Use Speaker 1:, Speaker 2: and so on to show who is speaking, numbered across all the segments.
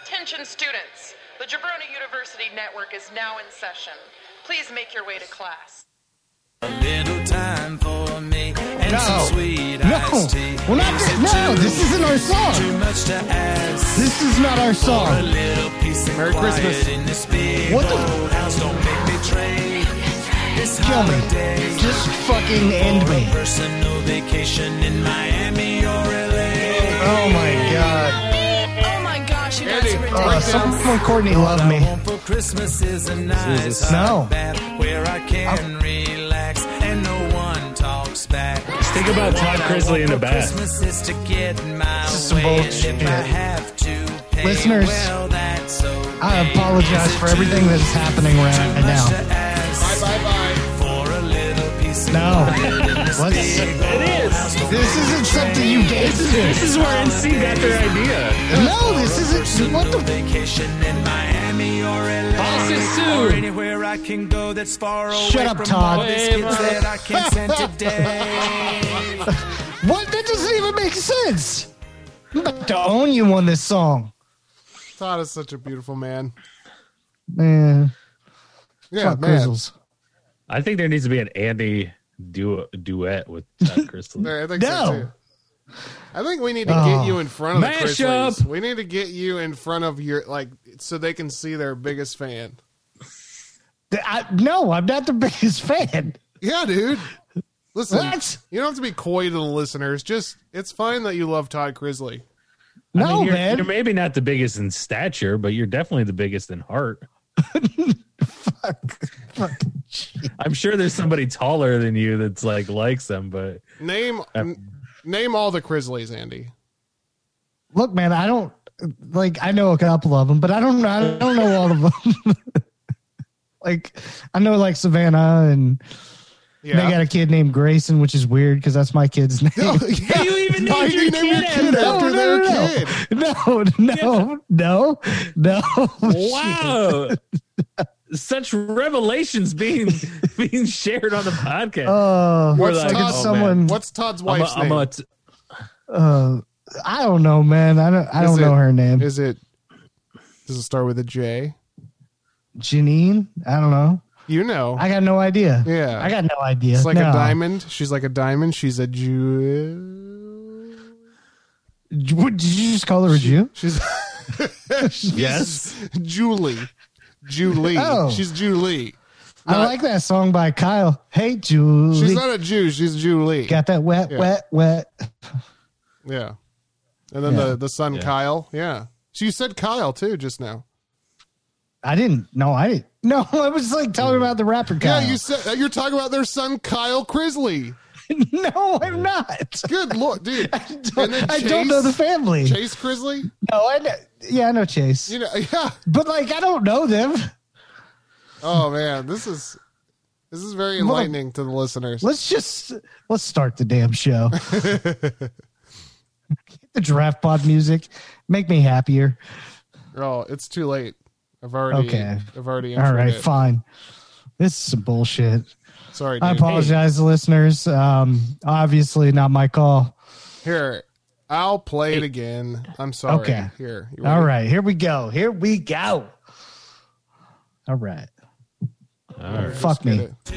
Speaker 1: Attention students, the Jabrona University Network is now in session. Please make your way to class.
Speaker 2: A little time for me and
Speaker 3: No.
Speaker 2: some sweet
Speaker 3: No.
Speaker 2: iced tea.
Speaker 3: We're not
Speaker 2: Is
Speaker 3: doing-
Speaker 2: it
Speaker 3: no,
Speaker 2: too-
Speaker 3: this isn't our song.
Speaker 2: Too much to ask.
Speaker 3: This is not our
Speaker 2: for a
Speaker 3: song.
Speaker 2: little peace and
Speaker 4: Merry
Speaker 2: quiet
Speaker 4: Christmas.
Speaker 2: in this big
Speaker 3: What the-
Speaker 2: old house. Don't make me trade this
Speaker 3: Kill me.
Speaker 2: holiday
Speaker 3: Just fucking end
Speaker 2: for a
Speaker 3: me.
Speaker 2: personal vacation in Miami or LA.
Speaker 3: Oh my god.
Speaker 5: Oh my gosh, you guys are
Speaker 3: Uh,
Speaker 5: ridiculous.
Speaker 3: someone from Courtney
Speaker 2: What
Speaker 3: love
Speaker 2: I
Speaker 3: me.
Speaker 2: want for Christmas is a nice
Speaker 4: Jesus.
Speaker 3: No.
Speaker 2: hot bath where I can relax and no one talks back.
Speaker 6: Think about Todd Crisley in the bath.
Speaker 2: Christmas is to get my
Speaker 3: This is some
Speaker 2: way,
Speaker 3: bullshit.
Speaker 2: and if I have to pay,
Speaker 3: Listeners,
Speaker 2: well, that's okay.
Speaker 3: I apologize for everything that is happening right now.
Speaker 2: Bye bye bye. For a little piece of
Speaker 3: No.
Speaker 2: quiet in this
Speaker 3: Let's-
Speaker 2: big old house. Don't
Speaker 3: This isn't something you danced
Speaker 6: This
Speaker 3: to.
Speaker 6: is where NC got their idea.
Speaker 3: No, this isn't. What the?
Speaker 2: vacation in Miami or LA. Or anywhere I can go that's far away
Speaker 3: Shut up,
Speaker 2: from
Speaker 3: Todd.
Speaker 2: all the
Speaker 6: Hey,
Speaker 2: skits
Speaker 6: Mark.
Speaker 2: that I can send today.
Speaker 3: What? That doesn't even make sense. I'm about to own you on this song.
Speaker 7: Todd is such a beautiful man.
Speaker 3: Man,
Speaker 7: Yeah,
Speaker 3: fuck
Speaker 7: man.
Speaker 3: Grizzles.
Speaker 6: I think there needs to be an Andy du- duet with Todd Crisley.
Speaker 7: I think so
Speaker 3: No.
Speaker 7: too. I think we need to
Speaker 3: Oh.
Speaker 7: get you in front of the
Speaker 6: Mash
Speaker 7: Chrisleys.
Speaker 6: up.
Speaker 7: We need to get you in front of your like so they can see their biggest fan.
Speaker 3: Th- I, no, I'm not the biggest fan.
Speaker 7: Yeah, dude. Listen,
Speaker 3: What?
Speaker 7: you don't have to be coy to the listeners. Just it's fine that you love Todd Crisley.
Speaker 3: No,
Speaker 6: I mean, you're,
Speaker 3: man.
Speaker 6: you're maybe not the biggest in stature, but you're definitely the biggest in heart. I'm sure there's somebody taller than you that's like likes them, but
Speaker 7: Name n- name all the Crisleys, Andy.
Speaker 3: Look, man, I don't like. I know a couple of them, but I don't. I don't know all of them. like, I know like Savannah, and
Speaker 7: Yeah.
Speaker 3: they got a kid named Grayson, which is weird because that's my kid's name.
Speaker 7: Oh, yeah.
Speaker 6: you even
Speaker 7: Why
Speaker 6: named
Speaker 7: do you
Speaker 6: your
Speaker 7: name
Speaker 6: kid
Speaker 7: your kid
Speaker 6: after-
Speaker 7: after their
Speaker 3: no.
Speaker 7: kid?
Speaker 3: No, no, no, no.
Speaker 6: wow. Such revelations being being shared on the podcast.
Speaker 3: Uh,
Speaker 6: We're
Speaker 7: What's
Speaker 6: like,
Speaker 7: Todd-
Speaker 6: oh,
Speaker 3: someone.
Speaker 6: man.
Speaker 7: What's Todd's
Speaker 6: I'm a,
Speaker 7: wife's
Speaker 6: I'm
Speaker 7: name?
Speaker 6: a t-
Speaker 3: Uh, I don't know, man. I don't. I
Speaker 7: Is
Speaker 3: don't know
Speaker 7: it-
Speaker 3: her name.
Speaker 7: Is it does it start with a J?
Speaker 3: Janine. I don't know.
Speaker 7: You know.
Speaker 3: I got no idea.
Speaker 7: Yeah.
Speaker 3: I got no idea.
Speaker 7: it's like
Speaker 3: No.
Speaker 7: a diamond. She's like a diamond. She's a Jew.
Speaker 3: J- what, Did you just call her a Jew?
Speaker 7: She's
Speaker 6: yes.
Speaker 7: Julie. Julie.
Speaker 3: Oh.
Speaker 7: She's Julie.
Speaker 3: I like that song by Kyle. Hey, Julie.
Speaker 7: She's not a Jew. She's Julie.
Speaker 3: got that wet,
Speaker 7: Yeah.
Speaker 3: wet, wet.
Speaker 7: yeah. And then the the son Kyle. Yeah. So you said Kyle too just now.
Speaker 3: I didn't. No, I didn't. No, I was like telling about the rapper Kyle.
Speaker 7: Yeah, you said uh, you're talking about their son Kyle Crisley.
Speaker 3: no, I'm not.
Speaker 7: Good lord, dude. And then
Speaker 3: I don't know the
Speaker 7: Chase-
Speaker 3: family.
Speaker 7: Chase Crisley.
Speaker 3: No, I know. Oh, Yeah, I know Chase,
Speaker 7: You know, yeah.
Speaker 3: but like I don't know them.
Speaker 7: Oh man, this is this is very enlightening to the listeners.
Speaker 3: Let's just let's start the damn show. Get the draft pod music. Make me happier.
Speaker 7: Oh, it's too late. I've already
Speaker 3: Okay.
Speaker 7: I've already
Speaker 3: All right,
Speaker 7: entered it.
Speaker 3: fine. This is some bullshit.
Speaker 7: Sorry,
Speaker 3: I
Speaker 7: dude.
Speaker 3: apologize, to listeners. Um, obviously, not my call.
Speaker 7: Here. I'll play it again. I'm sorry.
Speaker 3: Okay.
Speaker 7: Here. you
Speaker 3: All
Speaker 7: ready?
Speaker 3: right, here we go. Here we go. All right.
Speaker 6: All right.
Speaker 3: Fuck
Speaker 7: Get
Speaker 3: me.
Speaker 7: it.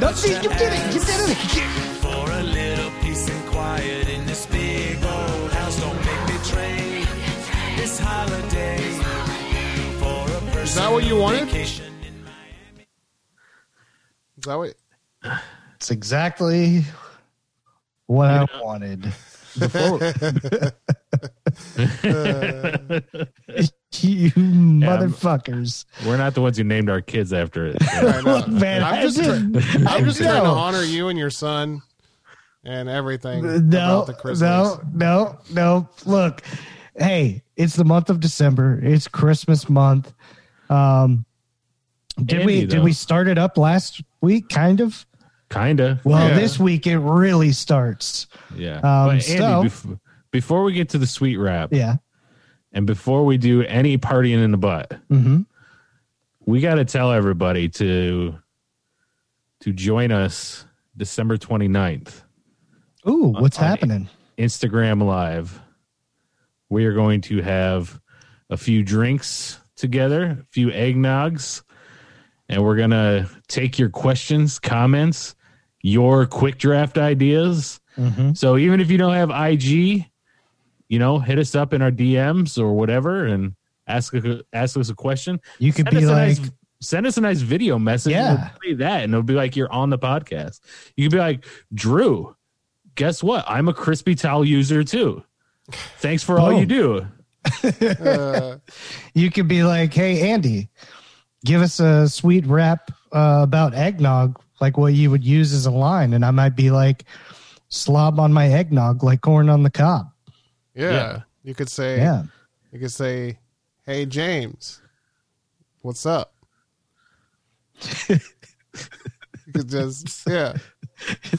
Speaker 3: No, see, you did it. You did it.
Speaker 2: For a little peace and quiet in this big old house, don't make me trade this holiday for a personal
Speaker 7: Is that what you wanted? Is
Speaker 2: vacation in Miami.
Speaker 7: that what
Speaker 3: It's exactly what I wanted. you motherfuckers.
Speaker 6: We're not the ones who named our kids after it.
Speaker 7: I know.
Speaker 3: Look, man,
Speaker 7: I'm
Speaker 3: I
Speaker 7: just try-
Speaker 3: didn't- I
Speaker 7: I'm just trying to
Speaker 3: know.
Speaker 7: honor you and your son and everything
Speaker 3: no,
Speaker 7: about the Christmas.
Speaker 3: no, no, no. Look, hey, it's the month of December. It's Christmas month. Um, did
Speaker 6: Andy,
Speaker 3: we did
Speaker 6: though.
Speaker 3: we start it up last week? Kind of.
Speaker 6: Kinda.
Speaker 3: Well,
Speaker 7: Yeah.
Speaker 3: this week it really starts.
Speaker 6: Yeah.
Speaker 3: Um,
Speaker 6: but Andy,
Speaker 3: so-
Speaker 6: bef- before we get to the sweet wrap,
Speaker 3: Yeah.
Speaker 6: and before we do any partying in the butt,
Speaker 3: Mm-hmm.
Speaker 6: we got to tell everybody to to join us December 29th,
Speaker 3: Ooh, what's
Speaker 6: on-
Speaker 3: happening?
Speaker 6: Instagram Live. We are going to have a few drinks together, a few eggnogs, and we're going to take your questions, comments, your quick draft ideas. So even if you don't have IG, you know, hit us up in our DMs or whatever and ask a, ask us a question.
Speaker 3: You could
Speaker 6: Send
Speaker 3: be
Speaker 6: us a
Speaker 3: like,
Speaker 6: nice, send us a nice video message. and
Speaker 3: Yeah.
Speaker 6: We'll play that and it'll be like you're on the podcast. You could be like, Drew, guess what? I'm a crispy towel user too. Thanks for all
Speaker 3: Boom.
Speaker 6: you do.
Speaker 7: Uh,
Speaker 3: you could be like, hey Andy, give us a sweet rap uh, about eggnog, like what you would use as a line, and I might be like, slob on my eggnog like corn on the cob.
Speaker 7: yeah.
Speaker 6: Yeah.
Speaker 7: You could say,
Speaker 3: Yeah,
Speaker 7: you could say, hey, James, what's up? you could just, yeah.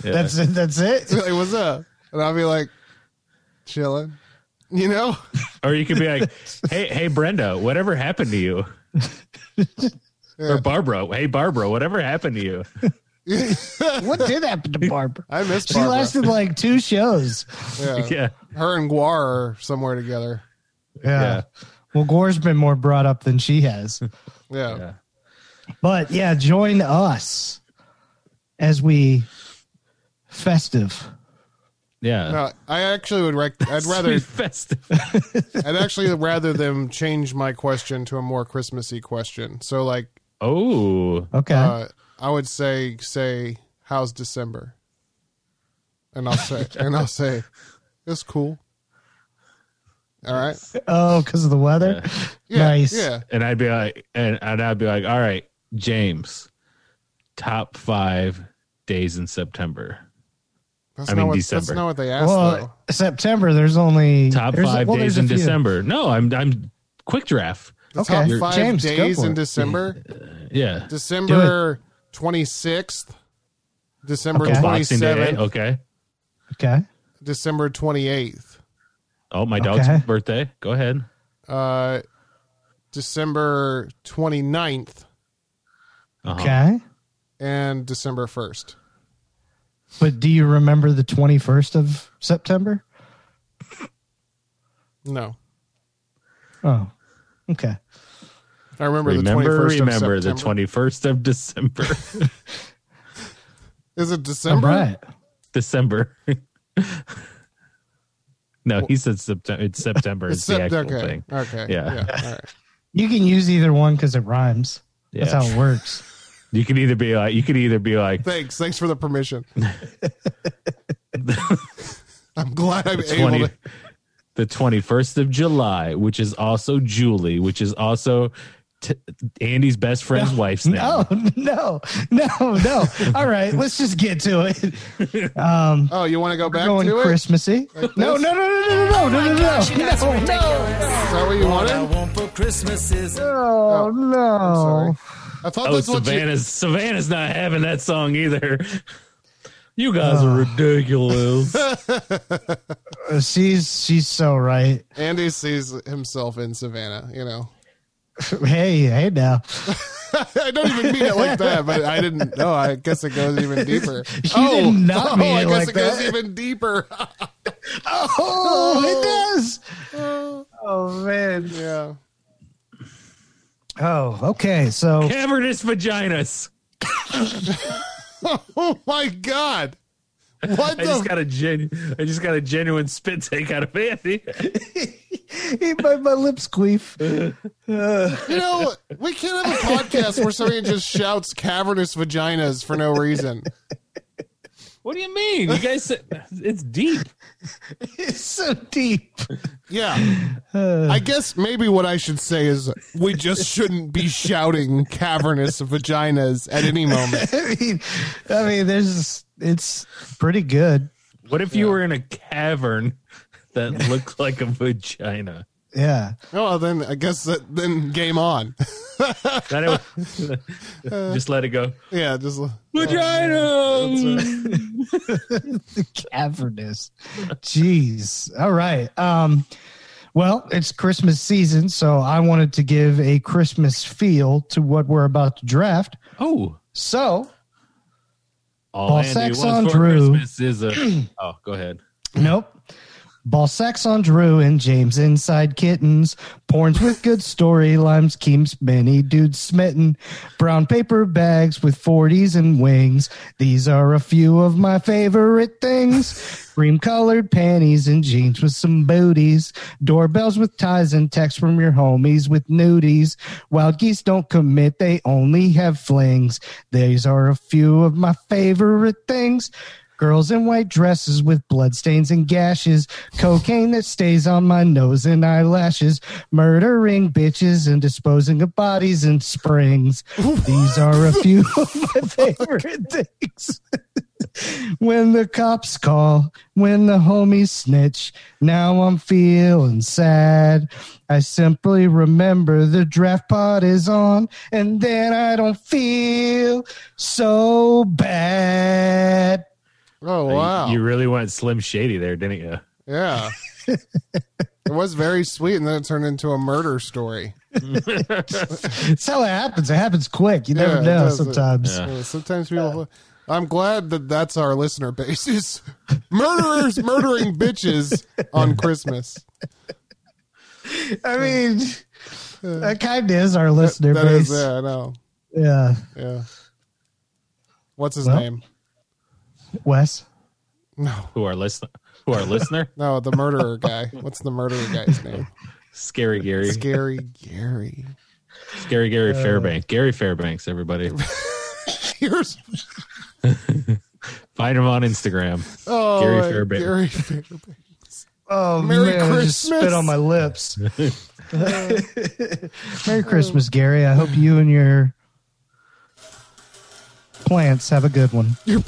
Speaker 3: that's it. That's it.
Speaker 7: Like, what's up? And I'll be like, chilling. You know?
Speaker 6: Or you could be like, Hey, hey Brenda, whatever happened to you? Or Barbara, hey Barbara, whatever happened to you?
Speaker 3: What did happen to Barbara?
Speaker 7: I miss
Speaker 3: She
Speaker 7: Barbara.
Speaker 3: lasted like two shows.
Speaker 7: yeah.
Speaker 6: Yeah.
Speaker 7: Her and Guar are somewhere together.
Speaker 3: Yeah.
Speaker 6: Yeah.
Speaker 3: Well, Gore's been more brought up than she has.
Speaker 7: Yeah.
Speaker 6: Yeah.
Speaker 3: But yeah, join us as we festive.
Speaker 6: Yeah.
Speaker 7: No, I actually would. Rec- I'd rather.
Speaker 6: festive.
Speaker 7: I'd actually rather them change my question to a more Christmassy question. So, like,
Speaker 6: Oh.
Speaker 3: Okay.
Speaker 7: uh, I would say, say, how's December? And I'll say, and I'll say, it's cool. All right.
Speaker 3: oh, because of the weather?
Speaker 7: Yeah.
Speaker 3: nice.
Speaker 7: Yeah.
Speaker 6: and I'd be like, and, and I'd be like, all right, James, top five days in September.
Speaker 7: That's
Speaker 6: I
Speaker 7: not
Speaker 6: mean,
Speaker 7: what,
Speaker 6: December.
Speaker 7: That's not what they asked
Speaker 3: Well,
Speaker 7: though.
Speaker 3: September, there's only
Speaker 6: Top
Speaker 3: there's-
Speaker 6: five
Speaker 3: well,
Speaker 6: days
Speaker 3: there's a
Speaker 6: in
Speaker 3: few. Oh.
Speaker 6: December. No, I'm I'm quick draft.
Speaker 7: The
Speaker 3: okay.
Speaker 7: Top five
Speaker 3: James, go
Speaker 7: days
Speaker 3: for
Speaker 7: in
Speaker 3: it.
Speaker 7: December.
Speaker 6: Yeah.
Speaker 7: December twenty sixth. December
Speaker 3: Okay.
Speaker 7: twenty
Speaker 6: Boxing Day.
Speaker 7: seventh.
Speaker 6: Okay.
Speaker 3: Okay.
Speaker 7: December twenty eighth.
Speaker 6: Oh, my dog's
Speaker 3: Okay.
Speaker 6: birthday. Go ahead.
Speaker 7: Uh, December 29th
Speaker 6: Uh-huh.
Speaker 3: Okay.
Speaker 7: and December 1st.
Speaker 3: But do you remember the 21st of September?
Speaker 7: No.
Speaker 3: Oh, okay.
Speaker 7: I remember,
Speaker 6: Remember,
Speaker 7: the 21st
Speaker 6: remember
Speaker 7: of
Speaker 6: the
Speaker 7: September.
Speaker 6: 21st of December.
Speaker 7: Is it
Speaker 3: All
Speaker 7: December?
Speaker 3: right.
Speaker 6: December. no, he said September. It's September. It's,
Speaker 7: It's
Speaker 6: the
Speaker 7: Sep-
Speaker 6: actual
Speaker 7: okay.
Speaker 6: thing.
Speaker 7: Okay.
Speaker 6: Yeah.
Speaker 7: All right.
Speaker 3: You can use either one because it rhymes. That's
Speaker 6: Yeah.
Speaker 3: how it works.
Speaker 6: You could either be like, you could either be like,
Speaker 7: Thanks. Thanks for the permission. I'm glad I'm
Speaker 6: the
Speaker 7: able
Speaker 6: 20,
Speaker 7: to.
Speaker 6: the 21st of July, which is also Julie, which is also t- Andy's best friend's wife's name.
Speaker 3: No, no, no, no. All right, let's just get to it.
Speaker 7: Oh, you want to go back
Speaker 3: Going
Speaker 7: to
Speaker 3: Christmassy. No, no, no, no, no, no, no, no,
Speaker 5: Gosh, you
Speaker 3: no,
Speaker 5: guys are ridiculous.
Speaker 7: it? Is that what you
Speaker 2: What I
Speaker 7: wanted?
Speaker 2: want for Christmas is a
Speaker 7: Oh,
Speaker 3: no.
Speaker 7: Sorry.
Speaker 3: no.
Speaker 7: I thought
Speaker 6: Oh,
Speaker 7: that's what you.
Speaker 6: Savannah's Savannah's not having that song either. You guys
Speaker 7: Ah.
Speaker 6: are ridiculous.
Speaker 3: Uh, She's she's so right.
Speaker 7: Andy sees himself in Savannah, you know.
Speaker 3: Hey, hey now.
Speaker 7: I don't even mean it like that, but I didn't know. I guess it goes even deeper.
Speaker 3: You
Speaker 7: oh,
Speaker 3: did not
Speaker 7: oh,
Speaker 3: mean
Speaker 7: I
Speaker 3: it
Speaker 7: guess
Speaker 3: like
Speaker 7: it goes
Speaker 3: that.
Speaker 7: even deeper.
Speaker 3: Oh, it does. Oh man.
Speaker 7: yeah.
Speaker 3: Oh, okay. So
Speaker 6: Cavernous vaginas.
Speaker 7: Oh my god. What
Speaker 6: I
Speaker 7: the
Speaker 6: just got a gen. I just got a genuine spit take out of Andy.
Speaker 3: he made my lips queef.
Speaker 7: you know, we can't have a podcast where somebody just shouts cavernous vaginas for no reason.
Speaker 6: What do you mean? You guys, said- it's deep.
Speaker 3: It's so deep.
Speaker 7: Yeah. I guess maybe what I should say is we just shouldn't be shouting cavernous vaginas at any moment.
Speaker 3: I mean, I mean, there's it's pretty good.
Speaker 6: What if you were in a cavern that looked like a vagina?
Speaker 3: Yeah.
Speaker 7: Oh, well, then I guess that, then game on.
Speaker 6: That it would- just let it go.
Speaker 7: Yeah, just
Speaker 6: Oh,
Speaker 7: um,
Speaker 3: Mm.
Speaker 6: Vagina.
Speaker 3: cavernous. Jeez. All right. Um, well, it's Christmas season, so I wanted to give a Christmas feel to what we're about to draft.
Speaker 6: Oh,
Speaker 3: So,
Speaker 6: all
Speaker 3: Ball
Speaker 6: Andy
Speaker 3: sacks
Speaker 6: wants
Speaker 3: on
Speaker 6: for
Speaker 3: Drew.
Speaker 6: Christmas is a. Oh, go ahead.
Speaker 3: nope. Ball sacks on Drew and James inside kittens. Porns with good story. Limes keeps many dudes smitten. Brown paper bags with 40s and wings. These are a few of my favorite things. Cream colored panties and jeans with some booties. Doorbells with ties and texts from your homies with nudies. Wild geese don't commit, they only have flings. These are a few of my favorite things. Girls in white dresses with bloodstains and gashes, cocaine that stays on my nose and eyelashes, murdering bitches and disposing of bodies in springs. These are a few of my favorite things. when the cops call, when the homies snitch, now I'm feeling sad. I simply remember the draft pot is on, and then I don't feel so bad.
Speaker 7: Oh wow!
Speaker 6: You really went Slim Shady there, didn't you?
Speaker 7: yeah, it was very sweet, and then it turned into a murder story.
Speaker 3: It's how it happens. It happens quick. You
Speaker 7: Yeah,
Speaker 3: never
Speaker 7: it
Speaker 3: know
Speaker 7: does. uh,
Speaker 3: sometimes.
Speaker 7: Yeah, sometimes people. I'm glad that that's our listener base is murderers murdering bitches on Christmas.
Speaker 3: I mean, that kind of is our listener
Speaker 7: That
Speaker 3: base.
Speaker 7: is, yeah, I know.
Speaker 3: yeah.
Speaker 7: Yeah. What's his
Speaker 3: Well-
Speaker 7: name?
Speaker 3: Wes?
Speaker 7: No,
Speaker 6: Who our listener? Who our listener?
Speaker 7: no, the murderer guy. What's the murderer guy's name?
Speaker 6: Scary Gary,
Speaker 7: Scary Gary.
Speaker 6: Scary Gary Fairbanks, Gary Fairbanks. Everybody,
Speaker 7: Here's
Speaker 6: find him on Instagram.
Speaker 7: oh,
Speaker 6: Gary
Speaker 7: my-
Speaker 6: Fairbanks.
Speaker 7: Gary Fairbanks.
Speaker 3: Oh,
Speaker 7: Merry
Speaker 3: man, I just
Speaker 7: Christmas.
Speaker 3: spit on my lips. Merry Christmas, Gary. I hope you and your plants have a good one.
Speaker 7: You're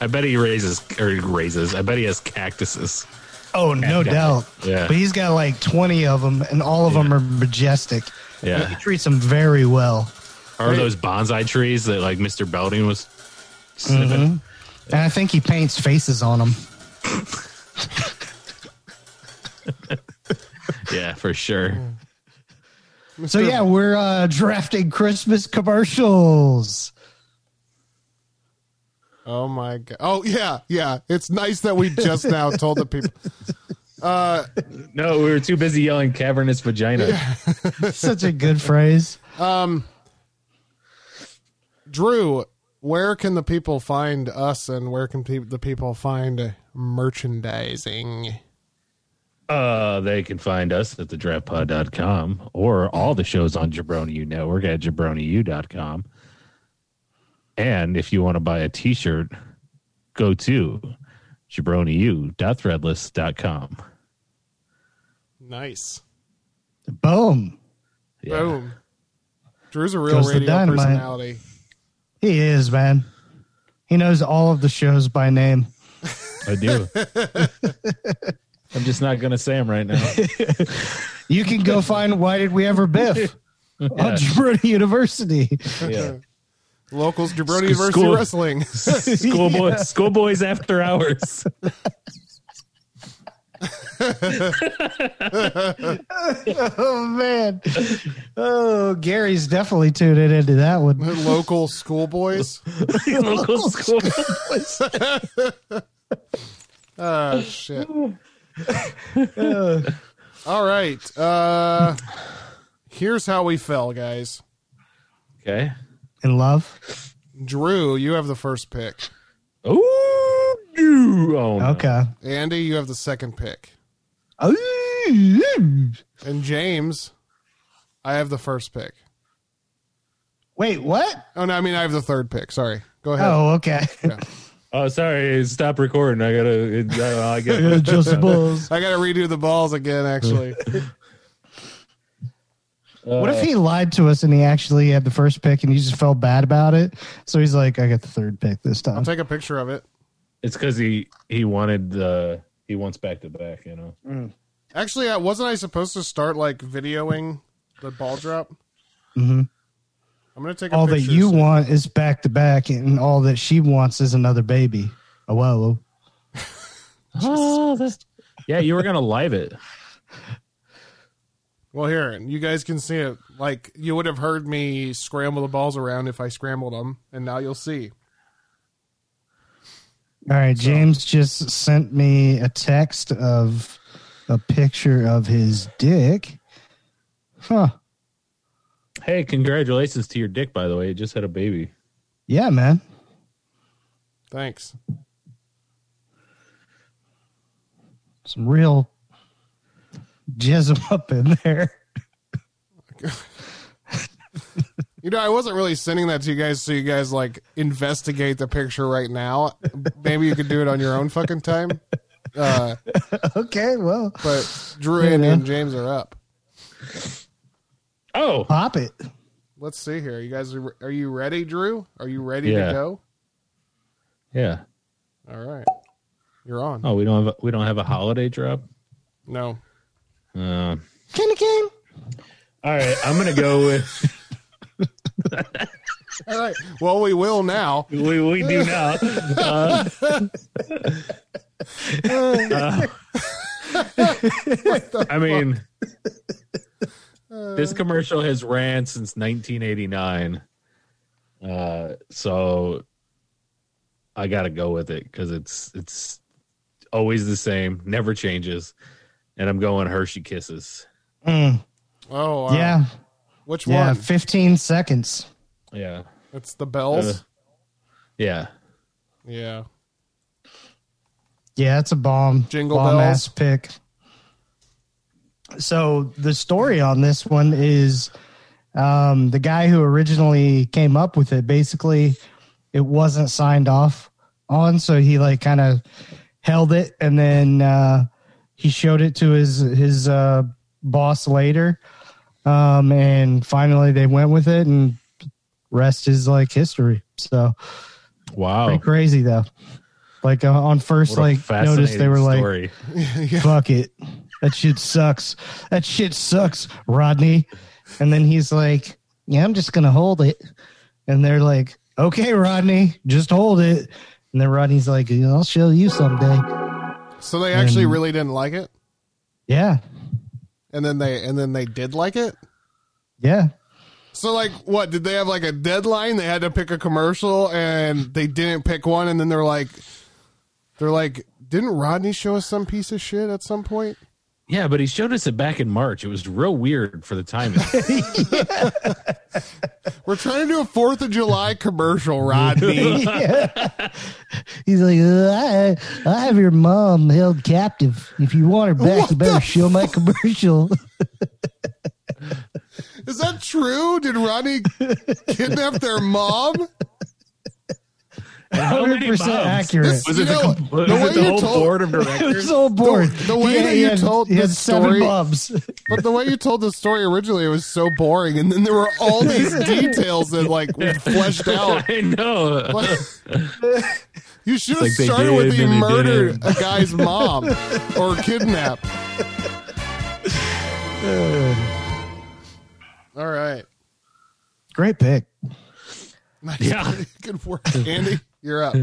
Speaker 6: I bet he raises or he raises. I bet he has cactuses.
Speaker 3: Oh, no doubt.
Speaker 6: Yeah.
Speaker 3: But he's got like 20 of them, and all of them are majestic. He
Speaker 6: Yeah,
Speaker 3: treats them very well.
Speaker 6: are those bonsai trees that like Mr. Belding was sniffing?
Speaker 3: And I think he paints faces on them.
Speaker 6: Yeah, for sure.
Speaker 3: So yeah, we're uh, drafting Christmas commercials.
Speaker 7: Oh my god. Oh yeah, yeah. It's nice that we just now told the people.
Speaker 6: No, we were too busy yelling cavernous vagina.
Speaker 3: Such a good phrase.
Speaker 7: Drew, where can the people find us and where can pe- the people find merchandising?
Speaker 6: Uh, they can find us at thedraftpod.com or all the shows on Jabroni U Network at jabroniu.com. And if you want to buy a t shirt, go to jabroniu.threadless.com.
Speaker 7: Nice.
Speaker 3: Boom.
Speaker 6: Yeah.
Speaker 7: Boom. Drew's a real
Speaker 3: Goes the
Speaker 7: radio
Speaker 3: dynamite.
Speaker 7: personality.
Speaker 3: He is man. He knows all of the shows by name.
Speaker 6: I do. I'm just not going to say them right now.
Speaker 3: You can go find why did we ever biff on Jabroni University.
Speaker 6: Yeah.
Speaker 7: Locals Jabroni University
Speaker 6: school-
Speaker 7: Wrestling.
Speaker 6: Schoolboy, Schoolboys After Hours.
Speaker 3: Oh man. Oh, Gary's definitely tuning into that one.
Speaker 7: Local schoolboys.
Speaker 6: Local school.
Speaker 7: Oh shit. All right. Uh here's how we fell, guys.
Speaker 6: Okay.
Speaker 3: In love.
Speaker 7: Drew, you have the first pick.
Speaker 6: Ooh, you- oh, no.
Speaker 3: Okay.
Speaker 7: Andy, you have the second pick.
Speaker 3: Ooh.
Speaker 7: And James, I have the first pick.
Speaker 3: Wait, what?
Speaker 7: Oh no, I mean I have the third pick. Sorry. Go ahead.
Speaker 3: Oh, okay.
Speaker 6: Oh, sorry. Stop recording. I gotta. It, I, I get.
Speaker 3: Just balls.
Speaker 7: I gotta redo the balls again, actually.
Speaker 3: What
Speaker 6: uh,
Speaker 3: if he lied to us and he actually had the first pick and he just felt bad about it? So he's like, I got the third pick this time.
Speaker 7: I'll take a picture of it.
Speaker 6: It's because he he wanted the he wants back to back. You know.
Speaker 7: Actually, I wasn't I supposed to start like videoing the ball drop? Mm-hmm. I'm gonna take a
Speaker 3: all that
Speaker 7: picture
Speaker 3: you
Speaker 7: so-
Speaker 3: want is back to back, and all that she wants is another baby. Oh, whoa.
Speaker 6: Oh, yeah. You were gonna live it.
Speaker 7: Well, here you guys can see it. Like you would have heard me scramble the balls around if I scrambled them, and now you'll see.
Speaker 3: All right, James just sent me a text of a picture of his dick. Huh.
Speaker 6: Hey, congratulations to your dick, by the way. It just had a baby.
Speaker 3: Yeah, man.
Speaker 7: Thanks.
Speaker 3: Some real jizz 'em up in there.
Speaker 7: You know, I wasn't really sending that to you guys so you guys like investigate the picture right now. Maybe you could do it on your own fucking time. Uh,
Speaker 3: Okay, well,
Speaker 7: but Drew, Andy, and James are up.
Speaker 6: Oh,
Speaker 3: pop it.
Speaker 7: Let's see here. You guys, are are you ready, Drew? Are you ready
Speaker 6: Yeah.
Speaker 7: to go?
Speaker 6: yeah.
Speaker 7: All right, you're on.
Speaker 6: Oh, we don't have a, we don't have a holiday drop.
Speaker 7: No,
Speaker 6: Uh,
Speaker 3: Candy cane.
Speaker 6: all right, I'm gonna go with
Speaker 7: all right. Well, we will now.
Speaker 6: we we do now. Uh, uh, I mean, this commercial has ran since 1989, uh, so I got to go with it because it's it's always the same, never changes, and I'm going Hershey Kisses.
Speaker 3: Mm,
Speaker 7: Oh, wow.
Speaker 3: yeah,
Speaker 7: Which
Speaker 3: yeah.
Speaker 7: one?
Speaker 3: Fifteen seconds.
Speaker 6: Yeah,
Speaker 7: It's the bells.
Speaker 6: Uh, yeah.
Speaker 7: yeah.
Speaker 3: Yeah, it's a bomb.
Speaker 7: Jingle
Speaker 3: bomb
Speaker 7: bells.
Speaker 3: ass pick. So the story on this one is um, the guy who originally came up with it. Basically, it wasn't signed off on, so he like kind of held it, and then uh, he showed it to his his uh, boss later, um, and finally they went with it, and rest is like history. So
Speaker 6: Wow.
Speaker 3: pretty crazy though. Like uh, on first
Speaker 6: Oh. What a
Speaker 3: like notice they
Speaker 6: fascinating
Speaker 3: were like
Speaker 6: story.
Speaker 3: fuck it. That shit sucks. That shit sucks, Rodney. And then he's like, Yeah, I'm just gonna hold it. And they're like, Okay, Rodney, just hold it. And then Rodney's like, I'll show you someday.
Speaker 7: So they actually
Speaker 3: And-
Speaker 7: really didn't like it,
Speaker 3: Yeah.
Speaker 7: and then they and then they did like it.
Speaker 3: Yeah.
Speaker 7: So like, what did they have like a deadline? They had to pick a commercial, and they didn't pick one, and then they're like, they're like, didn't Rodney show us some piece of shit at some point?
Speaker 6: Yeah, but he showed us it back in March. It was real weird for the timing.
Speaker 7: We're trying to do a Fourth of July commercial, Rodney.
Speaker 3: He's like, I, I have your mom held captive. If you want her back, you better show my commercial.
Speaker 7: Is that true? Did Rodney kidnap their mom?
Speaker 6: How many
Speaker 3: 100%
Speaker 6: moms?
Speaker 3: accurate.
Speaker 6: Was it
Speaker 7: You know,
Speaker 6: the, com- was
Speaker 7: the
Speaker 6: it
Speaker 7: way
Speaker 6: the
Speaker 7: you
Speaker 6: whole
Speaker 7: told-
Speaker 6: board of
Speaker 3: It was
Speaker 6: directors?
Speaker 3: so bored.
Speaker 7: the way that you told
Speaker 3: he
Speaker 7: the
Speaker 3: had seven
Speaker 7: story-
Speaker 3: bobs.
Speaker 7: But the way you told the story originally, it was so boring, and then there were all these details that like we fleshed out.
Speaker 6: I know.
Speaker 7: Like- you should have
Speaker 6: Like they
Speaker 7: started with
Speaker 6: did,
Speaker 7: he
Speaker 6: then they
Speaker 7: murdered
Speaker 6: didn't.
Speaker 7: a guy's mom or kidnapped. All right.
Speaker 3: Great pick.
Speaker 7: Nice.
Speaker 6: Yeah.
Speaker 7: Good work, Andy. You're up.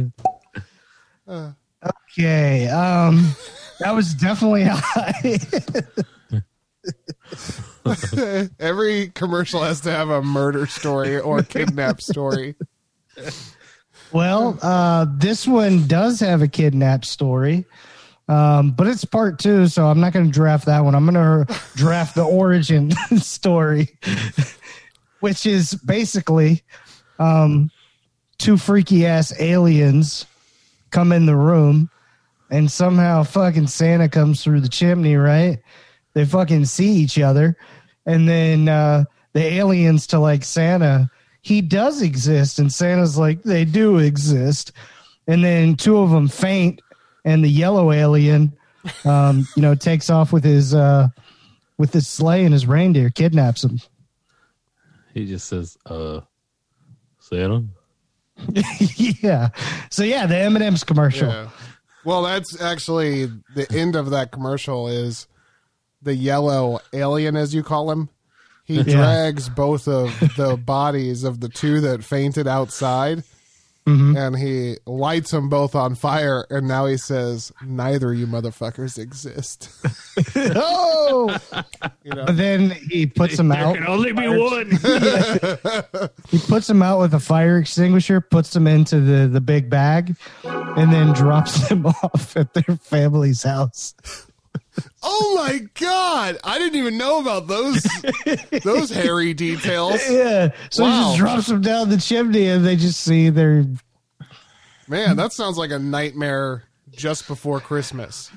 Speaker 3: Okay. Um, that was definitely high.
Speaker 7: Every commercial has to have a murder story or kidnap story.
Speaker 3: well, uh, this one does have a kidnap story, um, but it's part two, so I'm not going to draft that one. I'm going to draft the origin story, which is basically um, two freaky ass aliens come in the room, and somehow fucking Santa comes through the chimney, right? They fucking see each other, and then uh, the aliens to like Santa, he does exist, and Santa's like, they do exist, and then two of them faint, and the yellow alien, um, you know, takes off with his uh, with his sleigh and his reindeer, kidnaps him.
Speaker 6: He just says, uh, Santa?
Speaker 3: yeah, so yeah, the M and M's commercial.
Speaker 7: Yeah. Well, that's actually the end of that commercial is the yellow alien, as you call him. He drags both of the bodies of the two that fainted outside and he lights them both on fire. And now he says, Neither you motherfuckers exist.
Speaker 3: Oh, but then he puts him out.
Speaker 6: only be one.
Speaker 3: puts him out with a fire extinguisher, puts him into the the big bag, and then drops them off at their family's house.
Speaker 7: Oh my god! I didn't even know about those those hairy details.
Speaker 3: Yeah. So he
Speaker 7: Wow.
Speaker 3: just drops them down the chimney and they just see their
Speaker 7: Man, that sounds like a nightmare just before Christmas.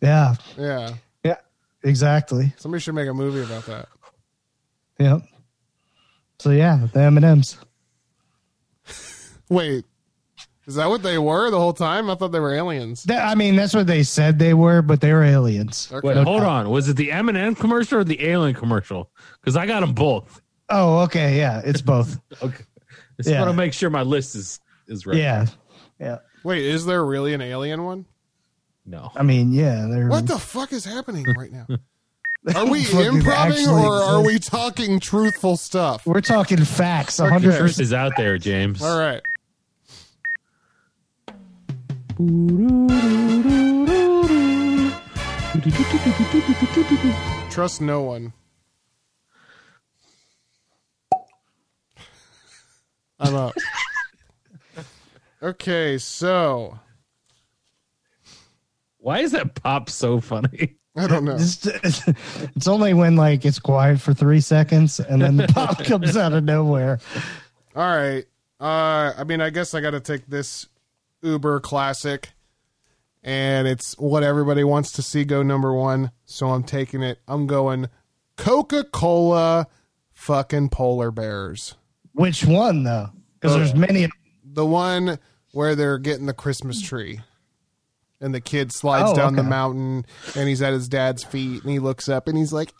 Speaker 3: yeah.
Speaker 7: Yeah,
Speaker 3: Yeah. Exactly.
Speaker 7: somebody should make a movie about that.
Speaker 3: Yep. So yeah, the M and M's.
Speaker 7: Wait, is that what they were the whole time? I thought they were aliens.
Speaker 3: I mean, that's what they said they were, but they were aliens.
Speaker 7: Okay.
Speaker 6: Wait, hold on. Was it the M&M commercial or the Alien commercial? Because I got them both.
Speaker 3: Oh, okay, yeah, it's both.
Speaker 6: Okay. Just
Speaker 3: Yeah.
Speaker 6: want to make sure my list is is right.
Speaker 3: Yeah, yeah.
Speaker 7: Wait, is there really an alien one?
Speaker 6: No.
Speaker 3: I mean, yeah, they're
Speaker 7: What the fuck is happening right now? Are we
Speaker 3: Fucking
Speaker 7: improvising
Speaker 3: actually
Speaker 7: or are
Speaker 3: exist.
Speaker 7: we talking truthful stuff?
Speaker 3: We're talking facts, a hundred
Speaker 6: Truth
Speaker 3: percent.
Speaker 6: is out there, James.
Speaker 7: All right. Trust no one. I'm up. Okay, so
Speaker 6: Why is that pop so funny?
Speaker 7: I don't know.
Speaker 3: It's, it's only when like it's quiet for three seconds and then the pop comes out of nowhere.
Speaker 7: All right. Uh, I mean, I guess I got to take this Uber classic, and it's what everybody wants to see go number one. So I'm taking it. I'm going Coca Cola, fucking polar bears.
Speaker 3: Which one though? Because there's many. of-
Speaker 7: The one where they're getting the Christmas tree, and the kid slides
Speaker 3: Oh,
Speaker 7: down the
Speaker 3: okay.
Speaker 7: mountain, and he's at his dad's feet, and he looks up, and he's like,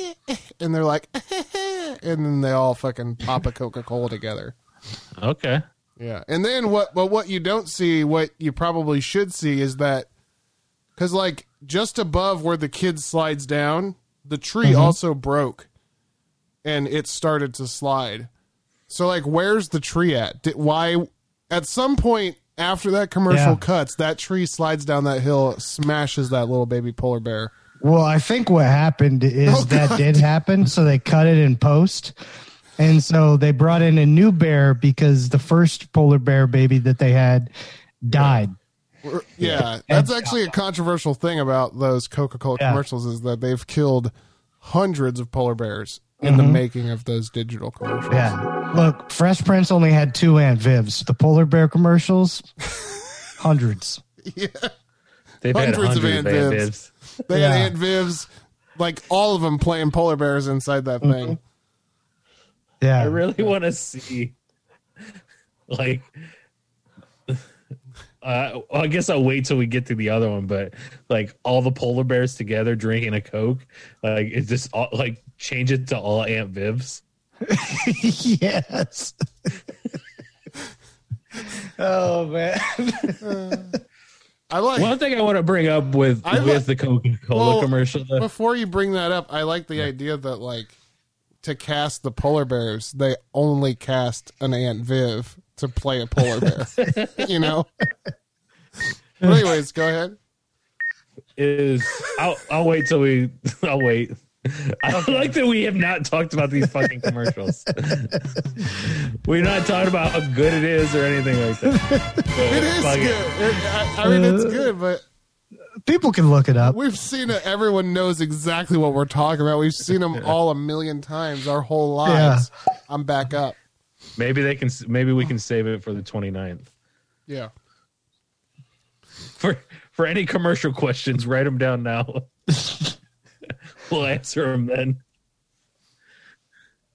Speaker 7: and they're like, and then they all fucking pop a Coca Cola together.
Speaker 6: Okay.
Speaker 7: Yeah, and then what? But what you don't see, what you probably should see, is that because like just above where the kid slides down, the tree also broke, and it started to slide. So like, where's the tree at? Did, why? At some point after that commercial
Speaker 3: Yeah.
Speaker 7: cuts, that tree slides down that hill, smashes that little baby polar bear.
Speaker 3: Well, I think what happened is
Speaker 7: Oh,
Speaker 3: that
Speaker 7: God.
Speaker 3: did happen, so they cut it in post. And so they brought in a new bear because the first polar bear baby that they had died.
Speaker 7: Or- Yeah, that's actually a controversial thing about those Coca Cola
Speaker 3: Yeah.
Speaker 7: commercials is that they've killed hundreds of polar bears in the making of those digital commercials.
Speaker 3: Mm-hmm. Yeah. Look, Fresh Prince only had two Aunt Vivs. The polar bear commercials, hundreds.
Speaker 6: They've
Speaker 7: Hundreds of Aunt Vivs.
Speaker 6: Vivs.
Speaker 7: They
Speaker 3: Yeah.
Speaker 7: had Aunt Viv's, like all of them playing polar bears inside that
Speaker 3: Mm-hmm.
Speaker 7: thing.
Speaker 3: Yeah.
Speaker 6: I really want to see, like, uh, well, I guess I'll wait till we get to the other one, but like all the polar bears together drinking a Coke, like, is this all, like, change it to all Aunt Viv's?
Speaker 3: yes. oh man.
Speaker 7: I like
Speaker 6: One thing I want to bring up with
Speaker 7: I
Speaker 6: with
Speaker 7: like-
Speaker 6: the Coca Cola
Speaker 7: Well,
Speaker 6: commercial, though-
Speaker 7: before you bring that up. I like the idea that like to cast the polar bears, they only cast an Aunt Viv to play a polar bear. you know. But anyways, go ahead.
Speaker 6: is I'll, I'll wait till we I'll wait. I like that we have not talked about these fucking commercials. We're not talking about how good it is or anything like that.
Speaker 7: It is good. It- I, I mean, it's good, but
Speaker 3: People can look it up.
Speaker 7: we've seen it. Everyone knows exactly what we're talking about. We've seen them all a million times our whole lives. I'm back up.
Speaker 6: Maybe they can. Maybe we can save it for the 29th.
Speaker 7: Yeah.
Speaker 6: For for any commercial questions, write them down now. we'll answer them then.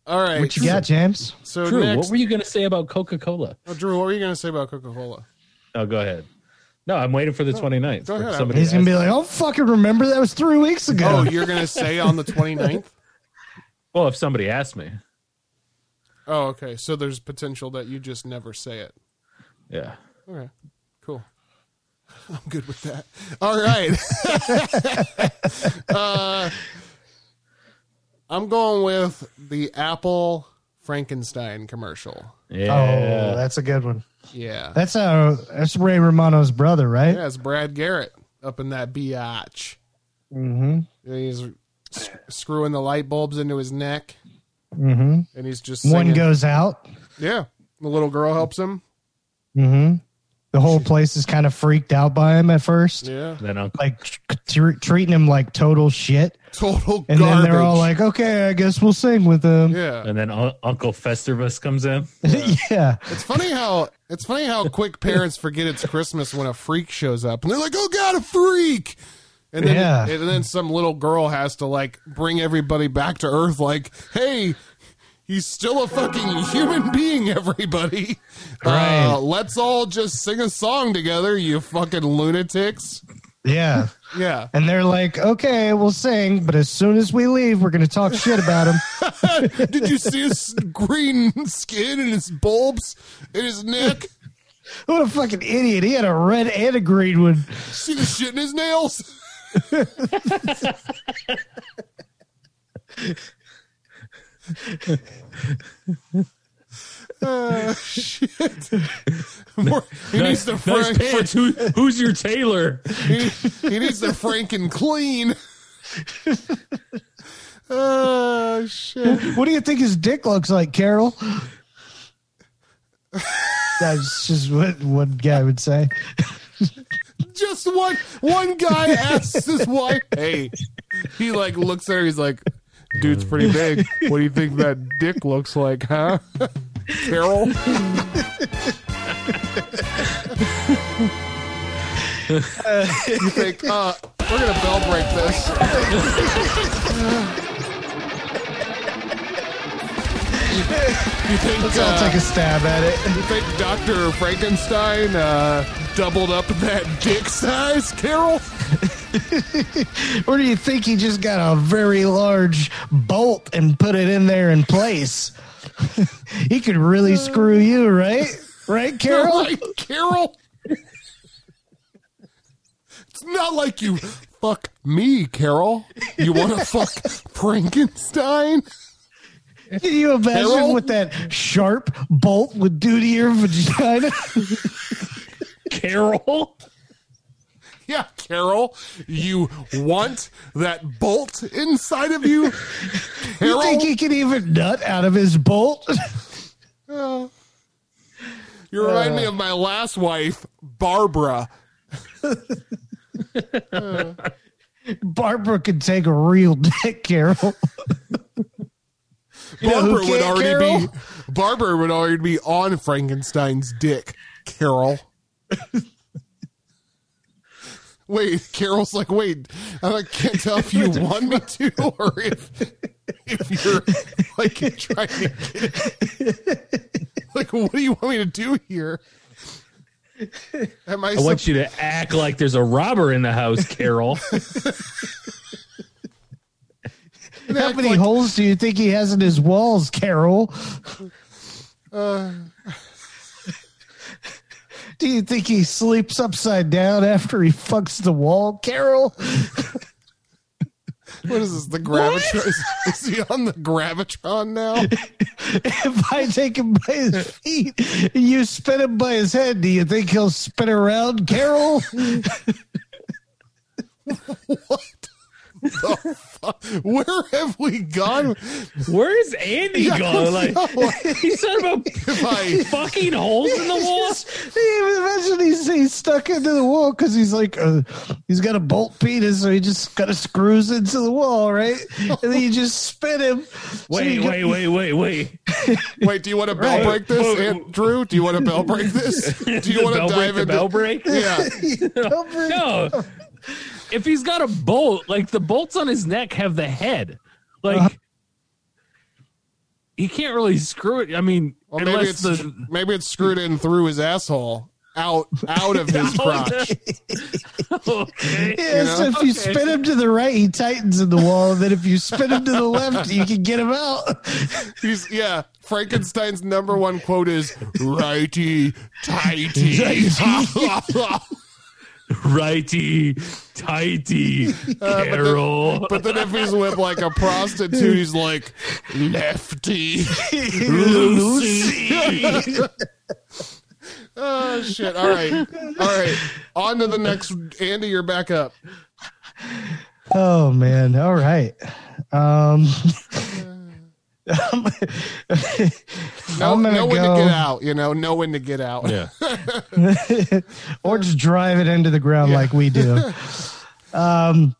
Speaker 7: All right.
Speaker 3: What you got, James?
Speaker 7: So
Speaker 6: Drew,
Speaker 7: next,
Speaker 6: what were you going to say about Coca Cola?
Speaker 7: oh, Drew, what were you going to say about Coca Cola?
Speaker 6: Oh, go ahead. No, I'm waiting for the 29th.
Speaker 7: go
Speaker 6: for
Speaker 7: ahead.
Speaker 6: somebody
Speaker 3: He's
Speaker 6: to
Speaker 3: gonna
Speaker 6: ask-
Speaker 3: be like, "Oh, fucking remember that was three weeks
Speaker 7: Oh,
Speaker 3: ago."
Speaker 7: you're going to say on the 29th?
Speaker 6: well, if somebody asked me,
Speaker 7: Oh, okay. So there's potential that you just never say it.
Speaker 6: yeah.
Speaker 7: Okay. Cool. I'm good with that. All right. uh, I'm going with the Apple Frankenstein commercial.
Speaker 6: Yeah.
Speaker 3: Oh, that's a good one.
Speaker 7: Yeah.
Speaker 3: That's uh that's Ray Romano's brother, right?
Speaker 7: Yeah, it's Brad Garrett up in that biatch. Mm-hmm. He's s- screwing the light bulbs into his neck. Mm-hmm. And he's just singing.
Speaker 3: One goes out.
Speaker 7: Yeah, the little girl helps him.
Speaker 3: The whole place is kind of freaked out by him at first,
Speaker 7: Yeah.
Speaker 6: Then Uncle
Speaker 3: like tr- tr- treating him like total shit.
Speaker 7: Total
Speaker 3: And
Speaker 7: garbage.
Speaker 3: then they're all like, "Okay, I guess we'll sing with him."
Speaker 7: yeah.
Speaker 6: and then Un- Uncle Festivus comes in.
Speaker 3: yeah.
Speaker 7: It's funny how it's funny how quick parents forget it's Christmas when a freak shows up and they're like, "Oh God, a freak!" And then
Speaker 3: Yeah.
Speaker 7: and then some little girl has to like bring everybody back to earth. Like, hey, he's still a fucking human being. Everybody,
Speaker 3: Right.
Speaker 7: Uh, let's all just sing a song together. You fucking lunatics.
Speaker 3: Yeah.
Speaker 7: Yeah,
Speaker 3: And they're like, okay, we'll sing, but as soon as we leave, we're going to talk shit about him.
Speaker 7: did you see his green skin and his bulbs in his neck?
Speaker 3: what a fucking idiot. He had a red and a green one.
Speaker 7: See the shit in his nails. Uh, shit. More- he needs the
Speaker 6: Nice
Speaker 7: Frank.
Speaker 6: pants. Who, who's your tailor?
Speaker 7: he, he needs the Frank and clean. Oh shit!
Speaker 3: What do you think his dick looks like, Carol? That's just what one guy would say.
Speaker 7: Just one one guy asks his wife, "Hey," he like looks at her. He's like, "Dude's pretty big. What do you think that dick looks like, huh?" Carol. you think uh, we're gonna bell break this? you think
Speaker 3: So I'll
Speaker 7: uh,
Speaker 3: take a stab at it.
Speaker 7: you think Dr. Frankenstein uh, doubled up that dick size, Carol?
Speaker 3: Or do you think he just got a very large bolt and put it in there in place? he could really screw you, right? Right, Carol?
Speaker 7: Like, Carol? It's not like you fuck me, Carol. You want to fuck Frankenstein?
Speaker 3: Can you imagine
Speaker 7: Carol?
Speaker 3: what that sharp bolt would do to your vagina?
Speaker 6: Carol.
Speaker 7: Yeah, Carol. You want that bolt inside of you?
Speaker 3: you
Speaker 7: Carol?
Speaker 3: think he could even nut out of his bolt?
Speaker 7: Oh. You remind
Speaker 3: Uh.
Speaker 7: me of my last wife, Barbara.
Speaker 3: Barbara could take a real dick, Carol. You know who
Speaker 7: Barbara would
Speaker 3: can't,
Speaker 7: already
Speaker 3: Carol?
Speaker 7: be Barbara would already be on Frankenstein's dick, Carol. wait, Carol's like, wait, I can't tell if you want me to or if if you're like trying to get like what do you want me to do here? Am I,
Speaker 6: I want you to act like there's a robber in the house, Carol.
Speaker 7: supposed to
Speaker 3: How
Speaker 7: act
Speaker 3: many
Speaker 7: like-
Speaker 3: holes do you think he has in his walls, Carol?
Speaker 7: Uh.
Speaker 3: do you think he sleeps upside down after he fucks the wall, Carol?
Speaker 7: what is this? The gravitron is, is he on the gravitron now?
Speaker 3: if I take him by his feet and you spin him by his head, do you think he'll spin around, Carol?
Speaker 7: Where have we gone?
Speaker 6: Where is Andy going? Like he said about
Speaker 7: I-
Speaker 6: fucking holes in the wall.
Speaker 3: Imagine he's, he's stuck into the wall because he's like, uh, he's got a bolt penis, so he just kind of screws into the wall, right? And then you just spin him. So
Speaker 6: Wait,
Speaker 3: you get-
Speaker 6: wait, wait, wait, wait.
Speaker 7: Wait, do you want to bell
Speaker 6: Right.
Speaker 7: break this,
Speaker 6: Whoa.
Speaker 7: Aunt Drew? Do you want to bell break this? Do you
Speaker 6: The
Speaker 7: want to
Speaker 6: bell
Speaker 7: dive
Speaker 6: break? The
Speaker 7: into
Speaker 6: bell
Speaker 3: Over-
Speaker 6: break?
Speaker 7: Yeah,
Speaker 6: No. If he's got a bolt, like the bolts on his neck have the head. Like
Speaker 7: Uh-huh.
Speaker 6: he can't really screw it. I mean,
Speaker 7: well, maybe it's
Speaker 6: unless the
Speaker 7: maybe it's screwed in through his asshole, out out of his crotch.
Speaker 6: okay.
Speaker 3: Yeah,
Speaker 7: You know?
Speaker 3: so if you
Speaker 6: Okay.
Speaker 3: spin him to the right, he tightens in the wall. And then if you spin him to the left, you can get him out.
Speaker 7: He's yeah. Frankenstein's number one quote is righty tighty.
Speaker 6: righty, tighty, Carol.
Speaker 7: Uh, but then if he's with like a prostitute, he's like lefty.
Speaker 6: Lucy.
Speaker 7: Oh shit! All right, all right. On to the next. Andy, you're back up.
Speaker 3: Oh man! All right. Um,
Speaker 7: No,
Speaker 3: I'm gonna
Speaker 7: no
Speaker 3: go-
Speaker 7: when to get out. You know, no when to get out.
Speaker 6: Yeah.
Speaker 3: or just drive it into the ground
Speaker 7: Yeah.
Speaker 3: like we do. Um,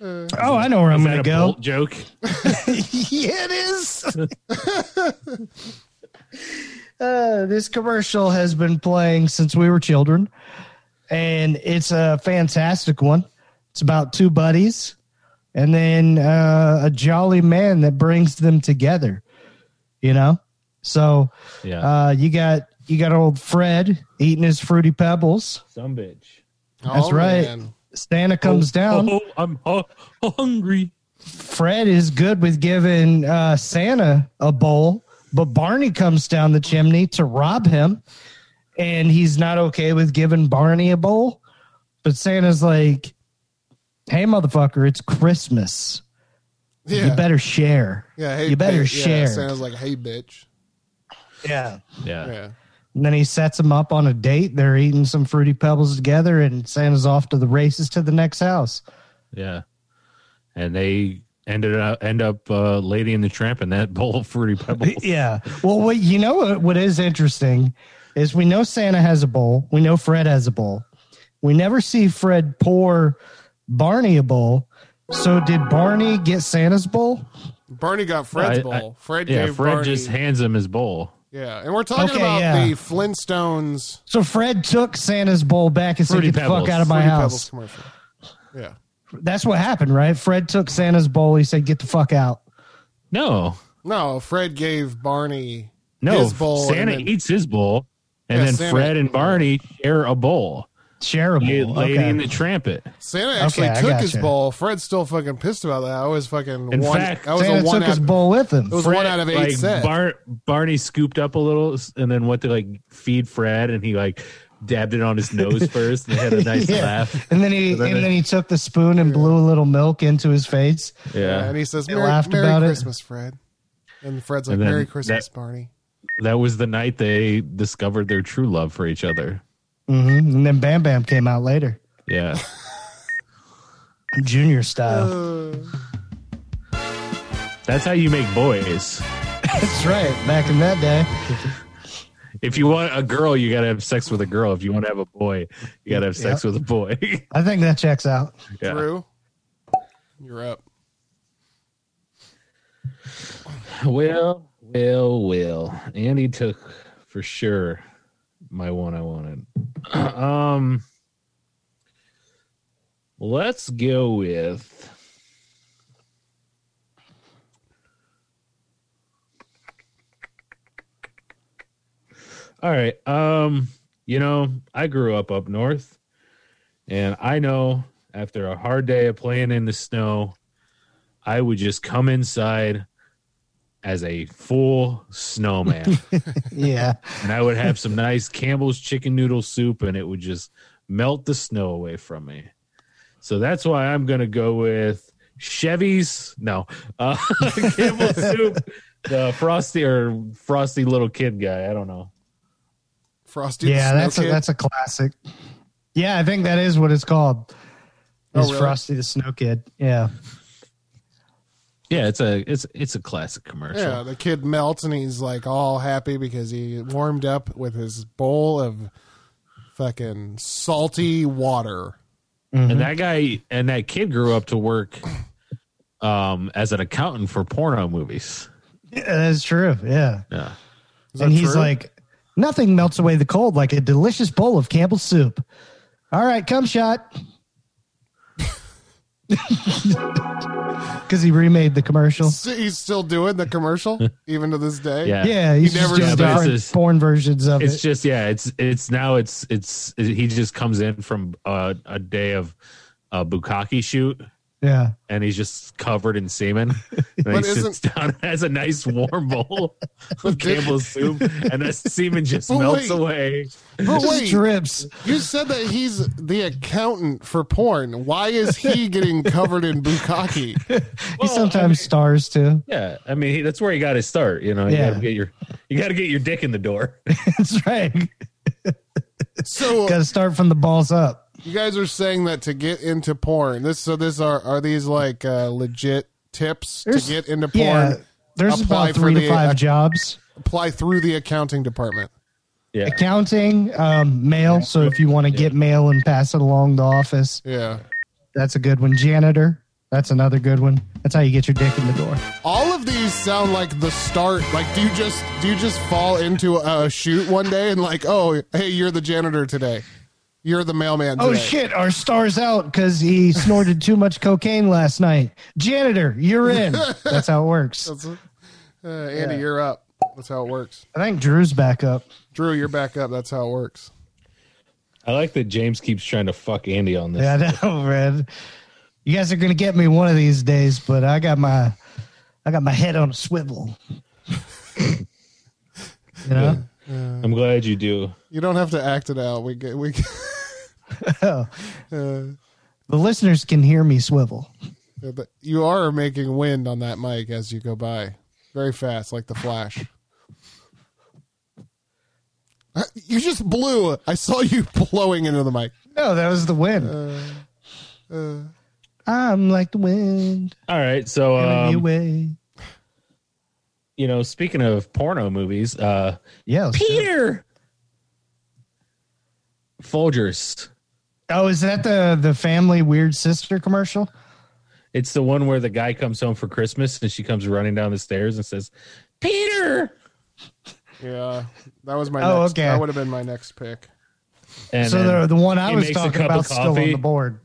Speaker 3: oh, I know where I'm
Speaker 6: Is
Speaker 3: going
Speaker 6: that
Speaker 3: to
Speaker 6: a
Speaker 3: go.
Speaker 6: Bolt joke?
Speaker 3: yeah, it is. uh, this commercial has been playing since we were children, and it's a fantastic one. It's about two buddies and then uh, a jolly man that brings them together, you know? So
Speaker 6: Yeah.
Speaker 3: uh, you got. You got old Fred eating his fruity pebbles.
Speaker 6: Some bitch.
Speaker 3: That's
Speaker 7: Oh,
Speaker 3: right.
Speaker 7: man.
Speaker 3: Santa comes down.
Speaker 6: Oh, I'm hu- hungry.
Speaker 3: Fred is good with giving uh, Santa a bowl, but Barney comes down the chimney to rob him, and he's not okay with giving Barney a bowl. But Santa's like, "Hey, motherfucker, it's Christmas.
Speaker 7: Yeah.
Speaker 3: You better share.
Speaker 7: Yeah. Hey,
Speaker 3: you better
Speaker 7: bitch.
Speaker 3: share.
Speaker 7: Yeah, Santa's like, hey, bitch.
Speaker 3: yeah."
Speaker 6: Yeah.
Speaker 7: Yeah.
Speaker 3: And then he sets him up on a date. They're eating some fruity pebbles together, and Santa's off to the races to the next house.
Speaker 6: Yeah. And they ended up end up uh, Lady and the Tramp in that bowl of fruity pebbles.
Speaker 3: Yeah. Well, what you know what, what is interesting is we know Santa has a bowl. We know Fred has a bowl. We never see Fred pour Barney a bowl. So did Barney get Santa's bowl?
Speaker 7: Barney got Fred's
Speaker 6: I- I-
Speaker 7: bowl. Fred
Speaker 6: yeah,
Speaker 7: gave
Speaker 6: Fred
Speaker 7: Barney.
Speaker 6: just hands him his bowl.
Speaker 7: yeah, and we're talking
Speaker 3: Okay,
Speaker 7: about
Speaker 3: yeah.
Speaker 7: the Flintstones
Speaker 3: So Fred took Santa's bowl back and said,
Speaker 6: Fruity
Speaker 3: "Get the fuck
Speaker 6: Pebbles.
Speaker 3: out of my
Speaker 7: Fruity Pebbles
Speaker 3: house."
Speaker 7: commercial. Yeah.
Speaker 3: That's what happened, right? Fred took Santa's bowl. He said, "Get the fuck out."
Speaker 6: No,
Speaker 7: No, Fred gave Barney
Speaker 6: no.
Speaker 7: his bowl. and
Speaker 6: Santa
Speaker 7: then-
Speaker 6: eats his bowl, and
Speaker 7: Yeah,
Speaker 6: then
Speaker 7: Santa-
Speaker 6: Fred and Barney share a bowl.
Speaker 3: Shareable.
Speaker 7: Oh,
Speaker 6: Lady
Speaker 3: okay.
Speaker 6: and the Tramp it.
Speaker 7: Santa actually
Speaker 3: Okay, I
Speaker 7: took
Speaker 3: gotcha.
Speaker 7: his bowl. Fred's still fucking pissed about that. I was fucking
Speaker 6: In
Speaker 7: one.
Speaker 6: fact,
Speaker 7: I was
Speaker 3: Santa
Speaker 7: a one
Speaker 3: took
Speaker 7: out.
Speaker 3: his bowl with him.
Speaker 7: it was one out of eight
Speaker 6: like,
Speaker 7: set.
Speaker 6: Bar- Barney scooped up a little and then went to like feed Fred, and he like dabbed it on his nose first and had a nice
Speaker 3: Yeah.
Speaker 6: laugh.
Speaker 3: And then he
Speaker 6: And then
Speaker 3: and
Speaker 6: it-
Speaker 3: then he took the spoon and blew a little milk into his face.
Speaker 6: Yeah,
Speaker 7: and he says,
Speaker 3: They
Speaker 7: "Merry,
Speaker 3: laughed
Speaker 7: Merry
Speaker 3: about it.
Speaker 7: Christmas, Fred." And Fred's like,
Speaker 6: And then
Speaker 7: "Merry Christmas,
Speaker 6: that-
Speaker 7: Barney."
Speaker 6: that was the night they discovered their true love for each other.
Speaker 3: hmm And then Bam Bam came out later,
Speaker 6: Yeah.
Speaker 3: junior style.
Speaker 6: That's how you make boys.
Speaker 3: That's right. Back in that day,
Speaker 6: If you want a girl, you got to have sex with a girl. If you want to have a boy, you got to have sex with a boy.
Speaker 3: I think that checks out.
Speaker 6: Yeah.
Speaker 7: Drew, you're up.
Speaker 6: Well, well, well. Andy took for sure my one I wanted. um, let's go with. All right. Um, you know, I grew up up north, and I know after a hard day of playing in the snow, I would just come inside as a full snowman.
Speaker 3: Yeah.
Speaker 6: and I would have some nice Campbell's chicken noodle soup and it would just melt the snow away from me. So that's why I'm going to go with Chevy's. No, uh, Campbell's soup, the frosty or frosty little kid guy. I don't know.
Speaker 7: Frosty.
Speaker 3: yeah,
Speaker 7: the
Speaker 3: that's a,
Speaker 7: Snow Kid?
Speaker 3: that's a classic. Yeah, I think that is what it's called.
Speaker 7: Oh,
Speaker 3: Is
Speaker 7: really?
Speaker 3: Frosty the Snow Kid? Yeah.
Speaker 6: Yeah, it's a it's it's a classic commercial.
Speaker 7: yeah. The kid melts and he's like all happy because he warmed up with his bowl of fucking salty water.
Speaker 3: Mm-hmm.
Speaker 6: and that guy and that kid grew up to work um as an accountant for porno movies.
Speaker 3: yeah that's true. Yeah.
Speaker 6: Yeah.
Speaker 7: Is that
Speaker 3: And he's
Speaker 7: true?
Speaker 3: like, nothing melts away the cold like a delicious bowl of Campbell's soup. All right, come shot. Because he remade the commercial.
Speaker 7: S- he's still doing the commercial even to this day.
Speaker 6: Yeah.
Speaker 3: Yeah, he's
Speaker 7: He
Speaker 3: just
Speaker 7: never
Speaker 3: doing
Speaker 6: stops.
Speaker 3: different
Speaker 6: It's-
Speaker 3: porn versions of
Speaker 6: it's
Speaker 3: it.
Speaker 6: just yeah it's it's now it's it's he just comes in from uh, a day of a bukkake shoot
Speaker 3: Yeah.
Speaker 6: and he's just covered in semen and he
Speaker 7: But
Speaker 6: sits
Speaker 7: isn't-
Speaker 6: down and has a nice warm bowl of campbell's soup and that semen just
Speaker 7: But
Speaker 6: melts
Speaker 7: wait.
Speaker 6: away
Speaker 7: But
Speaker 3: Just
Speaker 7: wait,
Speaker 3: drips.
Speaker 7: you said that he's the accountant for porn. Why is he getting covered in bukkake?
Speaker 3: He
Speaker 6: Well,
Speaker 3: sometimes
Speaker 6: I mean-
Speaker 3: stars too.
Speaker 6: yeah i mean he, that's where he got his start you know you
Speaker 3: Yeah.
Speaker 6: gotta get your you gotta get your dick in the door
Speaker 3: That's right.
Speaker 7: So
Speaker 3: Got to start from the balls up.
Speaker 7: you guys are saying that to get into porn. This so this are are these like uh, legit tips
Speaker 3: There's-
Speaker 7: to get into porn?
Speaker 3: yeah. There's
Speaker 7: Apply
Speaker 3: about
Speaker 7: for
Speaker 3: three
Speaker 7: the- uh,
Speaker 3: to five jobs.
Speaker 7: Apply through the accounting department.
Speaker 6: Yeah.
Speaker 3: Accounting, um, mail. So if you want to get mail and pass it along the office,
Speaker 7: Yeah.
Speaker 3: that's a good one. Janitor, that's another good one. That's how you get your dick in the door.
Speaker 7: All of these sound like the start. Like, do you just do you just fall into a shoot one day and like, oh, hey, you're the janitor today, you're the mailman.
Speaker 3: Oh
Speaker 7: today.
Speaker 3: shit, our star's out because he snorted too much cocaine last night. Janitor, you're in. That's how it works.
Speaker 7: Uh, Andy, you're up. That's how it works.
Speaker 3: I think Drew's back up.
Speaker 7: Drew, you're back up. That's how it works.
Speaker 6: I like that James keeps trying to fuck Andy on this.
Speaker 3: Yeah, I know, man. You guys are gonna get me one of these days, but I got my I got my head on a swivel. you know?
Speaker 6: I'm glad you do.
Speaker 7: You don't have to act it out. We get we.
Speaker 3: The listeners can hear me swivel.
Speaker 7: But you are making wind on that mic as you go by, very fast, like the flash. You just blew. I saw you blowing into the mic.
Speaker 3: No, that was the wind.
Speaker 6: Uh,
Speaker 3: I'm like the wind
Speaker 6: All right, so
Speaker 3: blowing you
Speaker 6: um,
Speaker 3: away.
Speaker 6: you know, speaking of porno movies, uh,
Speaker 3: Yeah. let's do it.
Speaker 6: Peter Folgers.
Speaker 3: Oh, is that the the family weird sister commercial?
Speaker 6: It's the one where the guy comes home for Christmas and she comes running down the stairs and says, "Peter."
Speaker 7: Yeah, that was my.
Speaker 3: Oh,
Speaker 7: next,
Speaker 3: okay.
Speaker 7: That would have been my next pick.
Speaker 6: And
Speaker 3: so
Speaker 6: then
Speaker 3: the the one I
Speaker 6: he
Speaker 3: was
Speaker 6: makes a
Speaker 3: talking
Speaker 6: cup of
Speaker 3: about still on
Speaker 6: coffee.
Speaker 3: the board.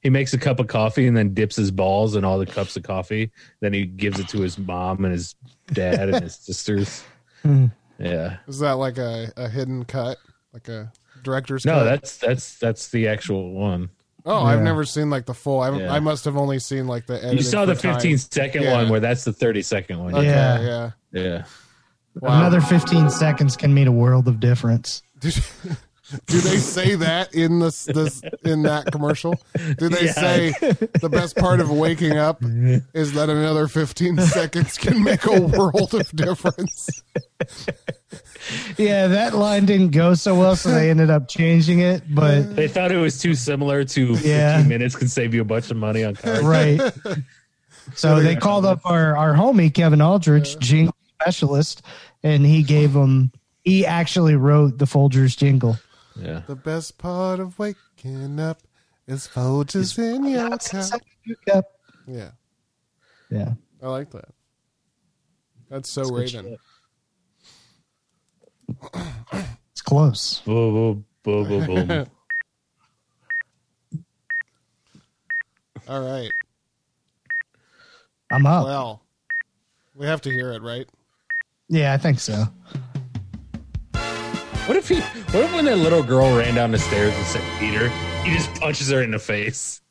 Speaker 6: he makes a cup of coffee and then dips his balls in all the cups of coffee. Then he gives it to his mom and his dad and his sisters.
Speaker 3: Hmm.
Speaker 6: Yeah.
Speaker 7: Is that like a, a hidden cut, like a director's cut?
Speaker 6: No, that's that's that's the actual one.
Speaker 7: oh, I've never seen like the full. I,
Speaker 6: Yeah.
Speaker 7: I must have only seen like the.
Speaker 6: You saw the 15
Speaker 7: fifteen
Speaker 6: second
Speaker 7: Yeah.
Speaker 6: one where that's the 30 second one.
Speaker 7: Okay,
Speaker 3: Yeah.
Speaker 7: yeah.
Speaker 6: Yeah.
Speaker 7: Wow.
Speaker 3: Another 15 seconds can mean a world of difference.
Speaker 7: Did you- do they say that in this this in that commercial? Do they
Speaker 6: Yeah.
Speaker 7: say the best part of waking up is that another 15 seconds can make a world of difference?
Speaker 3: Yeah, that line didn't go so well, so they ended up changing it. But
Speaker 6: They thought it was too similar to
Speaker 3: Yeah.
Speaker 6: 15 minutes can save you a bunch of money on cars.
Speaker 3: right, so they called up our our homie Kevin Aldrich, jingle specialist, and he gave them. He actually wrote the Folgers jingle.
Speaker 6: Yeah.
Speaker 7: The best part of waking up is Folgers in your cup. Yeah,
Speaker 3: Yeah,
Speaker 7: I like that. That's so Raven.
Speaker 3: it's close.
Speaker 6: Boom, boom, boom, boom, boom.
Speaker 7: All right.
Speaker 3: I'm up.
Speaker 7: Well, we have to hear it, right?
Speaker 3: yeah, I think so.
Speaker 6: What if he? What if when that little girl ran down the stairs and said Peter, he just punches her in the face?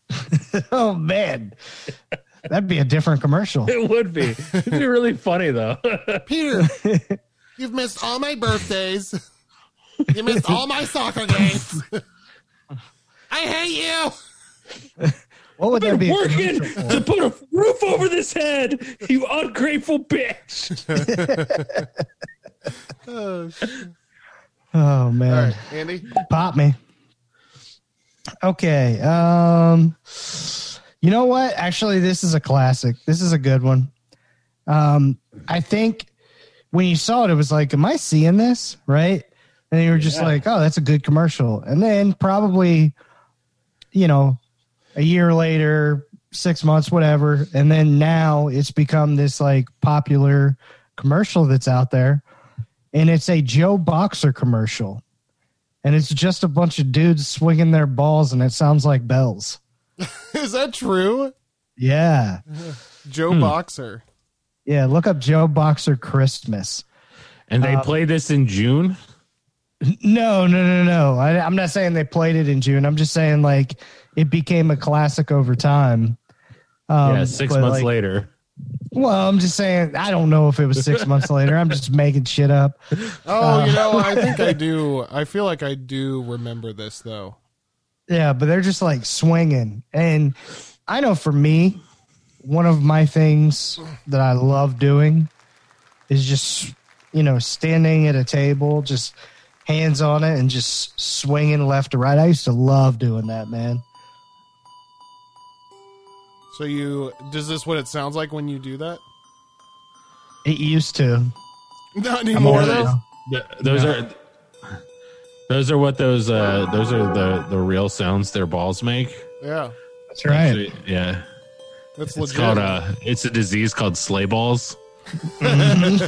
Speaker 3: Oh man, that'd be a different commercial.
Speaker 6: It would be. It'd be really funny though.
Speaker 7: Peter, you've missed all my birthdays. You missed all my soccer games. I hate you.
Speaker 3: What would that be? a
Speaker 6: Working
Speaker 3: commercial for?
Speaker 6: to put a roof over this head, you ungrateful bitch.
Speaker 3: Oh
Speaker 7: All
Speaker 3: man,
Speaker 7: right, Andy.
Speaker 3: pop me. Okay. Um, you know what? Actually, this is a classic. This is a good one. Um, I think when you saw it, it was like, "Am I seeing this right?" And you were just like, "Oh, that's a good commercial." And then probably, you know, a year later, six months, whatever, and then now it's become this like popular commercial that's out there, and it's a Joe Boxer commercial, and it's just a bunch of dudes swinging their balls, and it sounds like bells.
Speaker 7: Is that true?
Speaker 3: Yeah,
Speaker 6: Hmm.
Speaker 7: Joe Boxer.
Speaker 3: yeah. Look up Joe Boxer Christmas.
Speaker 6: And
Speaker 3: Uh,
Speaker 6: they play this in June.
Speaker 3: No, no, no, no. I, I'm not saying they played it in June. I'm just saying like it became a classic over time. Um,
Speaker 6: yeah, six
Speaker 3: but,
Speaker 6: months
Speaker 3: like-
Speaker 6: later.
Speaker 3: Well, I'm just saying I don't know if it was six months later. I'm just making shit up.
Speaker 6: Uh.
Speaker 7: Oh, you know, I think I do. I feel like I do remember this though.
Speaker 3: Yeah, but they're just like swinging. And I know for me, one of my things that I love doing is just, you know, standing at a table, just hands on it and just swinging left to right. I used to love doing that, man.
Speaker 7: So you does this what it sounds like when you do that?
Speaker 3: It used to.
Speaker 7: Not anymore.
Speaker 6: Or
Speaker 7: though.
Speaker 6: the- the- those are those are what those uh those are the the real sounds their balls make.
Speaker 7: Yeah,
Speaker 3: That's right.
Speaker 6: Actually, yeah.
Speaker 7: that's
Speaker 6: It's
Speaker 7: legit.
Speaker 6: called uh it's a disease called sleigh balls.
Speaker 3: Yep.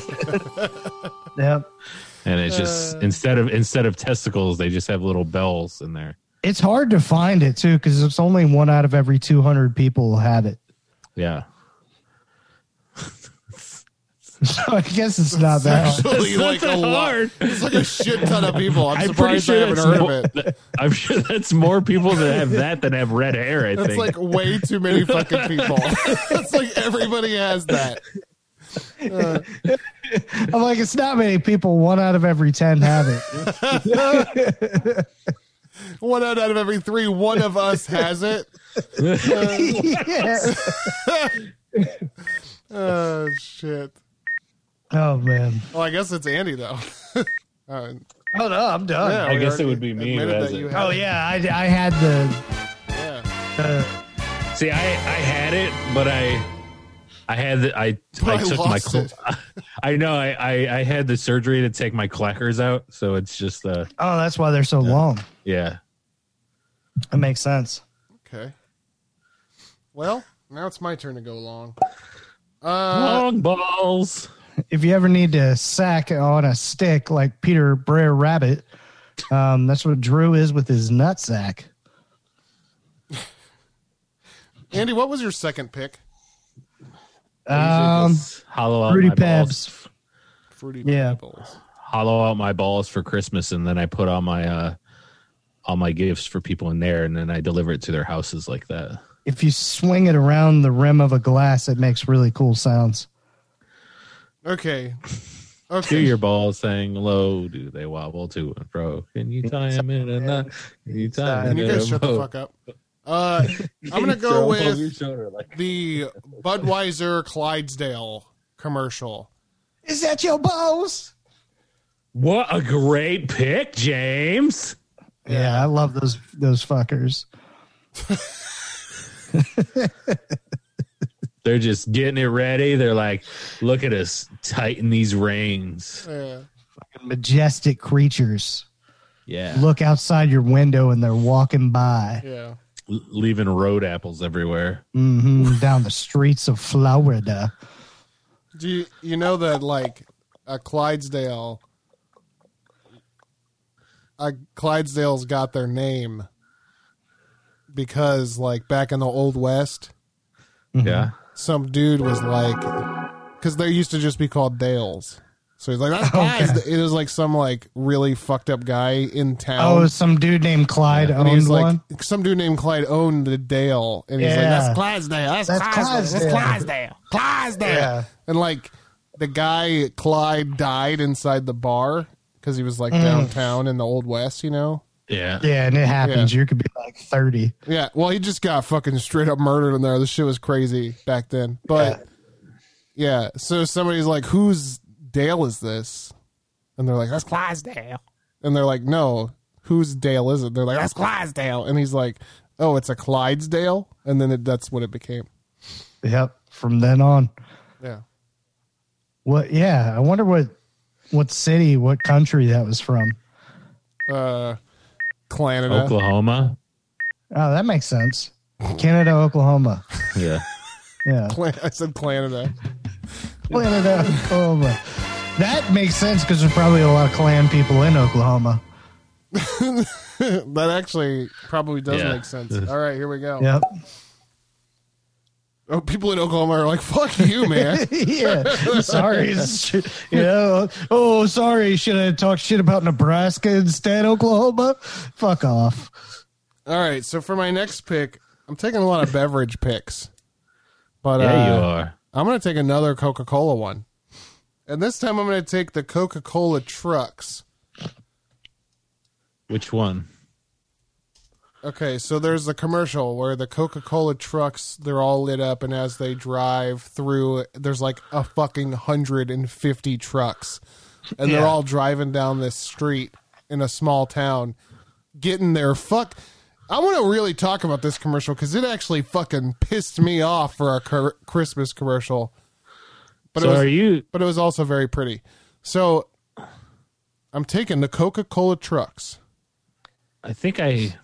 Speaker 6: And it's
Speaker 7: Uh.
Speaker 6: just instead of instead of testicles, they just have little bells in there.
Speaker 3: It's hard to find it too because it's only one out of every 200 people will have it.
Speaker 6: Yeah.
Speaker 3: So I guess it's not that hard.
Speaker 7: Actually, like a lot. It's like a shit ton of people. I'm, surprised I haven't
Speaker 6: that's
Speaker 7: heard
Speaker 6: more,
Speaker 7: of it.
Speaker 6: that- I'm sure that's more people that have that than have red hair. I
Speaker 7: That's
Speaker 6: think.
Speaker 7: like way too many fucking people. That's like everybody has that.
Speaker 3: I'm like, it's not many people. One out of every 10 have it.
Speaker 7: One out of every three, one of us has it.
Speaker 3: Yeah.
Speaker 7: Oh shit.
Speaker 3: Oh, man.
Speaker 7: Well, I guess it's Andy though. Uh,
Speaker 3: Oh, no, I'm done.
Speaker 7: yeah,
Speaker 6: I
Speaker 7: we
Speaker 6: guess it
Speaker 7: already
Speaker 6: would be me who
Speaker 7: admitted
Speaker 6: has
Speaker 7: that
Speaker 6: it.
Speaker 7: you had
Speaker 3: Oh, yeah. I, I had the.
Speaker 7: Yeah.
Speaker 3: Uh,
Speaker 6: See, I I had it, but I I had the, I I
Speaker 7: But I
Speaker 6: took my
Speaker 7: lost
Speaker 6: cl-
Speaker 7: it.
Speaker 6: I know I, I I had the surgery to take my clackers out, so it's just uh
Speaker 3: oh, that's why they're so long.
Speaker 6: yeah.
Speaker 3: That makes sense.
Speaker 7: Okay. Well, now it's my turn to go long. Uh,
Speaker 6: Long balls.
Speaker 3: if you ever need to sack on a stick like Peter Brer Rabbit, um, that's what Drew is with his nutsack.
Speaker 7: Andy, what was your second pick?
Speaker 3: Um,
Speaker 6: Just hollow out
Speaker 3: Fruity
Speaker 6: my balls.
Speaker 3: Pebs.
Speaker 7: Fruity
Speaker 3: Yeah.
Speaker 7: Pebbles.
Speaker 6: Hollow out my balls for Christmas, and then I put all my uh all my gifts for people in there, and then I deliver it to their houses like that.
Speaker 3: If you swing it around the rim of a glass, it makes really cool sounds.
Speaker 7: Okay.
Speaker 6: To
Speaker 7: Okay.
Speaker 6: your balls saying low, do they wobble to and fro? Can you tie 'em in a knot? Can you tie
Speaker 7: Can
Speaker 6: 'em
Speaker 7: you
Speaker 6: in
Speaker 7: guys
Speaker 6: a
Speaker 7: shut the
Speaker 6: bow?
Speaker 7: fuck up? Uh, I'm gonna go
Speaker 6: Throw 'em over your
Speaker 7: with
Speaker 6: shoulder like-
Speaker 7: the Budweiser Clydesdale commercial.
Speaker 3: Is that your balls?
Speaker 6: What a great pick, James.
Speaker 3: Yeah, I love those those fuckers.
Speaker 6: They're just getting it ready. They're like, look at us tighten these reins.
Speaker 7: Yeah.
Speaker 3: Majestic creatures.
Speaker 6: Yeah.
Speaker 3: Look outside your window and they're walking by
Speaker 7: Yeah.
Speaker 6: L- leaving road apples everywhere.
Speaker 3: hmm down the streets of Florida.
Speaker 7: Do you you know that like a Clydesdale a Clydesdale's got their name because like back in the old west Mm-hmm.
Speaker 6: Yeah.
Speaker 7: some dude was like because they used to just be called Dales. So he's like, that's Clydesdale. It was like some like really fucked up guy in town.
Speaker 3: Oh, some dude named Clyde
Speaker 7: And
Speaker 3: owned
Speaker 7: he's like,
Speaker 3: one.
Speaker 7: some dude named Clyde owned the Dale, and he's like,
Speaker 3: Yeah.
Speaker 7: "That's Clydesdale. That's,
Speaker 3: That's
Speaker 7: Clydesdale. That's Clydesdale. Clydesdale."
Speaker 3: Yeah.
Speaker 7: And like, the guy Clyde died inside the bar because he was
Speaker 3: Mm.
Speaker 7: like downtown in the old west, you know.
Speaker 6: Yeah.
Speaker 3: Yeah, and it happens. You could be like thirty.
Speaker 7: Yeah. Well, he just got fucking straight up murdered in there. This shit was crazy back then. But yeah, so somebody's like, "Whose Dale is this?" And they're like, "That's Clydesdale." And they're like, "No, whose Dale is it?" They're like, "That's Clydesdale." And he's like, "Oh, it's a Clydesdale." And then it, that's what it became.
Speaker 3: Yep. From then on.
Speaker 7: Yeah.
Speaker 3: What? Yeah. I wonder what, what city, what country that was from.
Speaker 7: Uh, Canada.
Speaker 6: Oklahoma.
Speaker 3: Oh, that makes sense. Canada, Oklahoma.
Speaker 6: Yeah.
Speaker 3: Yeah.
Speaker 7: Cla- I said Canada.
Speaker 3: Canada, Oklahoma. That makes sense because there's probably a lot of clan people in Oklahoma.
Speaker 7: that actually probably does
Speaker 6: Yeah.
Speaker 7: make sense. All right, here we go.
Speaker 3: Yep.
Speaker 7: Oh, people in Oklahoma are like, "Fuck you, man."
Speaker 3: yeah. Sorry. It's- You know, oh, sorry. Should I talk shit about Nebraska instead, Oklahoma? Fuck off.
Speaker 7: All right, so for my next pick, I'm taking a lot of beverage picks, but
Speaker 6: Yeah, you
Speaker 7: uh,
Speaker 6: are.
Speaker 7: I'm going to take another Coca-Cola one, and this time I'm going to take the Coca-Cola trucks.
Speaker 6: Which one?
Speaker 7: Okay, so there's the commercial where the Coca-Cola trucks they're all lit up, and as they drive through, there's like a fucking hundred and fifty trucks, and they're
Speaker 3: Yeah.
Speaker 7: all driving down this street in a small town, getting their fuck. I want to really talk about this commercial because it actually fucking pissed me off for a cur- Christmas commercial. But
Speaker 6: so
Speaker 7: it was,
Speaker 6: are you?
Speaker 7: But it was also very pretty. So I'm taking the Coca Cola trucks.
Speaker 6: I think I.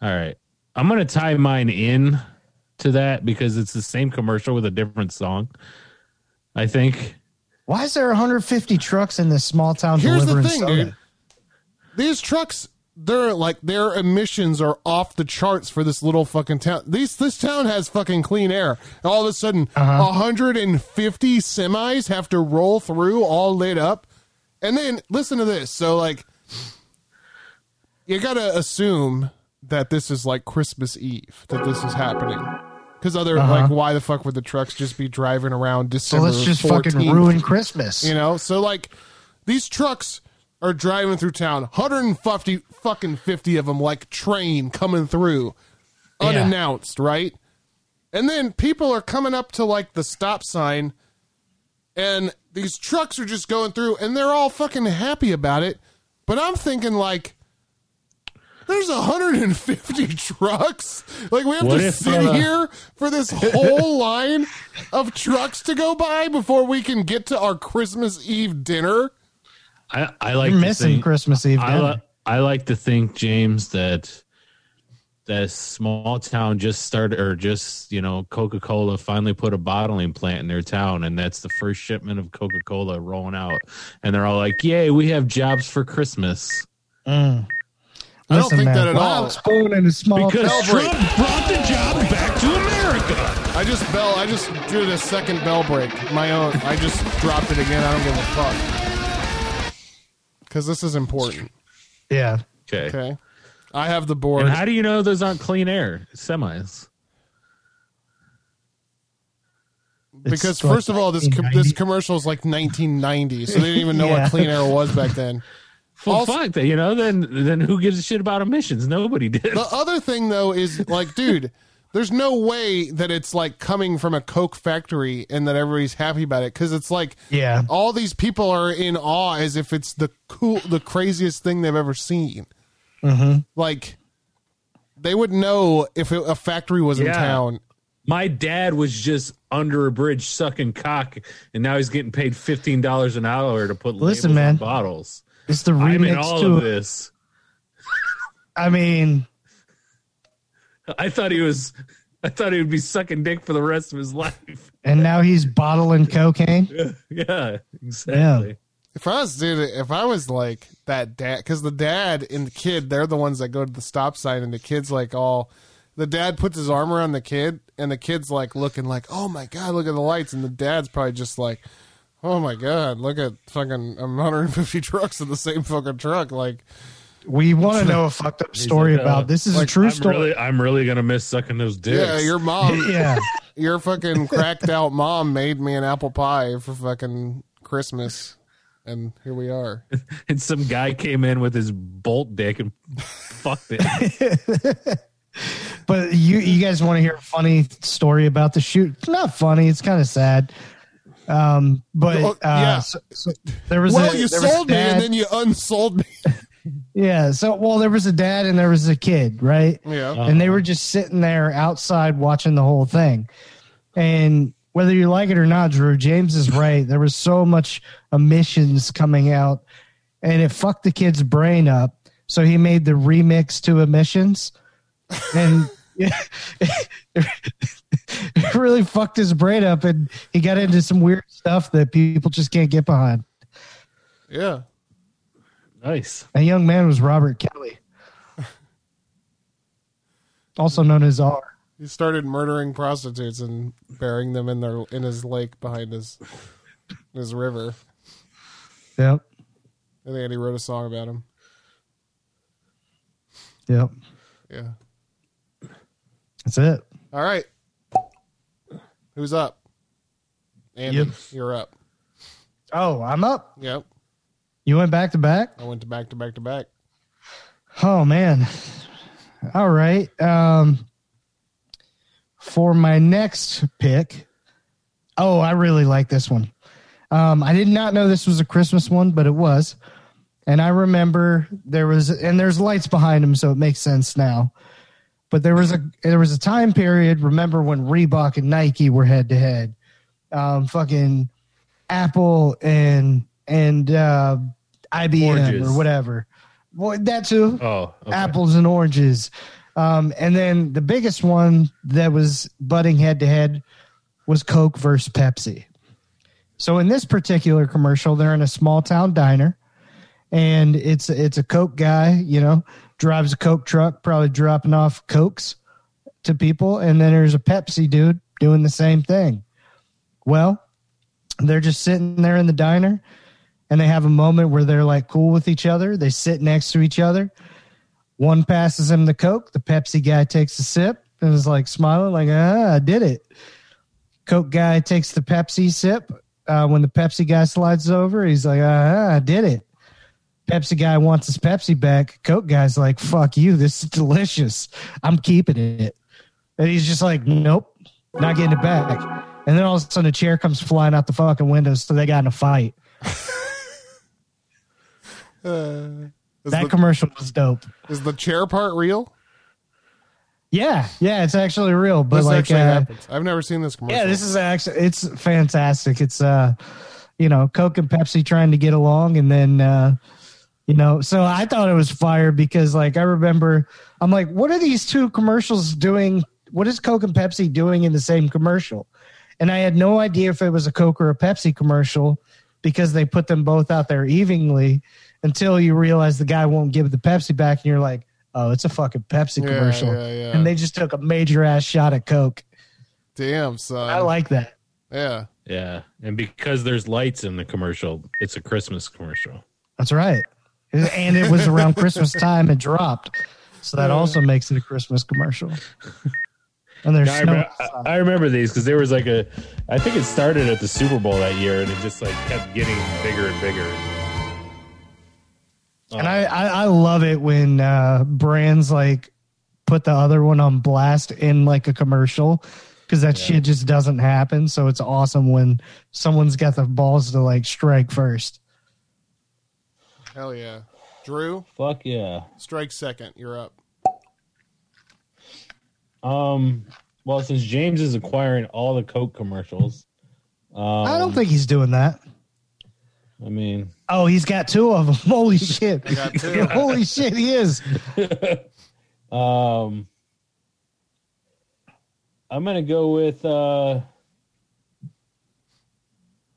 Speaker 6: All right, I'm gonna tie mine in to that because it's the same commercial with a different song. I think.
Speaker 3: Why is there 150 trucks in this small town
Speaker 7: Here's the
Speaker 3: delivering
Speaker 7: thing,
Speaker 3: soda?
Speaker 7: dude. These trucks, they're like their emissions are off the charts for this little fucking town. These this town has fucking clean air. And all of a sudden,
Speaker 3: Uh-huh.
Speaker 7: 150 semis have to roll through all lit up. And then listen to this. So like you got to assume that this is like Christmas Eve that this is happening. Cuz other like why the fuck would the trucks just be driving around
Speaker 3: Uh-huh. So
Speaker 7: December
Speaker 3: let's just
Speaker 7: 14th?
Speaker 3: fucking ruin Christmas.
Speaker 7: You know, so like these trucks are driving through town, 150 fucking 50 of them like train coming through unannounced, right? And then people are coming up to like the stop sign and these trucks are just going through and they're all fucking happy about it. But I'm thinking like there's 150 trucks. Like we have
Speaker 6: What
Speaker 7: to
Speaker 6: if,
Speaker 7: sit
Speaker 6: uh,
Speaker 7: here for this whole line of trucks to go by before we can get to our Christmas Eve dinner.
Speaker 6: I I like
Speaker 3: You're
Speaker 6: to
Speaker 3: missing
Speaker 6: think-
Speaker 3: Christmas Eve.
Speaker 6: I,
Speaker 3: dinner.
Speaker 6: li- I like to think James that that small town just started or just you know Coca Cola finally put a bottling plant in their town and that's the first shipment of Coca Cola rolling out and they're all like yay we have jobs for Christmas
Speaker 7: I don't
Speaker 3: Listen,
Speaker 7: think
Speaker 3: man,
Speaker 7: that at
Speaker 3: wild
Speaker 7: all.
Speaker 3: spoon in a small
Speaker 6: because
Speaker 7: Celebrate.
Speaker 6: Trump brought the jobs back to America.
Speaker 7: I just bell. I just did a second bell break. My own. I just dropped it again. I don't give a fuck. Because this is important.
Speaker 3: yeah.
Speaker 6: Okay.
Speaker 7: Okay. I have the board.
Speaker 6: And how do you know those aren't clean air semis?
Speaker 3: It's
Speaker 7: because
Speaker 3: like
Speaker 7: first of all, this com- this
Speaker 3: 1990.
Speaker 7: commercial is like 1990, so they didn't even know
Speaker 3: Yeah.
Speaker 7: what clean air was back then.
Speaker 6: Well,
Speaker 7: Also-
Speaker 6: fuck that. You know, then then who gives a shit about emissions? Nobody did.
Speaker 7: The other thing though is like, dude, there's no way that it's like coming from a Coke factory and that everybody's happy about it because it's like,
Speaker 3: Yeah.
Speaker 7: all these people are in awe as if it's the cool, the craziest thing they've ever seen.
Speaker 3: Mm-hmm.
Speaker 7: Like, they would know if it, a factory was in
Speaker 6: Yeah.
Speaker 7: town.
Speaker 6: My dad was just under a bridge sucking cock, and now he's getting paid fifteen dollars an hour to put
Speaker 3: Listen,
Speaker 6: labels
Speaker 3: man.
Speaker 6: on bottles.
Speaker 3: It's the
Speaker 6: I'm in
Speaker 3: remix
Speaker 6: all
Speaker 3: to.
Speaker 6: of this.
Speaker 3: I mean,
Speaker 6: I thought he was. I thought he would be sucking dick for the rest of his life.
Speaker 3: and now he's bottling cocaine.
Speaker 6: yeah, exactly.
Speaker 7: If I was dude, if I was like that dad, because the dad and the kid, they're the ones that go to the stop sign, and the kid's like all, the dad puts his arm around the kid, and the kid's like looking like, oh my god, look at the lights, and the dad's probably just like, oh my god, look at fucking 150 trucks in the same fucking truck, like
Speaker 3: We want to know a fucked up story
Speaker 6: like, uh,
Speaker 3: about this. Is a true
Speaker 6: I'm
Speaker 3: story.
Speaker 6: really, I'm really gonna miss sucking those dicks.
Speaker 7: yeah, your mom,
Speaker 3: yeah.
Speaker 7: your fucking cracked out mom made me an apple pie for fucking Christmas, and here we are.
Speaker 6: and some guy came in with his bolt dick and fucked it.
Speaker 3: But you you guys want to hear a funny story about the shoot? It's not funny. It's kind of sad. Um, but
Speaker 7: Oh,
Speaker 3: uh,
Speaker 7: yeah.
Speaker 3: so- so there was
Speaker 7: Well,
Speaker 3: a,
Speaker 7: you
Speaker 3: there was a
Speaker 7: sold me,
Speaker 3: dad-
Speaker 7: and then you unsold me.
Speaker 3: yeah. So well, there was a dad and there was a kid, right?
Speaker 7: yeah.
Speaker 3: and they were just sitting there outside watching the whole thing. And whether you like it or not, Drew, James is right. There was so much emissions coming out, and it fucked the kid's brain up. So he made the remix to emissions, and it really fucked his brain up. And he got into some weird stuff that people just can't get behind.
Speaker 7: Yeah.
Speaker 6: Nice.
Speaker 3: A young man was Robert Kelly, also known as R.
Speaker 7: He started murdering prostitutes and burying them in their in his lake behind his his river.
Speaker 3: Yep.
Speaker 7: And Andy wrote a song about him.
Speaker 3: Yep.
Speaker 7: Yeah.
Speaker 3: That's it.
Speaker 7: All right. Who's up? Andy,
Speaker 3: Yep.
Speaker 7: you're up.
Speaker 3: Oh, I'm up.
Speaker 7: Yep.
Speaker 3: You went back to back?
Speaker 7: I went to back to back to back.
Speaker 3: Oh man. All right. Um for my next pick. Oh, I really like this one. Um I did not know this was a Christmas one, but it was. And I remember there was and there's lights behind him so it makes sense now. But there was a there was a time period remember when Reebok and Nike were head to head um, fucking Apple and and uh, IBM
Speaker 6: Oranges.
Speaker 3: or whatever. Well, that too.
Speaker 6: Oh, okay.
Speaker 3: Apples and oranges. Um, and then the biggest one that was butting head to head was Coke versus Pepsi. So in this particular commercial, they're in a small town diner, and it's it's a Coke guy, you know, drives a Coke truck, probably dropping off Cokes to people, and then there's a Pepsi dude doing the same thing. Well, they're just sitting there in the diner, and they have a moment where they're like cool with each other. They sit next to each other. One passes him the Coke. The Pepsi guy takes a sip and is like smiling, like ah, I did it. Coke guy takes the Pepsi sip. Uh, when the Pepsi guy slides over, he's like, ah, I did it. Pepsi guy wants his Pepsi back. Coke guy's like, fuck you. This is delicious. I'm keeping it. And he's just like, nope, not getting it back. And then all of a sudden, a chair comes flying out the fucking window. So they got in a fight.
Speaker 7: Is
Speaker 3: that
Speaker 7: the,
Speaker 3: commercial was dope.
Speaker 7: is the chair part real?
Speaker 3: Yeah. Yeah. It's actually real. But
Speaker 7: This
Speaker 3: like,
Speaker 7: actually
Speaker 3: uh,
Speaker 7: happens. I've never seen this commercial.
Speaker 3: Yeah, this is actually it's fantastic. It's uh, you know, Coke and Pepsi trying to get along, and then uh, you know, so I thought it was fire because like I remember, I'm like, what are these two commercials doing? What is Coke and Pepsi doing in the same commercial? And I had no idea if it was a Coke or a Pepsi commercial because they put them both out there evenly until you realize the guy won't give the Pepsi back, and you're like, oh, it's a fucking Pepsi
Speaker 7: Yeah,
Speaker 3: commercial,
Speaker 7: yeah, yeah.
Speaker 3: and they just took a major ass shot at Coke.
Speaker 7: damn son.
Speaker 3: I like that.
Speaker 7: yeah.
Speaker 6: Yeah, and because there's lights in the commercial, it's a Christmas commercial.
Speaker 3: That's right. And it was around Christmas time it dropped. So that also makes it a Christmas commercial. And there's
Speaker 6: I,
Speaker 3: snow.
Speaker 6: remember, I, I remember these because there was like a, I think it started at the Super Bowl that year, and it just like kept getting bigger and bigger. Oh,
Speaker 3: And I, I, I love it when uh, brands like put the other one on blast in like a commercial because that shit just doesn't happen. So it's awesome when someone's got the balls to like strike first.
Speaker 7: Hell yeah. Drew,
Speaker 6: Fuck yeah.
Speaker 7: strike second. You're up.
Speaker 6: Um. Well, since James is acquiring all the Coke commercials, um,
Speaker 3: I don't think he's doing that.
Speaker 6: I mean,
Speaker 3: Oh, he's got two of them. Holy shit.
Speaker 7: got two.
Speaker 3: Holy shit, he is.
Speaker 6: um, I'm gonna go with uh,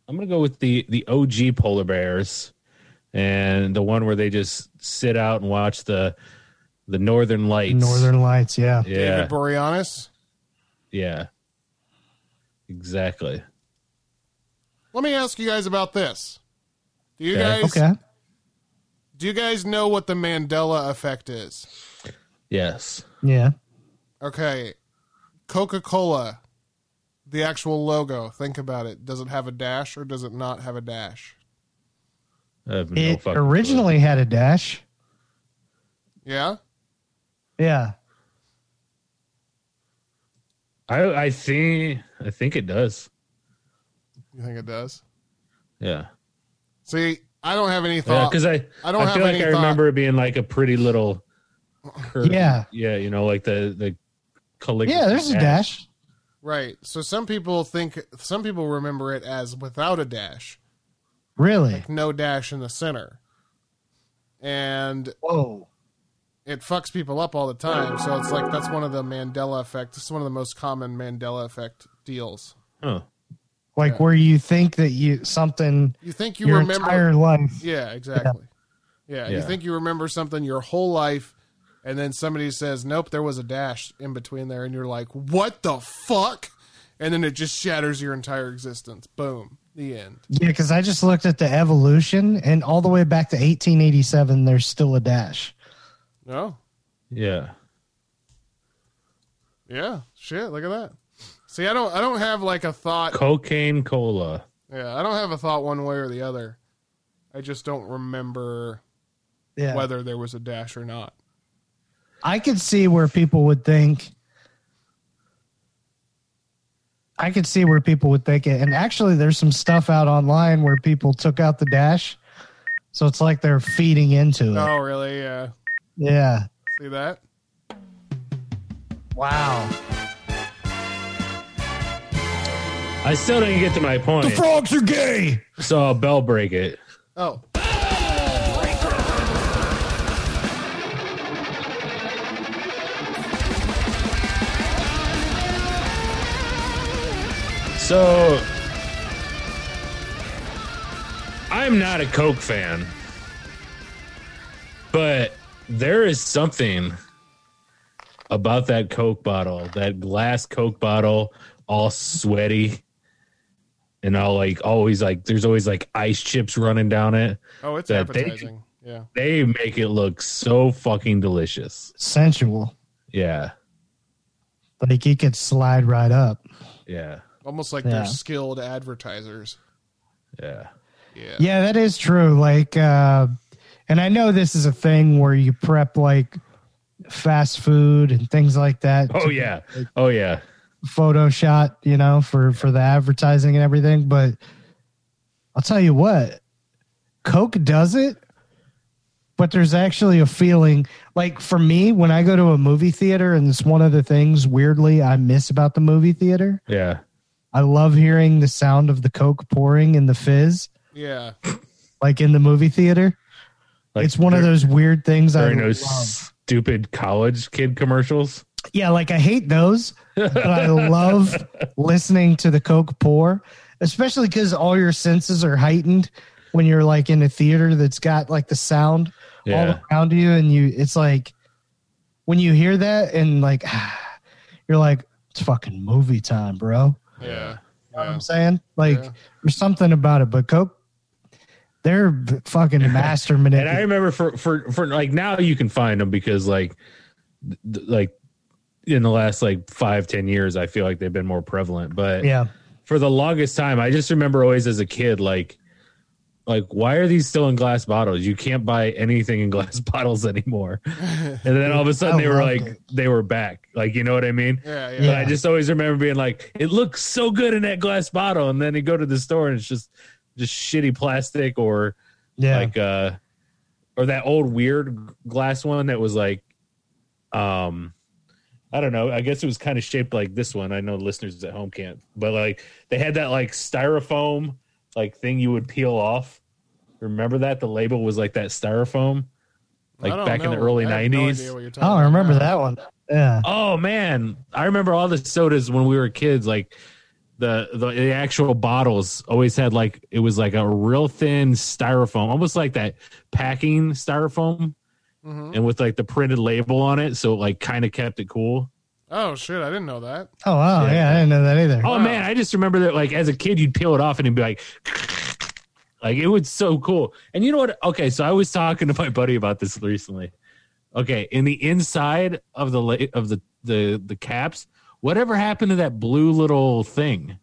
Speaker 6: I'm gonna go with the the OG polar bears, and the one where they just sit out and watch the the northern lights.
Speaker 3: Northern Lights, yeah.
Speaker 6: yeah,
Speaker 7: David Boreanaz.
Speaker 6: yeah, exactly.
Speaker 7: Let me ask you guys about this. Do you
Speaker 6: Okay.
Speaker 7: guys
Speaker 3: Okay.
Speaker 7: do you guys know what the Mandela effect is?
Speaker 6: Yes.
Speaker 3: Yeah.
Speaker 7: Okay. Coca Cola, the actual logo, think about it. Does it have a dash or does it not have a dash?
Speaker 6: I have no
Speaker 3: It
Speaker 6: fucking clue.
Speaker 3: originally had a dash.
Speaker 7: Yeah?
Speaker 3: Yeah.
Speaker 6: I I think I think it does.
Speaker 7: You think it does?
Speaker 6: Yeah.
Speaker 7: See, I don't have any
Speaker 6: Yeah,
Speaker 7: thought.
Speaker 6: because I
Speaker 7: I
Speaker 6: I
Speaker 7: don't
Speaker 6: don't I
Speaker 7: have
Speaker 6: feel like
Speaker 7: any
Speaker 6: I
Speaker 7: thought.
Speaker 6: remember it being like a pretty little. curve.
Speaker 3: Yeah.
Speaker 6: yeah, you know, like the the calligraphy.
Speaker 3: Yeah, there's a dash.
Speaker 7: right. So some people think some people remember it as without a dash,
Speaker 3: Really?
Speaker 7: no dash in the center. And
Speaker 3: Whoa.
Speaker 7: it fucks people up all the time. So it's like that's one of the Mandela effect. This is one of the most common Mandela effect deals.
Speaker 6: Huh.
Speaker 3: Like where you think that you something
Speaker 7: You think you
Speaker 3: your
Speaker 7: remember
Speaker 3: entire life.
Speaker 7: Yeah, exactly. Yeah. you
Speaker 6: Yeah.
Speaker 7: think you remember something your whole life, and then somebody says, "Nope, there was a dash in between there," and you're like, "What the fuck?" And then it just shatters your entire existence. Boom. The end.
Speaker 3: Yeah, because I just looked at the evolution and all the way back to 1887, there's still a dash.
Speaker 7: No.
Speaker 6: Yeah.
Speaker 7: Yeah. Shit. Look at that. See, I don't. I don't have like a thought.
Speaker 6: Cocaine cola.
Speaker 7: Yeah, I don't have a thought one way or the other. I just don't remember
Speaker 3: Yeah.
Speaker 7: whether there was a dash or not.
Speaker 3: I could see where people would think. I could see where people would think it. And actually, there's some stuff out online where people took out the dash. So it's like they're feeding into it.
Speaker 7: Oh, really? Yeah.
Speaker 3: Yeah.
Speaker 7: See that?
Speaker 3: Wow.
Speaker 6: I still didn't get to my point.
Speaker 3: Frogs are gay.
Speaker 6: so I'll bell break it.
Speaker 7: Oh,
Speaker 6: So I'm not a Coke fan, but there is something about that Coke bottle, that glass Coke bottle, all sweaty. And all like always like there's always like ice chips running down it.
Speaker 7: oh, it's
Speaker 6: That they-
Speaker 7: appetizing. yeah.
Speaker 6: They make it look so fucking delicious.
Speaker 3: Sensual.
Speaker 6: Yeah.
Speaker 3: Like he could slide right up.
Speaker 6: Yeah.
Speaker 7: Almost like
Speaker 3: Yeah.
Speaker 7: they're skilled advertisers.
Speaker 6: Yeah.
Speaker 7: Yeah.
Speaker 3: Yeah, that is true. Like, uh, and I know this is a thing where you prep like fast food and things like that.
Speaker 6: Oh
Speaker 3: to
Speaker 6: yeah. Oh yeah.
Speaker 3: photo shot, you know, for for the advertising and everything. But I'll tell you what, Coke does it. But there's actually a feeling like for me when I go to a movie theater, and it's one of the things weirdly I miss about the movie theater.
Speaker 6: Yeah.
Speaker 3: I love hearing the sound of the Coke pouring and the fizz,
Speaker 7: Yeah.
Speaker 3: like in the movie theater.
Speaker 6: Like,
Speaker 3: it's one of
Speaker 6: there-
Speaker 3: those weird things I
Speaker 6: during
Speaker 3: love.
Speaker 6: those stupid college kid commercials.
Speaker 3: Yeah, like I hate those, but I love listening to the Coke pour, especially because all your senses are heightened when you're like in a theater that's got like the sound all
Speaker 6: Yeah.
Speaker 3: around you, and you it's like when you hear that and like you're like it's fucking movie time, bro.
Speaker 7: Yeah.
Speaker 3: You know what
Speaker 7: Yeah.
Speaker 3: I'm saying? Like
Speaker 7: Yeah.
Speaker 3: there's something about it, but Coke, they're b- fucking master
Speaker 6: And I
Speaker 3: manipulating.
Speaker 6: remember for for for like now you can find them because like th- th- like in the last like five ten years I feel like they've been more prevalent. But
Speaker 3: Yeah,
Speaker 6: for the longest time I just remember always as a kid like like why are these still in glass bottles? You can't buy anything in glass bottles anymore. And then all of a sudden
Speaker 3: I
Speaker 6: they were
Speaker 3: love
Speaker 6: like
Speaker 3: it.
Speaker 6: they were back. Like you know what I mean?
Speaker 7: Yeah. Yeah.
Speaker 6: But I just always remember being like, it looks so good in that glass bottle, and then you go to the store and it's just just shitty plastic or
Speaker 3: yeah,
Speaker 6: like uh or that old weird glass one that was like um I don't know. I guess it was kind of shaped like this one. I know listeners at home can't, but like they had that like styrofoam like thing you would peel off. Remember that the label was like that styrofoam, like
Speaker 7: I don't
Speaker 6: back in the
Speaker 7: know.
Speaker 6: early
Speaker 7: I have no idea
Speaker 6: nineties.
Speaker 7: what you're talking
Speaker 3: oh, I remember
Speaker 6: uh,
Speaker 7: about.
Speaker 3: that one. Yeah,
Speaker 6: Oh man, I remember all the sodas when we were kids. Like the the, the actual bottles always had like it was like a real thin styrofoam, almost like that packing styrofoam,
Speaker 7: Mhm.
Speaker 6: and with like the printed label on it, so it like kind of kept it cool.
Speaker 7: Oh shit! I didn't know that.
Speaker 3: oh wow,
Speaker 6: Yeah.
Speaker 3: yeah, I didn't know that either.
Speaker 6: Oh man, I just remember that like as a kid you'd peel it off and it'd be like. Like it was so cool. And you know what? Okay, so I was talking to my buddy about this recently. Okay, in the inside of the la- of the the the caps, whatever happened to that blue little thing?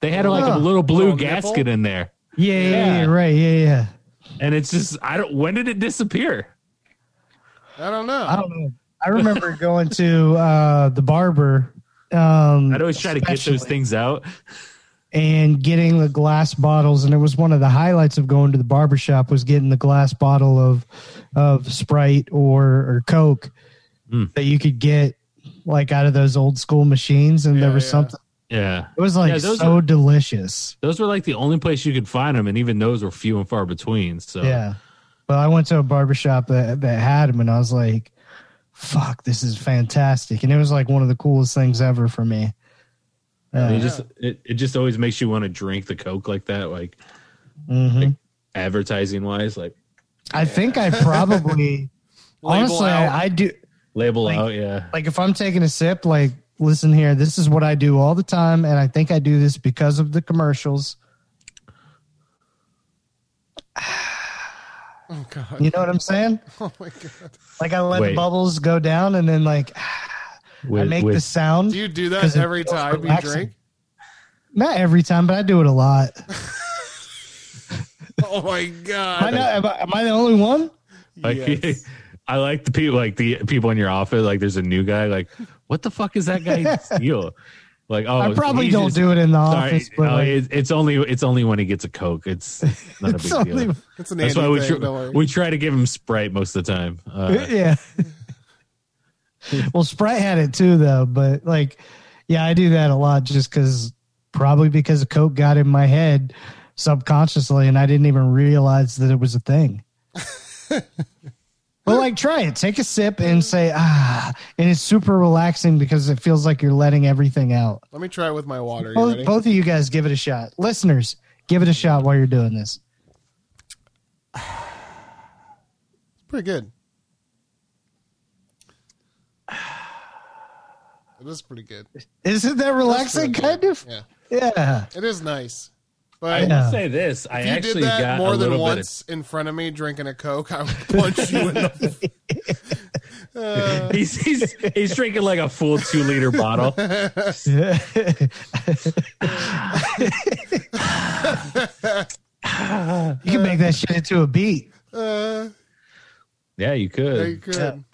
Speaker 6: They had like
Speaker 3: Huh.
Speaker 6: a little blue
Speaker 7: Little
Speaker 6: gasket
Speaker 7: nipple?
Speaker 6: in there.
Speaker 3: Yeah, yeah, yeah,
Speaker 6: Yeah.
Speaker 3: right. Yeah, yeah.
Speaker 6: And it's just I don't when did it disappear?
Speaker 7: I don't know.
Speaker 3: I don't know. I remember going to uh, the barber. Um,
Speaker 6: I'd always try to get those
Speaker 3: especially,
Speaker 6: things out.
Speaker 3: And getting the glass bottles, and it was one of the highlights of going to the barber shop was getting the glass bottle of of Sprite or or Coke
Speaker 7: Hmm.
Speaker 6: Mm.
Speaker 3: that you could get like out of those old school machines, and there
Speaker 7: Yeah,
Speaker 3: was
Speaker 7: yeah.
Speaker 3: something.
Speaker 6: Yeah.
Speaker 3: It was like
Speaker 6: Yeah, those
Speaker 3: so
Speaker 6: were-
Speaker 3: delicious.
Speaker 6: Those were like the only place you could find them and even those were few and far between. So
Speaker 3: Yeah. But I went to a barbershop that, that had them and I was like, fuck, this is fantastic. And it was like one of the coolest things ever for me.
Speaker 6: And it
Speaker 3: Uh,
Speaker 6: just it, it just always makes you want to drink the coke like that, like
Speaker 3: mhm.
Speaker 6: advertising wise, like
Speaker 3: I think I probably,
Speaker 7: Label
Speaker 3: honestly,
Speaker 7: out.
Speaker 3: I, I do.
Speaker 6: label
Speaker 3: Like-
Speaker 6: out, yeah,
Speaker 3: Like if I'm taking a sip, like, listen here, this is what I do all the time. And I think I do this because of the commercials.
Speaker 7: Oh god.
Speaker 3: You know what I'm saying?
Speaker 7: Oh my god.
Speaker 3: Like I let
Speaker 6: Wait.
Speaker 3: the bubbles go down and then like I
Speaker 6: with,
Speaker 3: make
Speaker 6: with-
Speaker 3: the sound.
Speaker 7: Do you do that
Speaker 3: 'Cause it
Speaker 7: every
Speaker 3: feels
Speaker 7: time you
Speaker 3: relaxing.
Speaker 7: drink?
Speaker 3: Not every time, but I do it a lot.
Speaker 7: Oh my
Speaker 3: Am I,
Speaker 7: god.
Speaker 3: not, am I, am I the only one?
Speaker 6: like,
Speaker 7: Yes.
Speaker 6: I like the people, like the people in your office. Like, there's a new guy. Like, what the fuck is that guy steal? Like, oh,
Speaker 3: I probably
Speaker 6: he's
Speaker 3: don't
Speaker 6: just-
Speaker 3: do it in the
Speaker 6: sorry,
Speaker 3: office, but
Speaker 6: no,
Speaker 3: like,
Speaker 6: it- it's only it's only when he gets a coke. It's not
Speaker 3: it's
Speaker 6: a big
Speaker 3: only-
Speaker 6: deal.
Speaker 7: That's an
Speaker 6: That's
Speaker 7: Andy
Speaker 6: why we
Speaker 7: thing.
Speaker 6: tr-
Speaker 7: don't worry.
Speaker 6: we try to give him Sprite most of the time. Uh,
Speaker 3: yeah. well, Sprite had it too, though. But like, Yeah, I do that a lot just because probably because a Coke got in my head subconsciously and I didn't even realize that it was a thing. well, like try it. Take a sip and say, ah, and it's super relaxing because it feels like you're letting everything out.
Speaker 7: Let me try it with my water. You
Speaker 3: Both,
Speaker 7: ready?
Speaker 3: both of you guys give it a shot. Listeners, give it a shot while you're doing this.
Speaker 7: Pretty good. It is pretty good. It's
Speaker 3: Isn't that relaxing?
Speaker 7: pretty good.
Speaker 3: Kind of?
Speaker 7: Yeah,
Speaker 3: Yeah.
Speaker 7: it is nice.
Speaker 6: I
Speaker 7: But
Speaker 3: Yeah.
Speaker 6: will say this: I
Speaker 7: if you
Speaker 6: actually
Speaker 7: did that
Speaker 6: got a
Speaker 7: more
Speaker 6: little
Speaker 7: than
Speaker 6: bit of-
Speaker 7: once in front of me drinking a Coke, I would punch you in the. Uh,
Speaker 6: he's, he's he's drinking like a full two liter bottle.
Speaker 3: You can make that shit into a beat.
Speaker 7: uh,
Speaker 6: Yeah, you could.
Speaker 7: yeah, you could.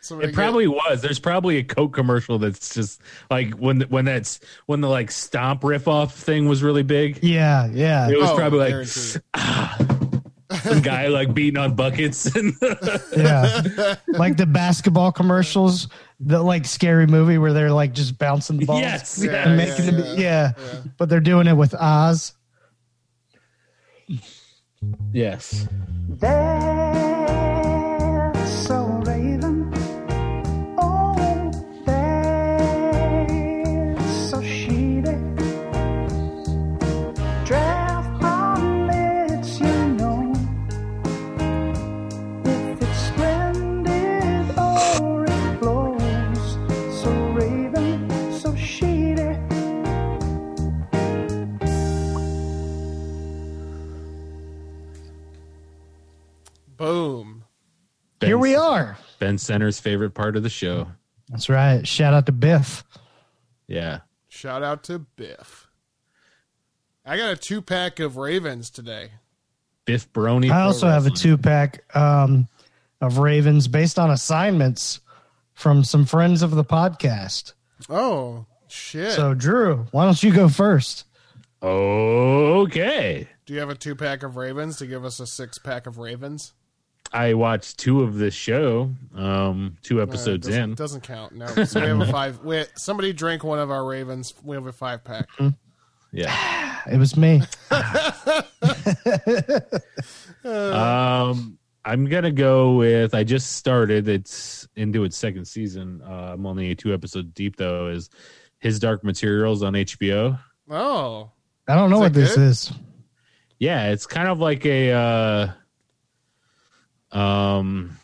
Speaker 7: Somebody
Speaker 6: It probably was. There's probably a Coke commercial that's just like when when that's when the like stomp riff off thing was really big.
Speaker 3: Yeah, yeah.
Speaker 6: It was
Speaker 7: Oh,
Speaker 6: probably like
Speaker 7: guaranteed.
Speaker 6: some guy like beating on buckets and
Speaker 3: Yeah. like the basketball commercials, the like scary movie where they're like just bouncing balls.
Speaker 6: yes,
Speaker 7: Yeah,
Speaker 3: And
Speaker 6: yes.
Speaker 3: making
Speaker 7: yeah,
Speaker 3: them,
Speaker 7: yeah,
Speaker 3: yeah, But they're doing it with Oz.
Speaker 6: yes.
Speaker 7: Boom.
Speaker 6: Ben,
Speaker 3: Here we are.
Speaker 6: Ben Center's favorite part of the show.
Speaker 3: That's right. Shout out to Biff.
Speaker 6: Yeah.
Speaker 7: Shout out to Biff. I got a two pack of Ravens today.
Speaker 6: Biff Brony.
Speaker 3: I also have a two pack um, of Ravens based on assignments from some friends of the podcast.
Speaker 7: Oh shit!
Speaker 3: So, Drew, why don't you go first?
Speaker 6: Okay.
Speaker 7: Do you have a two pack of Ravens to give us a six pack of Ravens?
Speaker 6: I watched two of this show, um, two
Speaker 7: Uh,
Speaker 6: episodes
Speaker 7: doesn't,
Speaker 6: in.
Speaker 7: doesn't count. No, so we have a five. Wait, somebody drank one of our Ravens. We have a five pack.
Speaker 6: Yeah.
Speaker 3: It was me.
Speaker 6: Um, I'm gonna go with. I just started. It's into its second season. Uh, I'm only two episodes deep though. Is His Dark Materials on HBO?
Speaker 7: Oh,
Speaker 3: I don't know
Speaker 7: Is
Speaker 3: what
Speaker 7: that
Speaker 3: this
Speaker 7: good?
Speaker 3: is.
Speaker 6: Yeah, it's kind of like a. Uh, um,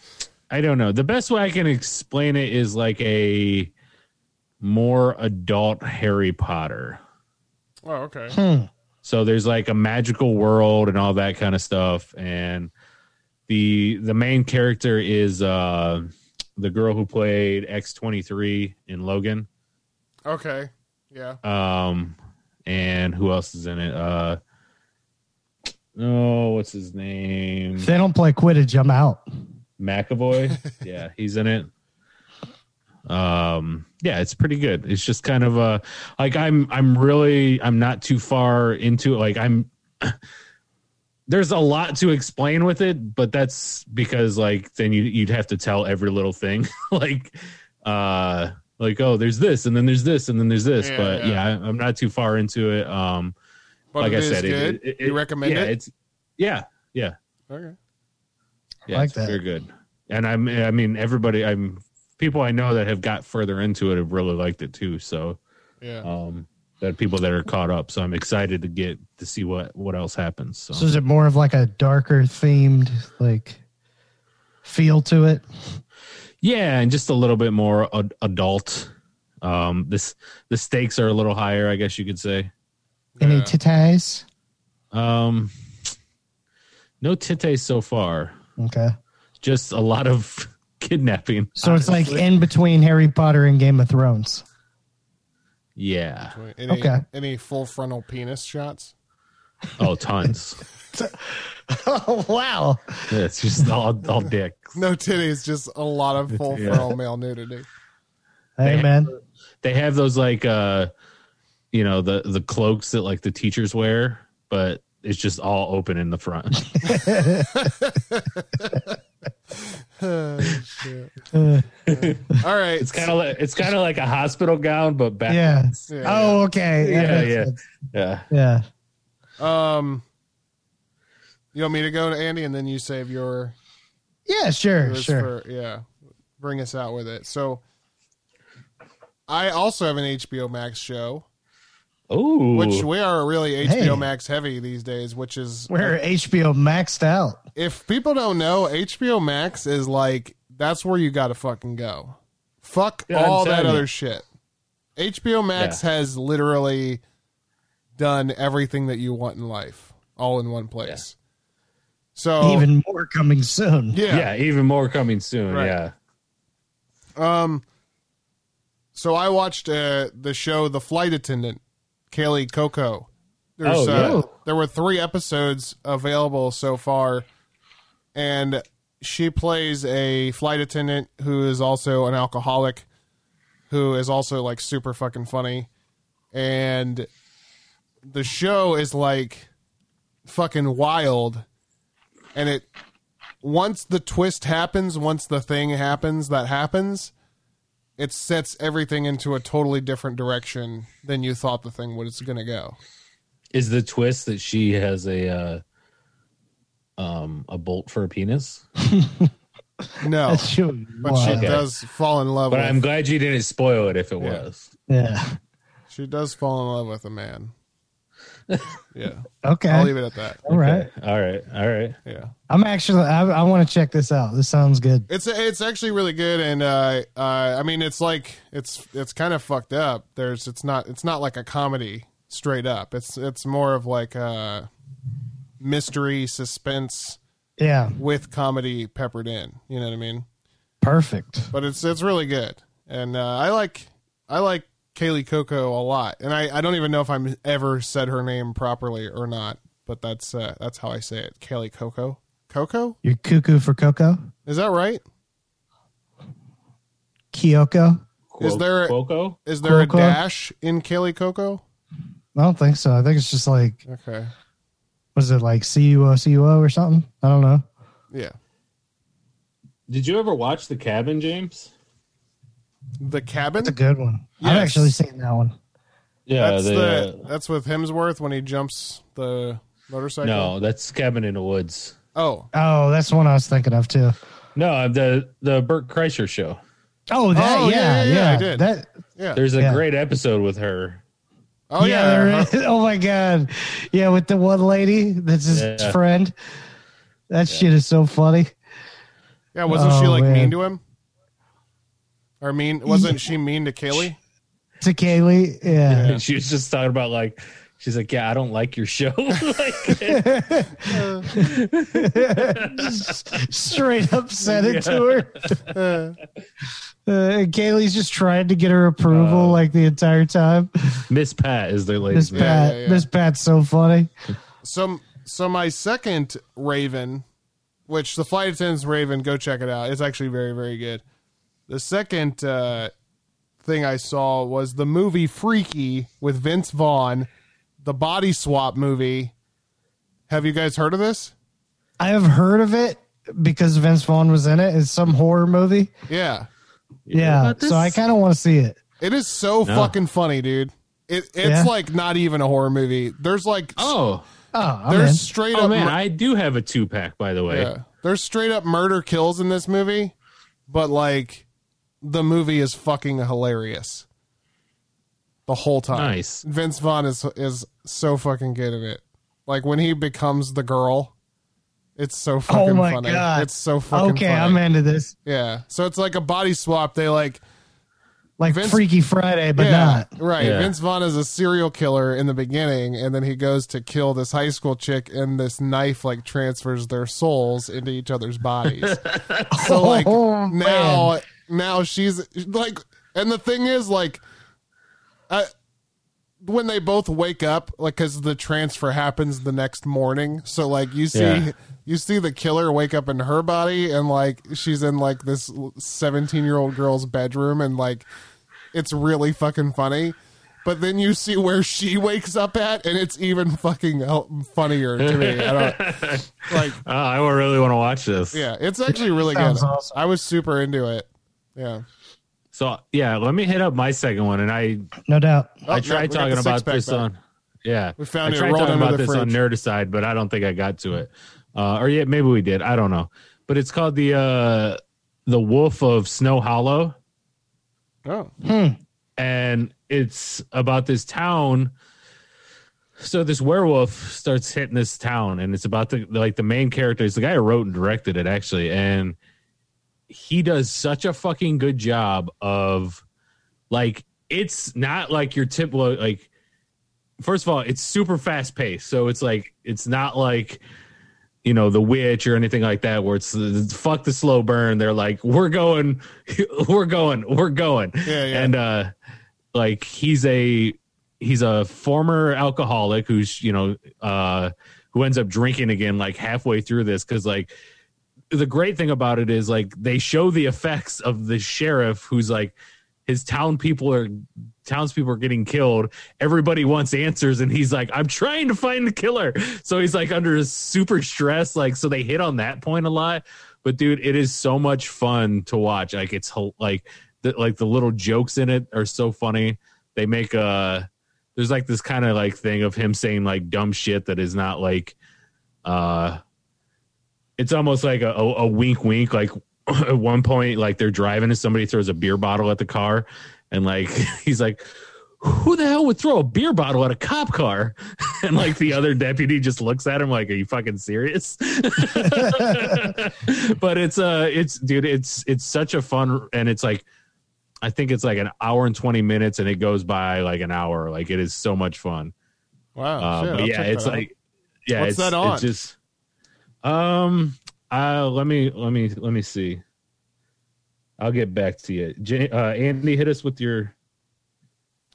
Speaker 6: I don't know. The best way I can explain it is like a more adult Harry Potter.
Speaker 7: oh, okay.
Speaker 3: Hmm.
Speaker 6: So there's like a magical world and all that kind of stuff. And the the main character is uh the girl who played X twenty three in Logan.
Speaker 7: Okay, yeah.
Speaker 6: Um and who else is in it? Uh oh, what's his name?
Speaker 3: If they don't play Quidditch, I'm out.
Speaker 6: McAvoy. yeah, he's in it. Um, yeah, it's pretty good. It's just kind of uh like I'm I'm really I'm not too far into it. Like I'm there's a lot to explain with it, but that's because like then you you'd have to tell every little thing. like uh like oh there's this and then there's this and then there's this.
Speaker 7: Yeah,
Speaker 6: but
Speaker 7: yeah.
Speaker 6: yeah. I, I'm not too far into it. Um
Speaker 7: But
Speaker 6: like
Speaker 7: it
Speaker 6: I
Speaker 7: is
Speaker 6: said, it-
Speaker 7: good.
Speaker 6: It, it,
Speaker 7: you recommend
Speaker 6: yeah,
Speaker 7: it?
Speaker 6: It's yeah, yeah.
Speaker 7: Okay.
Speaker 6: Yeah,
Speaker 3: Like
Speaker 6: it's
Speaker 3: that.
Speaker 6: very good. And I'm, I mean, everybody, I'm people I know that have got further into it have really liked it too. So,
Speaker 7: Yeah.
Speaker 6: um, that people that are caught up. So I'm excited to get to see what what else happens. So,
Speaker 3: So is it more of like a darker themed like feel to it?
Speaker 6: yeah, and just a little bit more ad- adult. Um, this the stakes are a little higher, I guess you could say.
Speaker 3: Any
Speaker 7: Yeah.
Speaker 3: titties?
Speaker 6: Um, no tite so far.
Speaker 3: Okay.
Speaker 6: Just a lot of kidnapping.
Speaker 3: So it's like in between Harry Potter and Game of Thrones.
Speaker 6: yeah.
Speaker 7: Any,
Speaker 3: okay.
Speaker 7: Any full frontal penis shots?
Speaker 6: Oh, tons.
Speaker 3: Oh wow.
Speaker 6: Yeah, it's just all all dick.
Speaker 7: No titties, just a lot of full
Speaker 6: Yeah.
Speaker 7: frontal male nudity.
Speaker 3: Hey
Speaker 6: Man.
Speaker 3: man.
Speaker 6: they have those like uh you know the the cloaks that like the teachers wear but it's just all open in the front
Speaker 7: Shit. All
Speaker 6: Oh,
Speaker 7: right.
Speaker 6: It's kind of like, it's kind of like a hospital gown, but back.
Speaker 3: Yeah.
Speaker 7: Yeah.
Speaker 3: Oh, okay.
Speaker 6: yeah,
Speaker 3: makes
Speaker 6: yeah,
Speaker 3: sense.
Speaker 6: yeah.
Speaker 3: yeah.
Speaker 7: Um, you want me to go to Andy, and then you save your
Speaker 3: Yeah, sure,
Speaker 7: yours
Speaker 3: sure.
Speaker 7: for yeah. Bring us out with it. So, I also have an HBO Max show,
Speaker 6: Oh,
Speaker 7: which we are really HBO
Speaker 3: Hey.
Speaker 7: Max heavy these days. Which is
Speaker 3: We're HBO maxed out.
Speaker 7: if people don't know, HBO Max is like that's where you got to fucking go. Fuck
Speaker 6: Yeah, I'm
Speaker 7: all that
Speaker 6: telling you.
Speaker 7: other shit. HBO Max
Speaker 6: Yeah.
Speaker 7: has literally done everything that you want in life, all in one place. So
Speaker 3: Even more coming soon.
Speaker 7: Oh. yeah,
Speaker 6: yeah. even more coming soon.
Speaker 7: Right.
Speaker 6: Yeah,
Speaker 7: So I watched uh, the show The Flight Attendant, Kaylee Coco. There's,
Speaker 6: Oh, yeah.
Speaker 7: uh, there were three episodes available so far, and she plays a flight attendant who is also an alcoholic, who is also like super fucking funny, and the show is like fucking wild, and it once the twist happens, once the thing happens that happens, it sets everything into a totally different direction than you thought the thing was going to go.
Speaker 6: is the twist that she has a uh, um a bolt for a penis?
Speaker 7: No,
Speaker 3: Sure.
Speaker 7: but she
Speaker 3: Wow.
Speaker 6: Okay.
Speaker 7: does fall in love.
Speaker 6: But
Speaker 7: with,
Speaker 6: I'm glad you didn't spoil it if it
Speaker 7: Yeah.
Speaker 6: was.
Speaker 3: Yeah.
Speaker 7: she does fall in love with a man. yeah,
Speaker 3: Okay.
Speaker 7: I'll leave it at that.
Speaker 3: All right.
Speaker 6: All right, all right.
Speaker 7: Yeah,
Speaker 3: I'm actually. I, I want to check this out. This sounds good.
Speaker 7: it's it's actually really good, and uh, uh, I mean, it's like it's it's kind of fucked up. There's it's not it's not like a comedy straight up. It's it's more of like a mystery suspense
Speaker 3: Yeah.
Speaker 7: with comedy peppered in. You know what I mean?
Speaker 3: Perfect.
Speaker 7: but it's it's really good, and uh, I like I like Kaylee Coco a lot, and I, I don't even know if I'm ever said her name properly or not, but that's uh, that's how I say it, Kaylee Coco. Coco,
Speaker 3: You're cuckoo for cocoa.
Speaker 7: is that right?
Speaker 3: Kyoko.
Speaker 7: Is there-
Speaker 6: Cuoco?
Speaker 7: Is there
Speaker 3: Coco?
Speaker 7: a dash in Kaylee Coco?
Speaker 3: I don't think so. I think it's just like
Speaker 7: Okay,
Speaker 3: was it like CUO CUO or something? I don't know.
Speaker 7: yeah,
Speaker 6: Did you ever watch The Cabin, James?
Speaker 7: the cabin.
Speaker 3: It's a good one. I've
Speaker 7: Yes.
Speaker 3: actually seen that one.
Speaker 6: Yeah,
Speaker 7: That's
Speaker 6: uh, the,
Speaker 7: the that's with Hemsworth when he jumps the motorcycle.
Speaker 6: uh, no, that's Cabin in the Woods.
Speaker 7: Oh,
Speaker 3: Oh, that's the one I was thinking of too.
Speaker 6: No, the the Burt Kreischer show.
Speaker 3: Oh, that
Speaker 7: Oh, yeah,
Speaker 3: yeah, yeah,
Speaker 7: yeah, yeah, I did.
Speaker 3: That
Speaker 7: yeah.
Speaker 6: There's a
Speaker 3: Yeah.
Speaker 6: great episode with her.
Speaker 7: oh
Speaker 3: yeah,
Speaker 7: yeah.
Speaker 3: there is. oh my god, yeah, with the one lady that's his
Speaker 6: Yeah.
Speaker 3: friend. That shit is so funny.
Speaker 7: Yeah, wasn't
Speaker 3: Oh,
Speaker 7: she like
Speaker 3: man.
Speaker 7: mean to him? Or mean? Wasn't she mean to Kaylee?
Speaker 3: To Kaylee, yeah,
Speaker 6: And she was just talking about like she's like, Yeah, I don't like your show. like
Speaker 3: straight up said it to her. Uh, and Kaylee's just trying to get her approval like the entire time.
Speaker 6: Miss Pat is their
Speaker 3: Miss
Speaker 6: lady's name.
Speaker 7: Uh, Yeah,
Speaker 3: Pat,
Speaker 7: yeah, yeah.
Speaker 3: Miss Pat's so funny.
Speaker 7: so so my second raven which the flight attendant's raven go check it out it's actually very very good the second uh, thing i saw was the movie freaky with vince vaughn the body swap movie have you guys heard of this
Speaker 3: I have heard of it because Vince Vaughn was in it. It's some horror movie.
Speaker 7: yeah
Speaker 3: Yeah, so I kind of want to see it.
Speaker 7: it is so
Speaker 6: No.
Speaker 7: fucking funny dude it, it's
Speaker 3: Yeah.
Speaker 7: like not even a horror movie there's like
Speaker 6: Oh,
Speaker 3: Oh, I'm
Speaker 7: there's
Speaker 3: in.
Speaker 7: straight
Speaker 6: oh
Speaker 7: up
Speaker 6: man,
Speaker 7: mur-
Speaker 6: I do have a two pack by the way.
Speaker 7: Yeah. There's straight up murder kills in this movie, but like the movie is fucking hilarious. The whole time.
Speaker 6: Nice.
Speaker 7: Vince Vaughn is is so fucking good at it. Like when he becomes the girl, it's so fucking
Speaker 3: oh my
Speaker 7: funny.
Speaker 3: god,
Speaker 7: It's so fucking
Speaker 3: okay.
Speaker 7: funny.
Speaker 3: I'm into this.
Speaker 7: Yeah. So it's like a body swap. They like
Speaker 3: Like
Speaker 7: Vince-
Speaker 3: Freaky Friday, but
Speaker 7: yeah,
Speaker 3: not.
Speaker 7: right.
Speaker 6: Yeah.
Speaker 7: Vince Vaughn is a serial killer in the beginning, and then he goes to kill this high school chick, and this knife like transfers their souls into each other's bodies. so like
Speaker 3: Oh,
Speaker 7: now, now she's like, and the thing is like, I, when they both wake up, like, because the transfer happens the next morning, so like you see.
Speaker 6: Yeah.
Speaker 7: You see the killer wake up in her body, and like she's in like this seventeen-year-old girl's bedroom, and like it's really fucking funny. But then you see where she wakes up at, and it's even fucking hell- funnier to me. I don't, like,
Speaker 6: Oh, I would really want to watch this.
Speaker 7: yeah, it's actually really good.
Speaker 3: Sounds awesome.
Speaker 7: I was super into it. Yeah.
Speaker 6: So yeah, let me hit up my second one, and I
Speaker 3: No doubt.
Speaker 7: Oh,
Speaker 6: I
Speaker 7: no, we
Speaker 6: tried
Speaker 7: got
Speaker 6: talking
Speaker 7: the
Speaker 6: about
Speaker 7: six-pack
Speaker 6: this
Speaker 7: back.
Speaker 6: on. Yeah,
Speaker 7: We found
Speaker 6: I
Speaker 7: it
Speaker 6: tried
Speaker 7: rolled
Speaker 6: talking
Speaker 7: under
Speaker 6: about
Speaker 7: the
Speaker 6: this on Nerdicide, but I don't think I got to it. Uh, or yet maybe we did. I don't know. But it's called the uh, the Wolf of Snow Hollow,
Speaker 7: Oh,
Speaker 6: and it's about this town. So this werewolf starts hitting this town, and it's about the like the main character. It's the guy who wrote and directed it actually, and he does such a fucking good job of like it's not like your tip like first of all it's super fast paced so it's like it's not like you know the witch or anything like that where it's it's fuck the slow burn they're like we're going we're going we're going
Speaker 7: Yeah, yeah.
Speaker 6: and uh like he's a he's a former alcoholic who's you know uh who ends up drinking again like halfway through this because like the great thing about it is like they show the effects of the sheriff who's like his town people are townspeople are getting killed everybody wants answers and he's like i'm trying to find the killer so he's like under super stress like so they hit on that point a lot but dude it is so much fun to watch like it's hel- like the, like the little jokes in it are so funny they make uh there's like this kind of like thing of him saying like dumb shit that is not like uh it's almost like a, a, a wink wink like at one point like they're driving and somebody throws a beer bottle at the car and like he's like who the hell would throw a beer bottle at a cop car and like the other deputy just looks at him like are you fucking serious but it's uh it's dude it's it's such a fun and it's like i think it's like an hour and 20 minutes and it goes by like an hour like it is so much fun
Speaker 7: wow.
Speaker 6: uh,
Speaker 7: Oh, shit,
Speaker 6: but
Speaker 7: I'll
Speaker 6: yeah,
Speaker 7: check
Speaker 6: it's
Speaker 7: that out.
Speaker 6: like yeah,
Speaker 7: What's
Speaker 6: it's,
Speaker 7: that on?
Speaker 6: It's just um, uh, let me let me let me see. I'll get back to you. Jan- uh, Andy, hit us with your.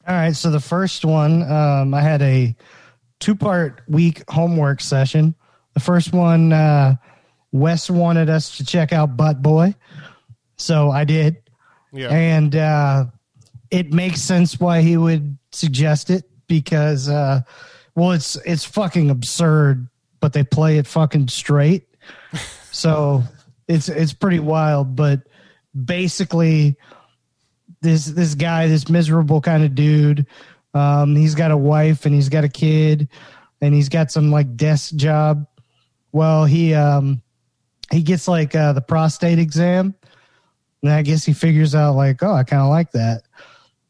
Speaker 3: All right. So the first one, um, I had a two part week homework session. The first one, uh, Wes wanted us to check out Butt Boy. So I did.
Speaker 7: yeah.
Speaker 3: And uh, it makes sense why he would suggest it because, uh, well, it's it's fucking absurd, but they play it fucking straight. so it's it's pretty wild, but basically, this this guy, this miserable kind of dude, um, he's got a wife and he's got a kid, and he's got some like desk job. Well, he um, he gets like uh, the prostate exam, and I guess he figures out like, oh, I kind of like that.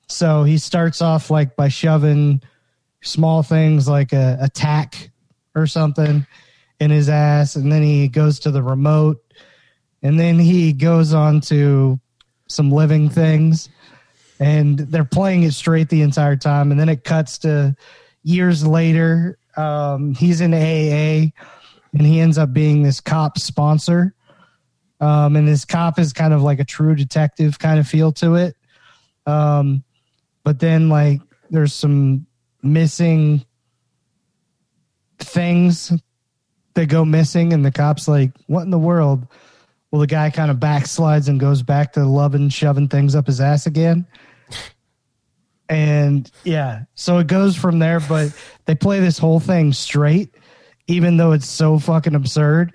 Speaker 3: So he starts off like by shoving small things like a, a tack or something in his ass, and then he goes to the remote, and then he goes on to some living things, and they're playing it straight the entire time, and then it cuts to years later. Um, he's in AA, and he ends up being this cop sponsor um, and this cop is kind of like a true detective kind of feel to it. Um, but then like there's some missing things that go missing, and the cops like, what in the world? Well, the guy kind of backslides and goes back to loving shoving things up his ass again. And yeah, so it goes from there, but they play this whole thing straight, even though it's so fucking absurd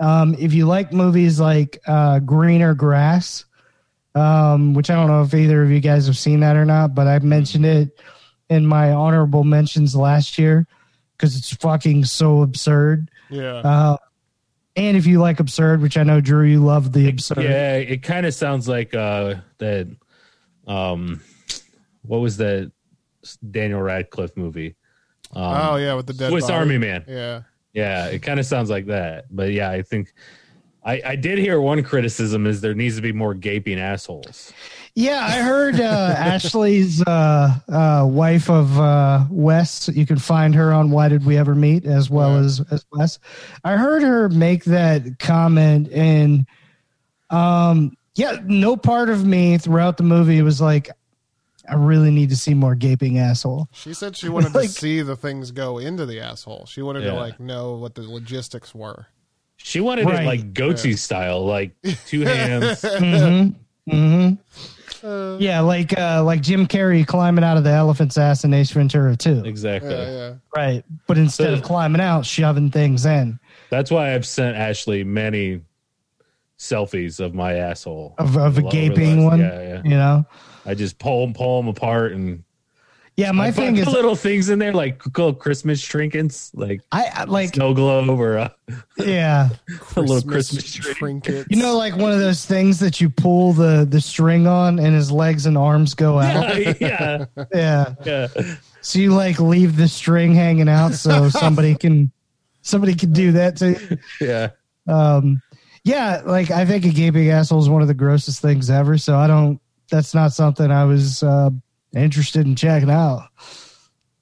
Speaker 3: um, if you like movies like uh, Greener Grass, um, which I don't know if either of you guys have seen that or not, but I mentioned it in my honorable mentions last year because it's fucking so absurd. Uh,
Speaker 7: yeah.
Speaker 3: And if you like absurd, which I know Drew, you love the absurd.
Speaker 6: Yeah, it kind of sounds like uh that. Um, what was the Daniel Radcliffe movie? Um,
Speaker 7: oh, yeah, with the dead
Speaker 6: Swiss
Speaker 7: body.
Speaker 6: Army Man.
Speaker 7: Yeah.
Speaker 6: Yeah, it kind of sounds like that. But yeah, I think. I, I did hear one criticism is there needs to be more gaping assholes.
Speaker 3: Yeah, I heard uh, Ashley's uh, uh, wife of uh, Wes. You can find her on Why Did We Ever Meet, as well as as Wes. I heard her make that comment, and um, yeah, no part of me throughout the movie was like, I really need to see more gaping asshole.
Speaker 7: She said she wanted
Speaker 3: Like-
Speaker 7: to see the things go into the asshole. She wanted to
Speaker 6: Yeah.
Speaker 7: like know what the logistics were.
Speaker 6: She wanted
Speaker 3: Right.
Speaker 6: it like goatee style, like two hands.
Speaker 3: Mm-hmm. Mm-hmm. Yeah, like uh, like Jim Carrey climbing out of the elephant's ass in Ace Ventura too.
Speaker 6: Exactly.
Speaker 7: Yeah, yeah.
Speaker 3: Right, but instead of
Speaker 6: So-
Speaker 3: climbing out, shoving things in
Speaker 6: That's why I've sent Ashley many selfies of my asshole.
Speaker 3: of, of a
Speaker 6: Well,
Speaker 3: gaping
Speaker 6: realized-
Speaker 3: one.
Speaker 6: Yeah, yeah.
Speaker 3: You know.
Speaker 6: I just pull them, pull them apart, and
Speaker 3: Yeah, my
Speaker 6: I
Speaker 3: thing
Speaker 6: put
Speaker 3: is,
Speaker 6: little things in there like little Christmas trinkets, like
Speaker 3: I I- like
Speaker 6: snow globe or uh, a,
Speaker 3: yeah.
Speaker 6: a little Christmas tree.
Speaker 7: trinkets.
Speaker 3: You know, like one of those things that you pull the the string on, and his legs and arms go out.
Speaker 6: yeah,
Speaker 3: Yeah.
Speaker 6: yeah.
Speaker 3: So you like leave the string hanging out so somebody can somebody can do that to
Speaker 6: yeah.
Speaker 3: um yeah, like I think a gaping asshole is one of the grossest things ever, so I don't that's not something I was uh interested in checking out.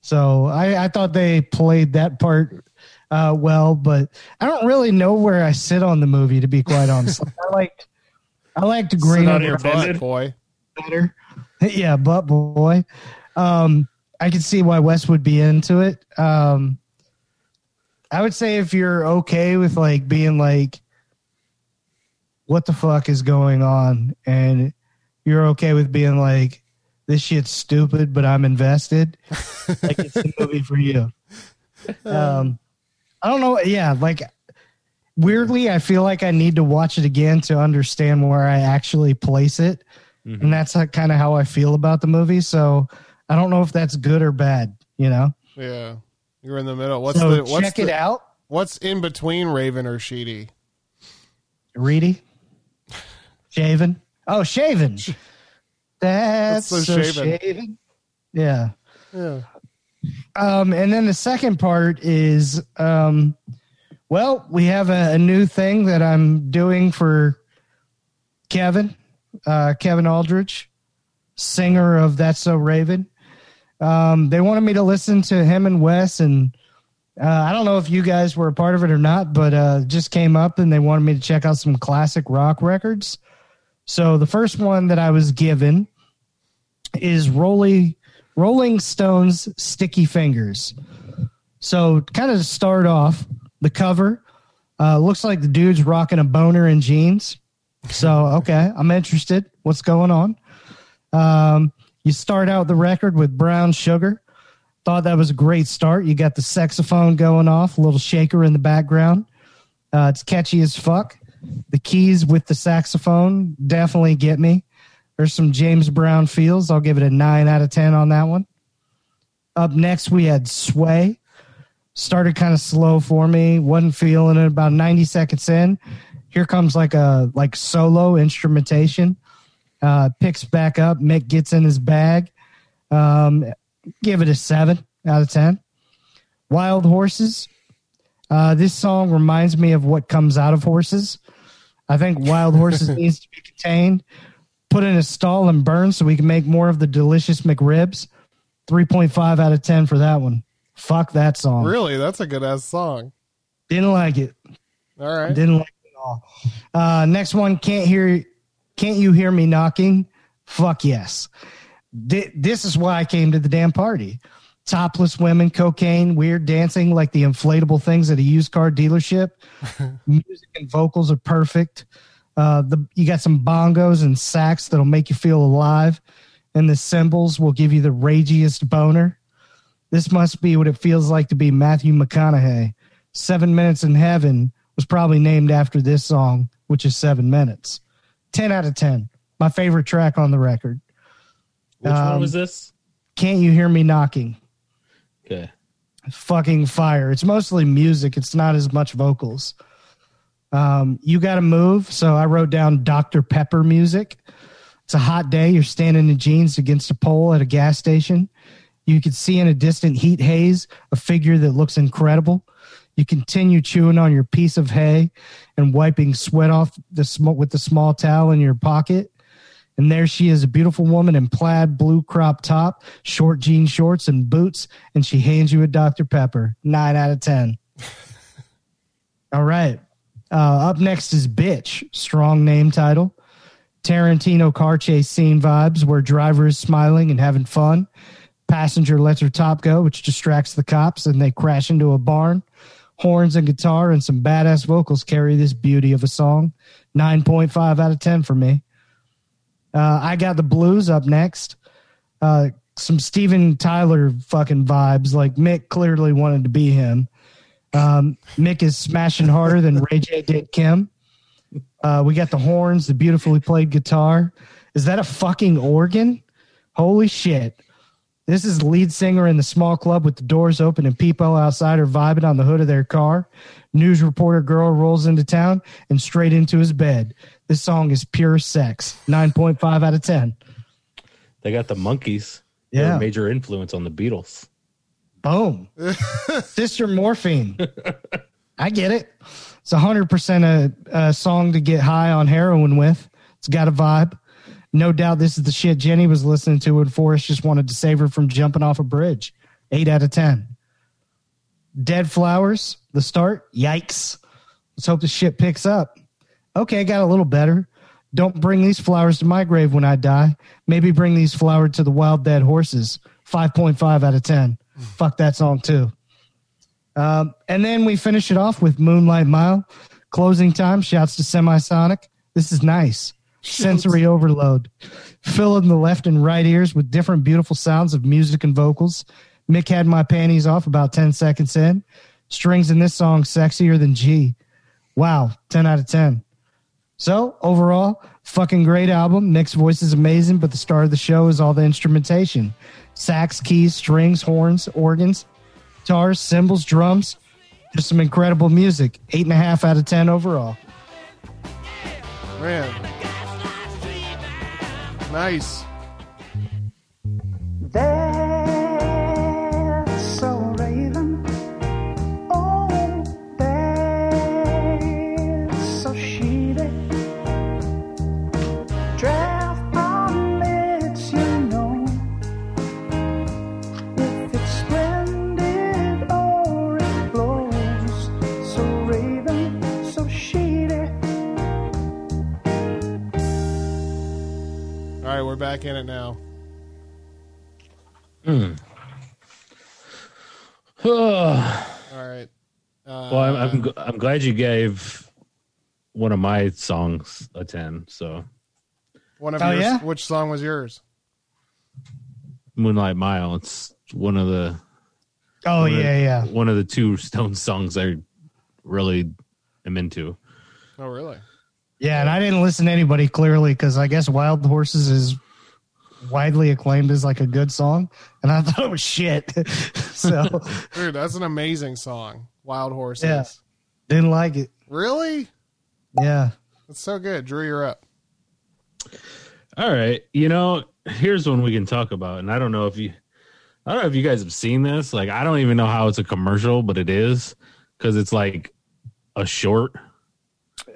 Speaker 3: So I, I thought they played that part uh well, but I don't really know where I sit on the movie to be quite honest. I liked I liked Green
Speaker 6: on
Speaker 3: Over
Speaker 6: your
Speaker 7: butt,
Speaker 6: Offended?
Speaker 7: boy.
Speaker 3: better. yeah, butt boy. Um, I can see why Wes would be into it. Um, I would say if you're okay with like being like, what the fuck is going on, and you're okay with being like, this shit's stupid, but I'm invested. like it's a movie for you. Um, I don't know. Yeah, like weirdly, I feel like I need to watch it again to understand where I actually place it and that's like kind of how I feel about the movie. So I don't know if that's good or bad. You know,
Speaker 7: Yeah, you're in the middle. What's
Speaker 3: so
Speaker 7: the what's
Speaker 3: check
Speaker 7: the,
Speaker 3: it out,
Speaker 7: What's in between Raven or Sheedy?
Speaker 3: Reedy, shaven. Oh, shaven. That's so
Speaker 7: That's so
Speaker 3: shaven.
Speaker 7: shaven.
Speaker 3: Yeah.
Speaker 7: Yeah.
Speaker 3: Um, and then the second part is, um, well, we have a, a new thing that I'm doing for Kevin, uh, Kevin Aldrich, singer of That's So Raven. Um, they wanted me to listen to him and Wes, and uh, I don't know if you guys were a part of it or not, but uh, it just came up and they wanted me to check out some classic rock records. So the first one that I was given is Rolly Rolling Stones Sticky Fingers. So, kind of to start off, the cover uh, looks like the dude's rocking a boner in jeans. So, okay, I'm interested. What's going on? Um, you start out the record with Brown Sugar. Thought that was a great start. You got the saxophone going off, a little shaker in the background. Uh, it's catchy as fuck. The keys with the saxophone definitely get me. There's some James Brown feels. I'll give it a nine out of ten on that one. Up next, we had Sway. Started kind of slow for me. wasn't feeling it. About 90 seconds in, here comes like a like solo instrumentation. Uh, picks back up. Mick gets in his bag. Um, give it a seven out of ten. Wild Horses. Uh, this song reminds me of what comes out of horses. I think Wild Horses needs to be contained put in a stall and burn so we can make more of the delicious McRibs. 3.5 out of 10 for that one. Fuck that song.
Speaker 7: Really, that's a good ass song.
Speaker 3: Didn't like it.
Speaker 7: All right.
Speaker 3: Didn't like it at all. Uh, next one, can't hear, can't you hear me knocking? Fuck yes. Thi- this is why I came to the damn party. Topless women, cocaine, weird dancing like the inflatable things at a used car dealership. Music and vocals are perfect. Uh, the you got some bongos and sax that'll make you feel alive, and the cymbals will give you the ragiest boner. This must be what it feels like to be Matthew McConaughey. Seven Minutes in Heaven was probably named after this song, which is Seven Minutes. 10 out of 10. My favorite track on the record.
Speaker 6: Which
Speaker 3: Um,
Speaker 6: one was this?
Speaker 3: Can't You Hear Me Knocking?
Speaker 6: Okay.
Speaker 3: Fucking fire. It's mostly music, it's not as much vocals. Um, you got to move. So I wrote down Dr. Pepper music. It's a hot day. You're standing in jeans against a pole at a gas station. You could see in a distant heat haze a figure that looks incredible. You continue chewing on your piece of hay and wiping sweat off the sm- with the small towel in your pocket. And there she is, a beautiful woman in plaid blue crop top, short jean shorts, and boots. And she hands you a Dr. Pepper. Nine out of 10. All right. Uh, up next is Bitch, strong name title. Tarantino car chase scene vibes where driver is smiling and having fun. Passenger lets her top go, which distracts the cops, and they crash into a barn. Horns and guitar and some badass vocals carry this beauty of a song. 9.5 out of 10 for me. Uh, I got the blues up next. Uh, some Steven Tyler fucking vibes. Like Mick clearly wanted to be him. Um, Mick is smashing harder than Ray J did Kim. Uh, we got the horns, the beautifully played guitar. Is that a fucking organ? Holy shit. This is the lead singer in the small club with the doors open and people outside are vibing on the hood of their car. News reporter girl rolls into town and straight into his bed. This song is pure sex. 9.5 out of 10.
Speaker 6: They got the monkeys. They were
Speaker 3: Yeah.
Speaker 6: a major influence on the Beatles.
Speaker 3: Boom. Sister Morphine. I get it. It's 100% a, a song to get high on heroin with. It's got a vibe. No doubt this is the shit Jenny was listening to when Forrest just wanted to save her from jumping off a bridge. 8 out of 10. Dead Flowers, the start. Yikes. Let's hope the shit picks up. Okay, got a little better. Don't bring these flowers to my grave when I die. Maybe bring these flowers to the wild dead horses. 5.5 out of 10. Fuck that song too. Um, and then we finish it off with Moonlight Mile. Closing time, shouts to Semisonic. This is nice. Sensory overload. Fill in the left and right ears with different beautiful sounds of music and vocals. Mick had my panties off about 10 seconds in. Strings in this song sexier than G. Wow, 10 out of 10. So overall, fucking great album. Nick's voice is amazing, but the star of the show is all the instrumentation: sax, keys, strings, horns, organs, guitars, cymbals, drums. Just some incredible music. Eight and a half out of ten overall.
Speaker 7: Man. Nice. All right, we're back in it now.
Speaker 6: well,
Speaker 7: All right.
Speaker 6: I'm, I'm gl- I'm glad you gave one of my songs a ten. So
Speaker 7: One of
Speaker 3: Oh,
Speaker 7: yours.
Speaker 3: yeah?
Speaker 7: Which song was yours?
Speaker 6: Moonlight Mile, it's one of the
Speaker 3: Oh
Speaker 6: one of-
Speaker 3: yeah, yeah.
Speaker 6: one of the two Stone songs I really am into.
Speaker 7: Oh, really?
Speaker 3: Yeah, and I didn't listen to anybody clearly because I guess Wild Horses is widely acclaimed as like a good song, and I thought it was shit, so
Speaker 7: Dude, that's an amazing song. Wild Horses.
Speaker 3: Yeah. didn't like it.
Speaker 7: Really?
Speaker 3: Yeah,
Speaker 7: That's so good. Drew, you're up.
Speaker 6: All right, you know, here's one we can talk about, and I don't know if you, I don't know if you guys have seen this. Like, I don't even know how it's a commercial, but it is because it's like a short.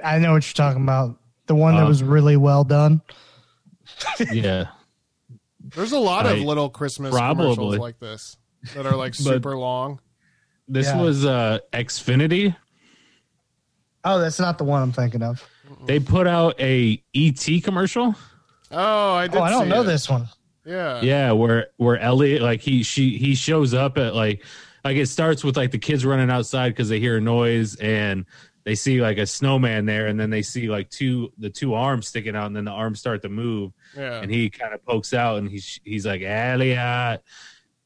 Speaker 3: I know what you're talking about. The one that
Speaker 6: Uh,
Speaker 3: was really well done.
Speaker 6: Yeah,
Speaker 7: There's a lot of
Speaker 6: I-
Speaker 7: little Christmas commercials
Speaker 6: probably.
Speaker 7: like this that are like super long.
Speaker 6: this
Speaker 3: Yeah.
Speaker 6: was uh Xfinity.
Speaker 3: Oh, that's not the one I'm thinking of.
Speaker 6: They put out a ET commercial.
Speaker 7: Oh, I did.
Speaker 3: Oh, I don't
Speaker 7: see
Speaker 3: know
Speaker 7: it.
Speaker 3: this one.
Speaker 7: Yeah.
Speaker 6: Yeah, where where Elliot like he she he shows up at like like it starts with like the kids running outside because they hear a noise and they see like a snowman there and then they see like two the two arms sticking out and then the arms start to move
Speaker 7: Yeah.
Speaker 6: and he kind of pokes out and he's he's like Elliot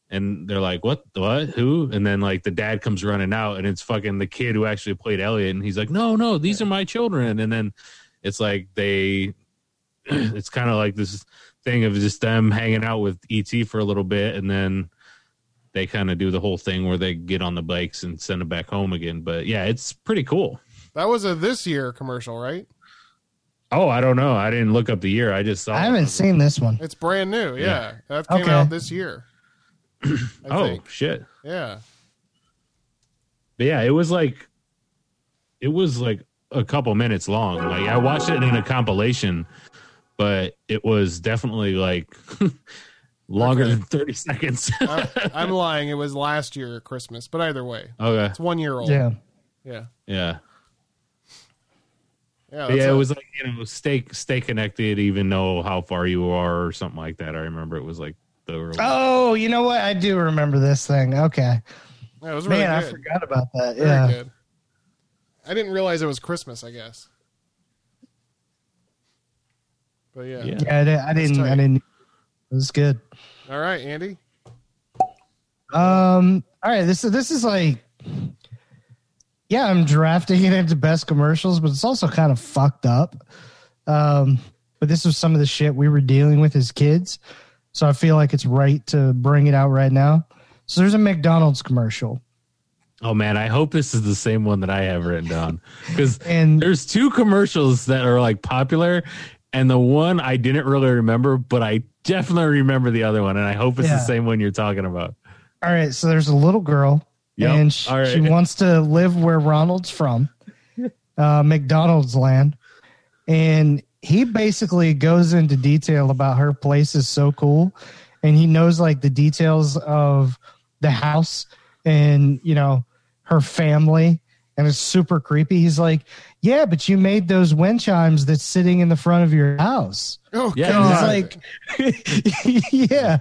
Speaker 6: and they're like what what who and then like the dad comes running out and it's fucking the kid who actually played Elliot and he's like no no these are my children and then it's like they it's kind of like this thing of just them hanging out with ET for a little bit and then they kind of do the whole thing where they get on the bikes and send them back home again but yeah it's pretty cool
Speaker 7: that was a this year commercial, right?
Speaker 6: oh i don't know i didn't look up the year i just saw
Speaker 3: I
Speaker 6: it.
Speaker 3: haven't seen this one.
Speaker 7: It's brand new. Yeah.
Speaker 6: Yeah.
Speaker 7: That came
Speaker 3: Okay.
Speaker 7: out this year. I
Speaker 6: oh
Speaker 7: think.
Speaker 6: shit
Speaker 7: Yeah.
Speaker 6: But yeah, it was like it was like a couple minutes long. Like I watched it in a compilation, but it was definitely like longer than 30 seconds.
Speaker 7: I, I'm lying. It was last year at Christmas, but either way,
Speaker 6: okay.
Speaker 7: it's one year old.
Speaker 3: Yeah.
Speaker 7: Yeah.
Speaker 6: Yeah.
Speaker 7: Yeah.
Speaker 6: But
Speaker 7: that's
Speaker 6: yeah, it
Speaker 7: a-
Speaker 6: was like, you know, stay stay connected even know how far you are or something like that. I remember it was like the
Speaker 3: Oh, you know what? I do remember this thing. Okay.
Speaker 7: yeah, it was really
Speaker 3: Man, I
Speaker 7: good.
Speaker 3: forgot about that.
Speaker 7: Very
Speaker 3: yeah.
Speaker 7: good. I didn't realize it was Christmas, I guess. But yeah.
Speaker 6: Yeah.
Speaker 3: Yeah, I, di- I didn't.
Speaker 7: tight.
Speaker 3: I didn't. It was good.
Speaker 7: All right, Andy.
Speaker 3: Um. All right. This this is like. Yeah, I'm drafting it into best commercials, but it's also kind of fucked up. Um, but this was some of the shit we were dealing with as kids, so I feel like it's right to bring it out right now. So there's a McDonald's commercial,
Speaker 6: Oh man, I hope this is the same one that I have written down because
Speaker 3: and
Speaker 6: there's two commercials that are like popular, and the one I didn't really remember, but I definitely remember the other one, and I hope it's
Speaker 3: Yeah.
Speaker 6: the same one you're talking about.
Speaker 3: all right, so there's a little girl,
Speaker 6: Yep,
Speaker 3: and she,
Speaker 6: all right.
Speaker 3: she wants to live where Ronald's from, uh, McDonald's land, and he basically goes into detail about her place is so cool, and he knows like the details of the house and you know her family, and it's super creepy. He's like, "Yeah, but you made those wind chimes that's sitting in the front of your house."
Speaker 7: Oh
Speaker 6: Yeah,
Speaker 3: And
Speaker 7: God.
Speaker 6: God.
Speaker 3: he's like, yeah,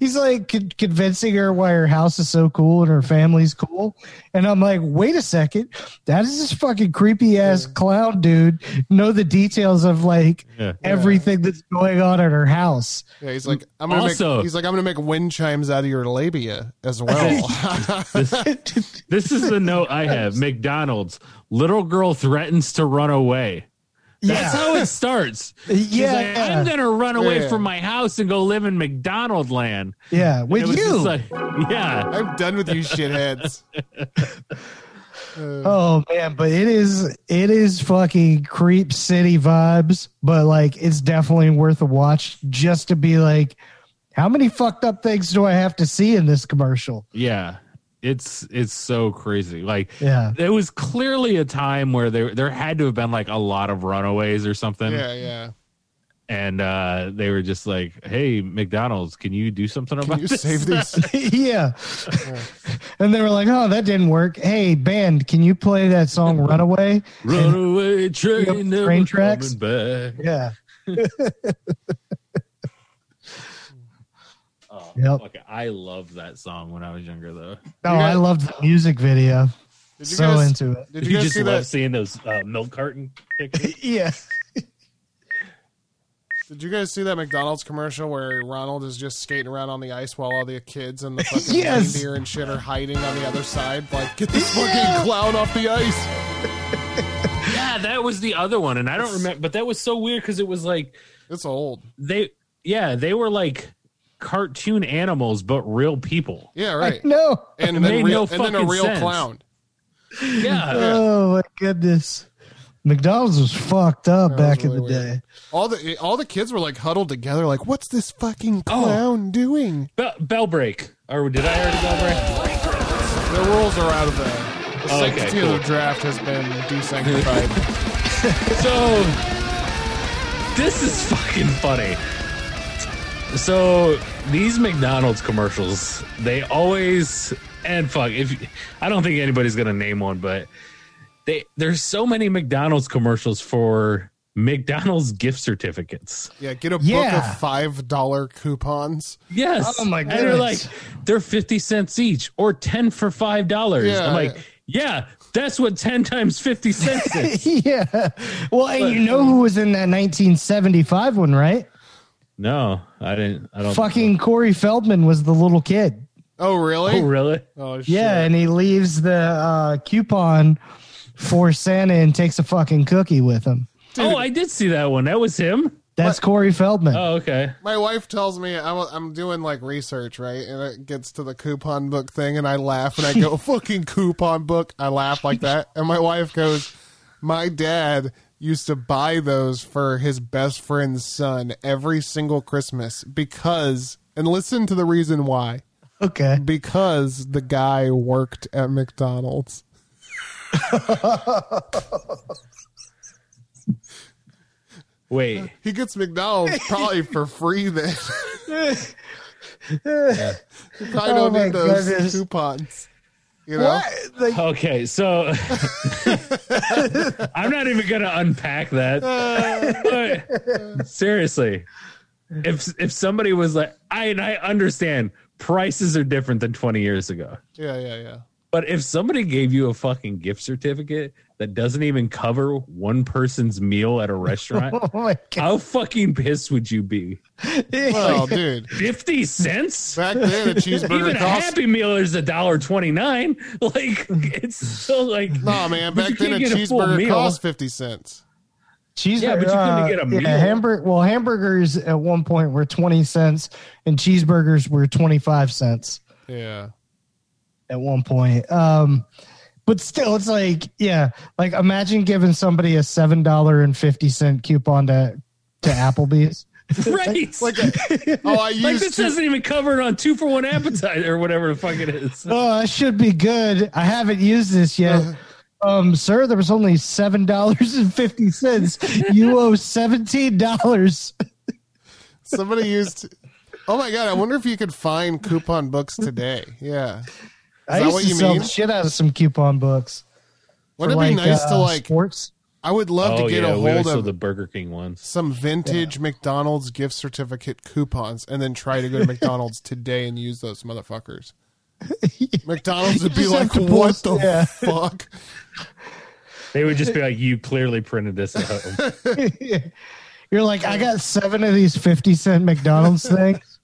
Speaker 3: he's like con- convincing her why her house is so cool and her family's cool. And I'm like, wait a second, that is this fucking creepy ass clown dude know the details of like
Speaker 6: Yeah.
Speaker 3: everything that's going on at her house.
Speaker 7: Yeah, he's like, I'm gonna
Speaker 6: Also-
Speaker 7: make. He's like, I'm gonna make wind chimes out of your labia as well.
Speaker 6: This, this is the note I have. McDonald's little girl threatens to run away. That's
Speaker 3: yeah,
Speaker 6: how it starts. She's
Speaker 3: yeah,
Speaker 6: like, I'm gonna run away
Speaker 7: Yeah.
Speaker 6: from my house and go live in McDonald land.
Speaker 3: yeah,
Speaker 6: And it
Speaker 3: with
Speaker 6: was
Speaker 3: you.
Speaker 6: just like- yeah.
Speaker 7: I'm done with you, shitheads.
Speaker 3: oh man, but it is it is fucking creep city vibes. But like, it's definitely worth a watch just to be like. How many fucked up things do I have to see in this commercial?
Speaker 6: Yeah. It's it's so crazy. Like
Speaker 3: Yeah.
Speaker 6: there was clearly a time where there there had to have been like a lot of runaways or something.
Speaker 7: Yeah, yeah.
Speaker 6: And uh they were just like, Hey, McDonald's, can you do something about
Speaker 7: Can you
Speaker 6: this?
Speaker 7: save these?
Speaker 3: yeah. and they were like, oh, that didn't work. Hey, band, can you play that song Runaway?
Speaker 6: Runaway train,
Speaker 3: Yep,
Speaker 6: never
Speaker 3: train tracks.
Speaker 6: coming back.
Speaker 3: Yeah.
Speaker 6: Oh,
Speaker 3: Yep.
Speaker 6: fuck, I loved that song when I was younger though.
Speaker 3: No,
Speaker 7: You
Speaker 3: Oh, I
Speaker 7: guys-
Speaker 3: loved the music video.
Speaker 7: Did you
Speaker 3: So
Speaker 7: guys,
Speaker 3: into it.
Speaker 7: Did you guys
Speaker 6: just
Speaker 7: see
Speaker 6: love
Speaker 7: that?
Speaker 6: seeing those uh, milk carton pictures?
Speaker 3: Yeah.
Speaker 7: Did you guys see that McDonald's commercial where Ronald is just skating around on the ice while all the kids and the fucking
Speaker 3: Yes.
Speaker 7: reindeer and shit are hiding on the other side? Like, get this
Speaker 3: Yeah.
Speaker 7: fucking clown off the ice.
Speaker 6: yeah, that was the other one, and I don't remember. But that was so weird because it was like
Speaker 7: It's old.
Speaker 6: they, yeah, they were like cartoon animals but real people.
Speaker 7: Yeah, right.
Speaker 3: No.
Speaker 7: And
Speaker 6: It
Speaker 7: then,
Speaker 6: made
Speaker 7: real,
Speaker 6: no
Speaker 7: and then a
Speaker 6: fucking
Speaker 7: real
Speaker 6: sense.
Speaker 7: clown.
Speaker 6: Yeah,
Speaker 3: Oh, my goodness. McDonald's was fucked up
Speaker 7: That was
Speaker 3: back in the
Speaker 7: really weird.
Speaker 3: day.
Speaker 7: All the all the kids were like huddled together, like, "What's this fucking
Speaker 6: Oh.
Speaker 7: clown doing?"
Speaker 6: Be- bell break. Or did I already bell break?
Speaker 7: The rules are out of the. The
Speaker 6: Oh, okay,
Speaker 7: sanctity of the
Speaker 6: cool.
Speaker 7: draft has been desanctified.
Speaker 6: So this is fucking funny. So these McDonald's commercials, they always and fuck if I don't think anybody's gonna name one, but they there's so many McDonald's commercials for McDonald's gift certificates.
Speaker 7: yeah, get a
Speaker 3: Yeah.
Speaker 7: book of five dollar coupons.
Speaker 6: Yes.
Speaker 3: Oh my
Speaker 6: And they're like
Speaker 3: goodness.
Speaker 6: they're fifty cents each or ten for five dollars.
Speaker 7: Yeah.
Speaker 6: I'm like, yeah, that's what ten times fifty cents is.
Speaker 3: yeah. Well, and you know who was in that 1975 one, right?
Speaker 6: No, I didn't I don't
Speaker 3: Fucking Corey Feldman was the little kid.
Speaker 7: Oh, really?
Speaker 6: Oh really?
Speaker 7: Oh, shit.
Speaker 3: Yeah, and he leaves the uh, coupon for Santa and takes a fucking cookie with him.
Speaker 6: Oh, I did see that one. That was him.
Speaker 3: That's Corey Feldman.
Speaker 6: Oh, okay.
Speaker 7: My wife tells me I'm, I'm doing like research, right? And it gets to the coupon book thing, and I laugh and I go, fucking coupon book. I laugh like that. And my wife goes, My dad used to buy those for his best friend's son every single Christmas because, and listen to the reason why,
Speaker 3: okay.
Speaker 7: because the guy worked at McDonald's.
Speaker 6: Wait.
Speaker 7: He gets McDonald's probably for free then. He probably
Speaker 3: Oh
Speaker 7: don't
Speaker 3: my
Speaker 7: need those
Speaker 3: goodness.
Speaker 7: coupons. You know?
Speaker 3: What? Like,
Speaker 6: Okay, so I'm not even gonna unpack that. But seriously, if if somebody was like, I and I understand prices are different than 20 years ago,
Speaker 7: Yeah, yeah, yeah.
Speaker 6: But if somebody gave you a fucking gift certificate that doesn't even cover one person's meal at a restaurant,
Speaker 3: Oh my god!
Speaker 6: how fucking pissed would you be?
Speaker 7: Well, dude,
Speaker 6: 50 cents?
Speaker 7: back then a
Speaker 6: Even
Speaker 7: cheeseburger
Speaker 6: a
Speaker 7: cost.
Speaker 6: happy meal is a dollar twenty nine. Like it's still like
Speaker 7: No, man,
Speaker 6: but you
Speaker 7: back then a
Speaker 6: can't get a full
Speaker 7: cheeseburger
Speaker 6: meal.
Speaker 7: cost fifty cents.
Speaker 3: Cheeseburger,
Speaker 6: Yeah, but you couldn't
Speaker 3: uh,
Speaker 6: get a meal.
Speaker 3: Yeah, hamburg- well, hamburgers at one point were twenty cents, and cheeseburgers were twenty five cents
Speaker 7: Yeah.
Speaker 3: at one point. Um, but still, it's like, yeah, like imagine giving somebody a seven dollar and fifty cent coupon to to Applebee's.
Speaker 6: right. Like,
Speaker 7: Like, a, oh, I used
Speaker 6: this
Speaker 7: to.
Speaker 6: doesn't even cover it on two for one appetizer or whatever the fuck it is.
Speaker 3: oh, that should be good. I haven't used this
Speaker 7: Uh-huh.
Speaker 3: yet. Um, sir, there was only seven dollars and fifty cents. You owe seventeen dollars.
Speaker 7: Somebody used. to- oh my god! I wonder if you could find coupon books today. Yeah.
Speaker 3: I
Speaker 7: that
Speaker 3: used
Speaker 7: what
Speaker 3: to
Speaker 7: you
Speaker 3: sell
Speaker 7: mean?
Speaker 3: the shit out of some coupon books.
Speaker 7: Wouldn't it
Speaker 3: for,
Speaker 7: be nice to
Speaker 3: uh,
Speaker 7: like?
Speaker 3: sports?
Speaker 7: I would love
Speaker 6: oh
Speaker 7: to get
Speaker 6: yeah,
Speaker 7: a
Speaker 6: we always
Speaker 7: hold
Speaker 6: saw
Speaker 7: of
Speaker 6: the Burger King ones.
Speaker 7: some vintage McDonald's gift certificate coupons, and then try to go to McDonald's today and use those motherfuckers. McDonald's would be
Speaker 3: Just have
Speaker 7: like,
Speaker 3: to
Speaker 7: what
Speaker 3: post-
Speaker 7: the
Speaker 3: yeah."
Speaker 7: fuck?
Speaker 6: They would just be like, "You clearly printed this at home."
Speaker 3: You're like, I got seven of these fifty cent McDonald's things.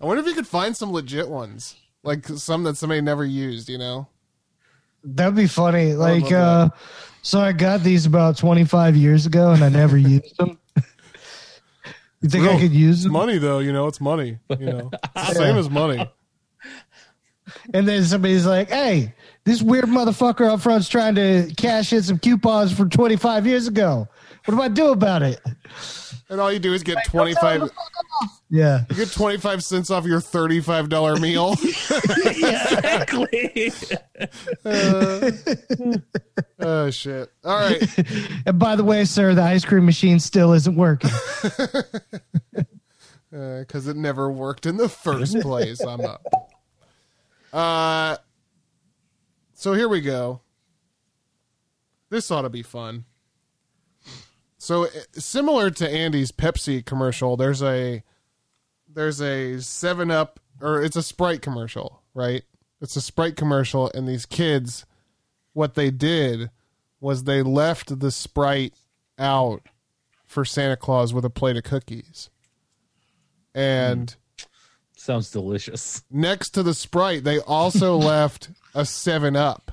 Speaker 7: I wonder if you could find some legit ones, like some that somebody never used. You know?
Speaker 3: That'd be funny. Like,
Speaker 7: love
Speaker 3: uh, so I got these about twenty five years ago, and I never used them. You think I
Speaker 7: real.
Speaker 3: could use
Speaker 7: It's
Speaker 3: them?
Speaker 7: money though, you know. It's money. You know, it's the same as money.
Speaker 3: And then somebody's like, "Hey, this weird motherfucker up front's trying to cash in some coupons from twenty five years ago. What do I do about it?"
Speaker 7: And all you do is get twenty five.
Speaker 3: Yeah,
Speaker 7: You get twenty five cents off your thirty five dollar meal.
Speaker 6: exactly.
Speaker 7: oh shit! All right.
Speaker 3: And by the way, sir, the ice cream machine still isn't working.
Speaker 7: because it never worked in the first place. I'm up. Uh, so here we go. This ought to be fun. So eh, similar to Andy's Pepsi commercial, there's a there's a Seven Up or it's a Sprite commercial, right? It's a Sprite commercial, and these kids, what they did was they left the Sprite out for Santa Claus with a plate of cookies, and.
Speaker 6: Sounds delicious.
Speaker 7: next to the sprite they also left a seven up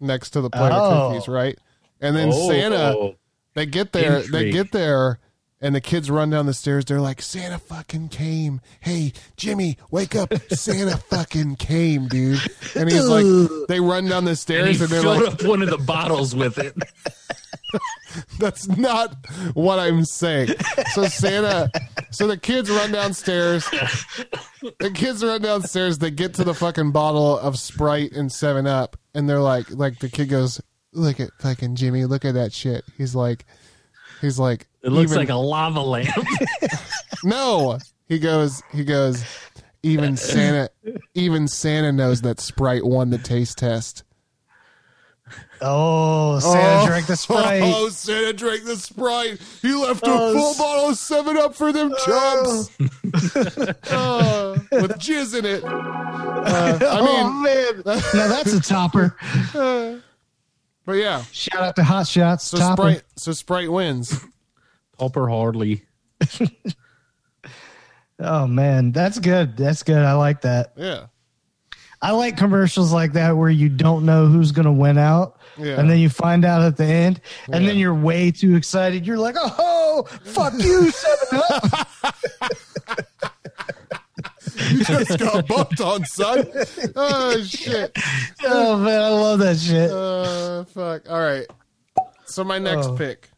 Speaker 7: next to the plate
Speaker 3: Oh.
Speaker 7: of cookies right and then santa they get
Speaker 6: Oh.
Speaker 7: there they
Speaker 6: Intrigue.
Speaker 7: get there and the kids run down the stairs they're like santa fucking came hey jimmy wake up santa fucking came dude and he's like they run down the
Speaker 6: and
Speaker 7: stairs
Speaker 6: he
Speaker 7: and, they're
Speaker 6: filled
Speaker 7: like
Speaker 6: up one of the bottles with it.
Speaker 7: That's not what I'm saying. So Santa, so the kids run downstairs. The kids run downstairs. They get to the fucking bottle of Sprite and Seven Up, and they're like, like the kid goes, "Look at fucking Jimmy. Look at that shit." He's like, he's like,
Speaker 6: It looks
Speaker 7: even-
Speaker 6: like a lava lamp.
Speaker 7: no. He goes, he goes. Even Santa, even Santa knows that Sprite won the taste test.
Speaker 3: Oh, Santa
Speaker 7: Oh.
Speaker 3: drank the sprite.
Speaker 7: Oh, Santa drank the Sprite. He left
Speaker 3: Oh,
Speaker 7: a full
Speaker 3: s-
Speaker 7: bottle of 7 Up for them chumps.
Speaker 3: Oh.
Speaker 7: Uh, with jizz in it. Uh, I mean,
Speaker 3: oh man, now that's a topper.
Speaker 7: but yeah.
Speaker 3: Shout out to Hot Shots.
Speaker 7: So
Speaker 3: topper.
Speaker 7: Sprite so Sprite wins.
Speaker 6: Pulper Harley.
Speaker 3: Oh man, that's good. That's good. I like that.
Speaker 7: Yeah.
Speaker 3: I like commercials like that where you don't know who's gonna win out.
Speaker 7: Yeah.
Speaker 3: And then you find out at the end, and then
Speaker 7: Yeah.
Speaker 3: you're way too excited. You're like, "Oh, fuck you, Seven Up!"
Speaker 7: You just got bumped on, son. Oh shit.
Speaker 3: oh man, I love that shit.
Speaker 7: Uh fuck. All right. So my next
Speaker 3: Oh.
Speaker 7: pick.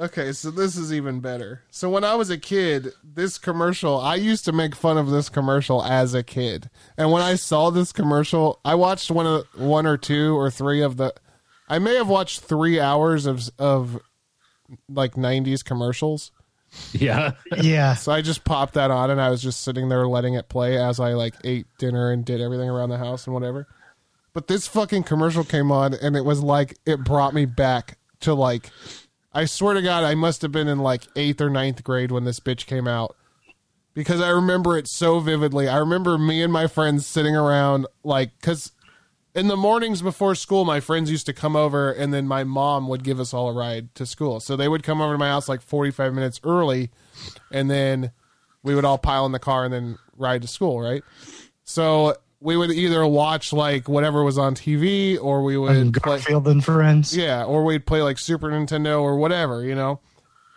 Speaker 7: Okay, so this is even better. So when I was a kid, this commercial, I used to make fun of this commercial as a kid. And when I saw this commercial, I watched one of one or two or three of the I may have watched 3 hours of of like 90s commercials.
Speaker 6: Yeah.
Speaker 3: yeah,
Speaker 7: So I just popped that on and I was just sitting there letting it play as I like ate dinner and did everything around the house and whatever. But this fucking commercial came on and it was like it brought me back to like I swear to God I must have been in like eighth or ninth grade when this bitch came out. Because I remember it so vividly. I remember me and my friends sitting around like cause in the mornings before school, my friends used to come over, and then my mom would give us all a ride to school. So they would come over to my house like 45 minutes early, and then we would all pile in the car and then ride to school, right? So we would either watch like whatever was on TV, or we would
Speaker 3: And
Speaker 7: play.
Speaker 3: Garfield and Friends.
Speaker 7: Yeah, or we'd play like Super Nintendo or whatever, you know.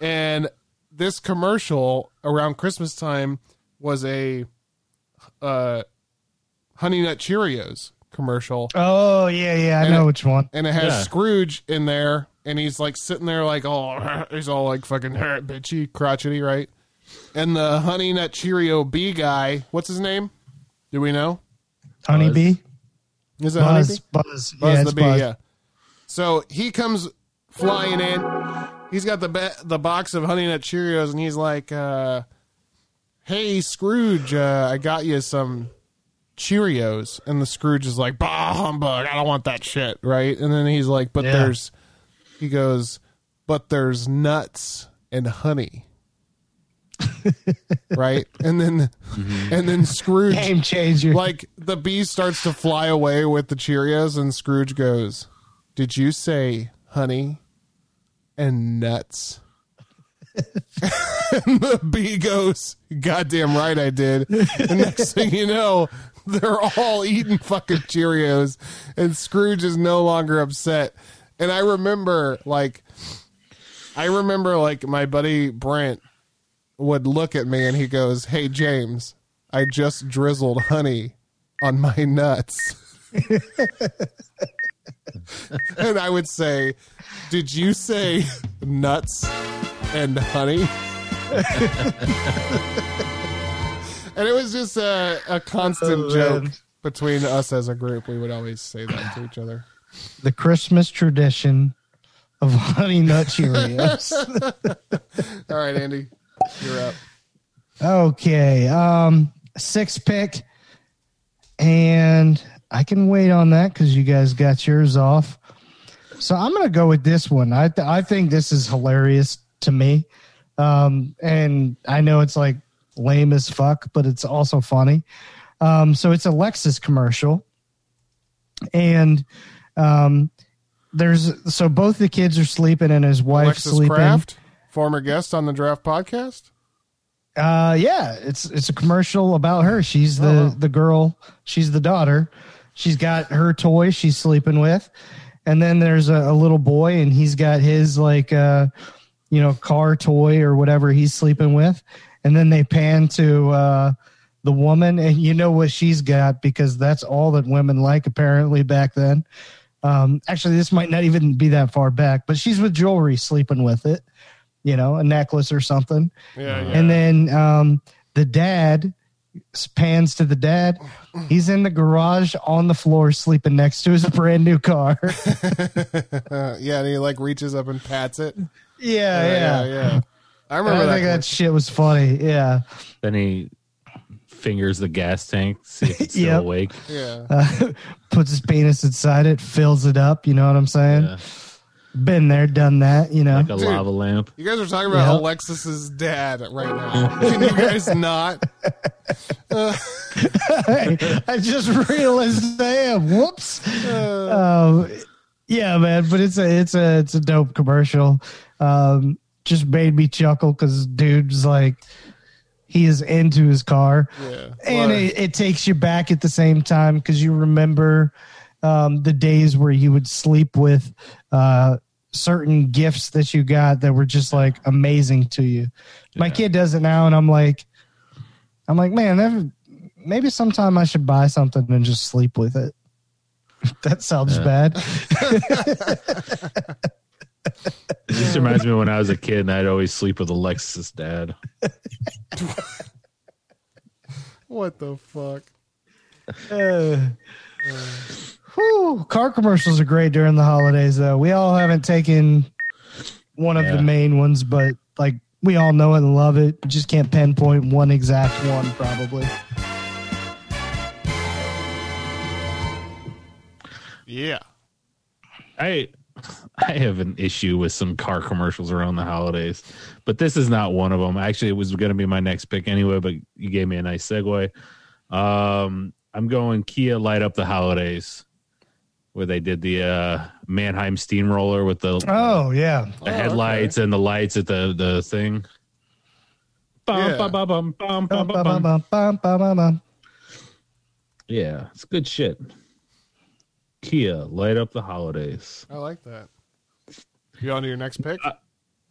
Speaker 7: And this commercial around Christmas time was a uh Honey Nut Cheerios commercial.
Speaker 3: Oh yeah, yeah. I
Speaker 7: And
Speaker 3: know
Speaker 7: it-
Speaker 3: which one.
Speaker 7: And it has
Speaker 6: Yeah.
Speaker 7: Scrooge in there and he's like sitting there like oh he's all like fucking bitchy, crotchety, right? And the Honey Nut Cheerio B guy, what's his name? Do we know?
Speaker 3: Honeybee.
Speaker 7: Is it Honeybee?
Speaker 3: Buzz, Buzz,
Speaker 7: Buzz
Speaker 3: yeah,
Speaker 7: the
Speaker 3: it's
Speaker 7: bee,
Speaker 3: Buzz.
Speaker 7: yeah. So he comes flying in. He's got the ba- the box of Honey Nut Cheerios, and he's like, uh, "Hey, Scrooge, uh, I got you some Cheerios." And the Scrooge is like, "Bah humbug! I don't want that shit." Right? And then he's like, "But
Speaker 3: Yeah.
Speaker 7: there's," he goes, "But there's nuts and honey." right? And then, and then Scrooge
Speaker 3: Game changer.
Speaker 7: like the bee starts to fly away with the Cheerios, and Scrooge goes, "Did you say honey and nuts?" and the bee goes, "Goddamn right, I did." The next thing you know, they're all eating fucking Cheerios, and Scrooge is no longer upset. And I remember, like, I remember, like, my buddy Brent would look at me and he goes, "Hey James, I just drizzled honey on my nuts." and I would say, "Did you say nuts and honey?" and it was just a, a constant
Speaker 3: Oh,
Speaker 7: joke
Speaker 3: man.
Speaker 7: between us as a group. We would always say that to each other.
Speaker 3: the Christmas tradition of honey nut Cheerios.
Speaker 7: All right, Andy, you're up.
Speaker 3: okay. Um six pick. And I can wait on that because you guys got yours off. So I'm gonna go with this one. I th- I think this is hilarious to me. Um and I know it's like lame as fuck, but it's also funny. Um so it's a Lexus commercial. And um there's so both the kids are sleeping and his wife's
Speaker 7: Alexis
Speaker 3: sleeping.
Speaker 7: Kraft, former guest on the Draft Podcast.
Speaker 3: Uh, yeah, it's it's a commercial about her. She's the the girl. She's the daughter. She's got her toy she's sleeping with, and then there's a, a little boy, and he's got his like uh, you know, car toy or whatever he's sleeping with, and then they pan to uh, the woman, and you know what she's got because that's all that women like apparently back then. Um, actually, this might not even be that far back, but she's with jewelry sleeping with it, you know, a necklace or something.
Speaker 7: Yeah, yeah.
Speaker 3: And then um, the dad s- pans to the dad. He's in the garage on the floor sleeping next to his brand new car. yeah,
Speaker 7: Uh, yeah, and he like reaches up and pats it.
Speaker 3: Oh, yeah.
Speaker 7: yeah. yeah. I remember
Speaker 3: I
Speaker 7: that.
Speaker 3: think that
Speaker 7: commercial.
Speaker 3: shit was funny. Yeah.
Speaker 6: Then he fingers the gas tank, see if it's still
Speaker 3: Yep.
Speaker 6: awake.
Speaker 7: yeah.
Speaker 3: Puts his penis inside it, fills it up. You know what I'm saying?
Speaker 6: Yeah.
Speaker 3: Been there, done that. You know,
Speaker 6: Like a lava lamp.
Speaker 7: you guys are talking about
Speaker 3: yeah.
Speaker 7: Alexis's dad right now. Can you guys not?
Speaker 3: Hey, I just realized I am. Whoops. Um, yeah, man, but it's a it's a it's a dope commercial. Um, just made me chuckle because dude's like he is into his car,
Speaker 7: Yeah.
Speaker 3: and
Speaker 7: Well,
Speaker 3: it, it takes you back at the same time because you remember um, the days where you would sleep with uh, certain gifts that you got that were just like amazing to you. My
Speaker 6: Yeah.
Speaker 3: kid does it now, and I'm like, I'm like, man, that, maybe sometime I should buy something and just sleep with it. that sounds bad.
Speaker 6: This reminds me when I was a kid and I'd always sleep with Alexis' dad.
Speaker 7: what the fuck?
Speaker 3: Uh, whew, car commercials are great during the holidays, though. We all haven't taken one of
Speaker 6: Yeah.
Speaker 3: the main ones, but like we all know it and love it. Just can't pinpoint one exact one, probably.
Speaker 7: Yeah.
Speaker 6: I I have an issue with some car commercials around the holidays, but this is not one of them. Actually, it was going to be my next pick anyway, but you gave me a nice segue. Um, I'm going Kia light up the holidays. where they did the uh, Mannheim steamroller with the,
Speaker 3: Oh yeah,
Speaker 6: the headlights and the lights at the the thing. Bum,
Speaker 7: Yeah.
Speaker 6: bum, bum, bum, bum,
Speaker 3: Bum,
Speaker 6: bum,
Speaker 3: bum,
Speaker 6: bum,
Speaker 3: bum,
Speaker 6: bum.
Speaker 3: bum, bum, bum, bum, bum.
Speaker 6: Yeah, it's good shit. Kia, light up the holidays.
Speaker 7: I like that. You on to your next pick?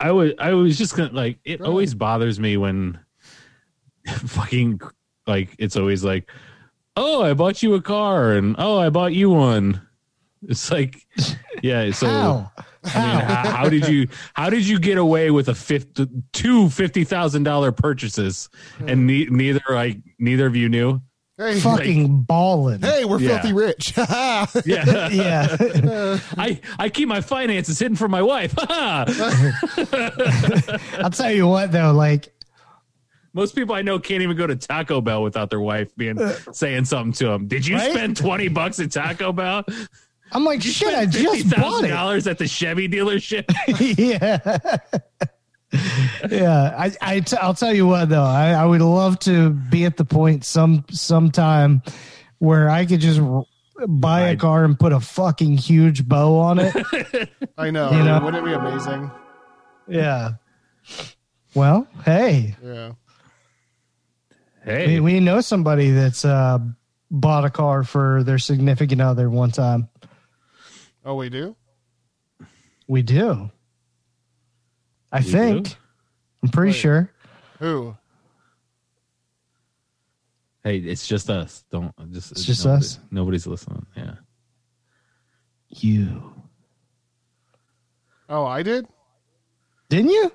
Speaker 6: I would. I was just gonna like. It
Speaker 7: Go
Speaker 6: always bothers me when fucking like it's always like, oh, I bought you a car, and oh, I bought you one. It's like, yeah. So
Speaker 3: How?
Speaker 6: I mean, how, how did you how did you get away with a fifth two fifty thousand dollar purchases, and ne- neither like neither of you knew?
Speaker 7: hey,
Speaker 3: Fucking balling.
Speaker 7: hey, we're
Speaker 6: Yeah.
Speaker 7: filthy rich.
Speaker 6: Yeah,
Speaker 3: Yeah.
Speaker 6: I I keep my finances hidden from my wife.
Speaker 3: I'll tell you what though, like
Speaker 6: Most people I know can't even go to Taco Bell without their wife being saying something to them. Did you
Speaker 3: Uh, Right?
Speaker 6: spend twenty bucks at Taco Bell?
Speaker 3: I'm like, shit, I just bought it.
Speaker 6: dollars at the Chevy dealership.
Speaker 3: yeah. yeah. I, I t- I'll tell you what though, I, I would love to be at the point some sometime where I could just r- buy a
Speaker 6: I'd-
Speaker 3: car and put a fucking huge bow on it.
Speaker 7: I know.
Speaker 3: You know.
Speaker 7: Wouldn't it be amazing?
Speaker 3: yeah. Well, hey,
Speaker 7: Yeah.
Speaker 6: hey,
Speaker 3: we, we know somebody that's uh, bought a car for their significant other one time.
Speaker 7: Oh, we do.
Speaker 3: We do. I
Speaker 6: do?
Speaker 3: think. I'm pretty
Speaker 7: Wait.
Speaker 3: sure.
Speaker 7: Who?
Speaker 6: hey, it's just us. Don't just
Speaker 3: It's just
Speaker 6: nobody-
Speaker 3: us?
Speaker 6: Nobody's listening. Yeah.
Speaker 3: You
Speaker 7: Oh, I did.
Speaker 3: didn't you?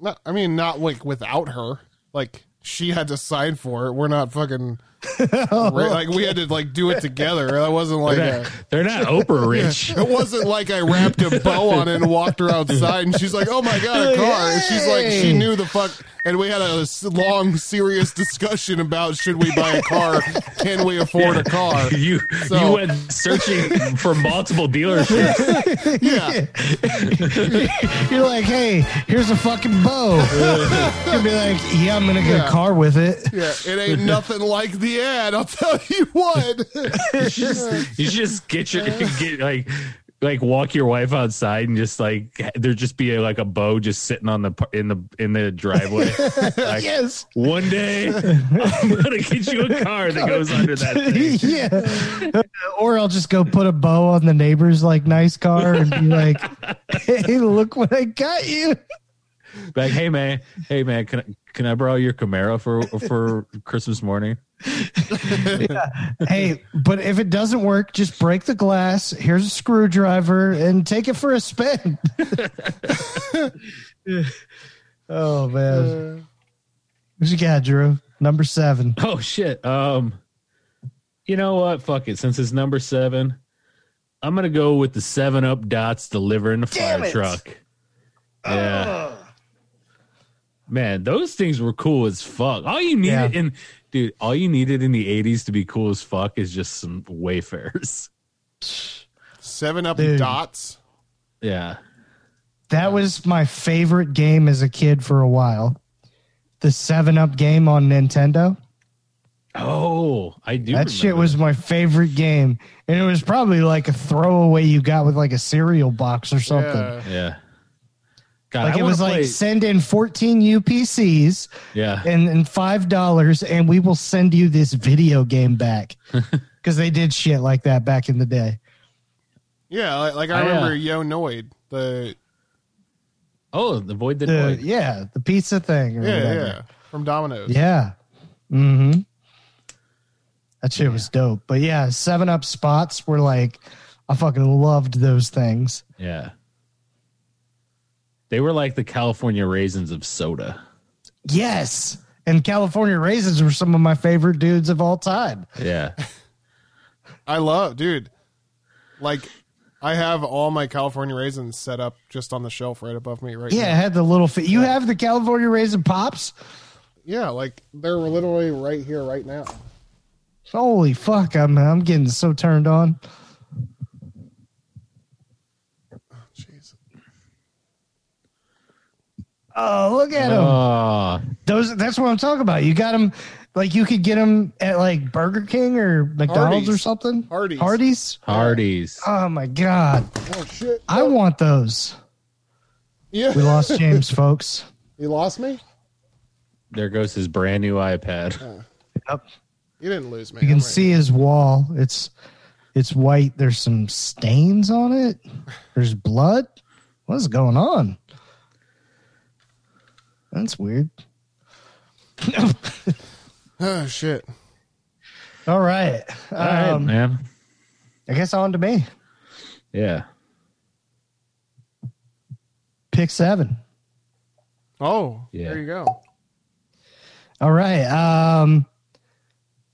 Speaker 7: No, I mean not like without her. Like she had to sign for it. We're not fucking Right, like we had to like do it together. That wasn't like a,
Speaker 6: They're not Oprah rich.
Speaker 7: it wasn't like I wrapped a bow on it and walked her outside and she's like, "Oh my god, a car." And she's like she knew the fuck and we had a s- long serious discussion about should we buy a car? Can we afford a car?
Speaker 6: You
Speaker 7: So-
Speaker 6: you went searching for multiple dealerships.
Speaker 7: Yeah.
Speaker 3: You're like, hey, here's a fucking bow. You'd be like, yeah, I'm gonna get
Speaker 7: Yeah.
Speaker 3: a car with it.
Speaker 7: Yeah, it ain't nothing like the ad. I'll tell you what.
Speaker 6: You just, you just get your get like like walk your wife outside and just like there just be like a bow just sitting on the par- in the in the driveway. Like,
Speaker 3: Yes.
Speaker 6: One day I'm gonna get you a car that goes under that thing.
Speaker 3: yeah. Or I'll just go put a bow on the neighbor's like nice car and be like, hey, look what I got you.
Speaker 6: Like, hey man, hey man, can I, can I borrow your Camaro for for Christmas morning?
Speaker 3: Hey, but if it doesn't work, just break the glass. Here's a screwdriver and take it for a spin. oh man. What you got, Drew? Number seven.
Speaker 6: Oh shit. Um you know what? Fuck it. Since it's number seven, I'm gonna go with the seven up dots delivering the
Speaker 3: Damn
Speaker 6: fire
Speaker 3: it.
Speaker 6: truck. Yeah. Man, those things were cool as fuck. All you needed
Speaker 3: Yeah.
Speaker 6: in dude, all you needed in the eighties to be cool as fuck is just some wayfarers.
Speaker 7: Seven up
Speaker 3: Dude.
Speaker 7: dots.
Speaker 6: Yeah.
Speaker 3: That was my favorite game as a kid for a while. The seven up game on Nintendo.
Speaker 6: Oh, I do.
Speaker 3: that shit
Speaker 6: remember
Speaker 3: was my favorite game. And it was probably like a throwaway you got with like a cereal box or something.
Speaker 7: Yeah.
Speaker 6: that. Yeah. God,
Speaker 3: Like
Speaker 6: I
Speaker 3: it was
Speaker 6: wanna
Speaker 3: like
Speaker 6: play-
Speaker 3: send in 14 UPCs
Speaker 6: yeah.
Speaker 3: and, and five dollars and we will send you this video game back. Because they did shit like that back in the day.
Speaker 7: Yeah, like, like
Speaker 6: I,
Speaker 7: I
Speaker 3: Oh,
Speaker 6: uh,
Speaker 7: remember Yo Noid. The
Speaker 6: oh, the void did
Speaker 3: The,
Speaker 6: void.
Speaker 3: yeah, the pizza thing or
Speaker 7: yeah,
Speaker 3: whatever.
Speaker 7: yeah, from Domino's.
Speaker 3: Yeah. Mm-hmm. That shit was dope. But yeah, seven up spots were like I fucking loved those things.
Speaker 6: Yeah. They were like the California raisins of soda.
Speaker 3: Yes. And California raisins were some of my favorite dudes of all time.
Speaker 6: Yeah.
Speaker 7: I love, dude. Like, I have all my California raisins set up just on the shelf right above me right
Speaker 3: Yeah, I
Speaker 7: now.
Speaker 3: had the little fi- you have the California raisin pops?
Speaker 7: Yeah, like they're literally right here, right now.
Speaker 3: Holy fuck, I'm I'm getting so turned on.
Speaker 7: Jeez.
Speaker 3: Oh, look at him.
Speaker 6: Oh,
Speaker 3: Those that's what I'm talking about. You got them like you could get them at like Burger King or McDonald's or
Speaker 7: Hardee's.
Speaker 3: something.
Speaker 7: Hardee's.
Speaker 3: Hardee's.
Speaker 6: Hardee's.
Speaker 3: Oh my god.
Speaker 7: Oh shit!
Speaker 3: I want those.
Speaker 7: Yeah,
Speaker 3: We lost James, folks.
Speaker 7: you lost me.
Speaker 6: There goes his brand new iPad.
Speaker 3: uh, Yep.
Speaker 7: You didn't lose me.
Speaker 3: You
Speaker 7: I'm
Speaker 3: can
Speaker 7: right
Speaker 3: see his wall. It's it's white. There's some stains on it. There's blood. What's going on? That's weird.
Speaker 7: here. Oh shit!
Speaker 3: All right.
Speaker 6: All right,
Speaker 3: Um,
Speaker 6: man.
Speaker 3: I guess on to me.
Speaker 6: Yeah.
Speaker 3: Pick seven.
Speaker 7: Oh,
Speaker 6: Yeah.
Speaker 7: there you go.
Speaker 3: All right. Um,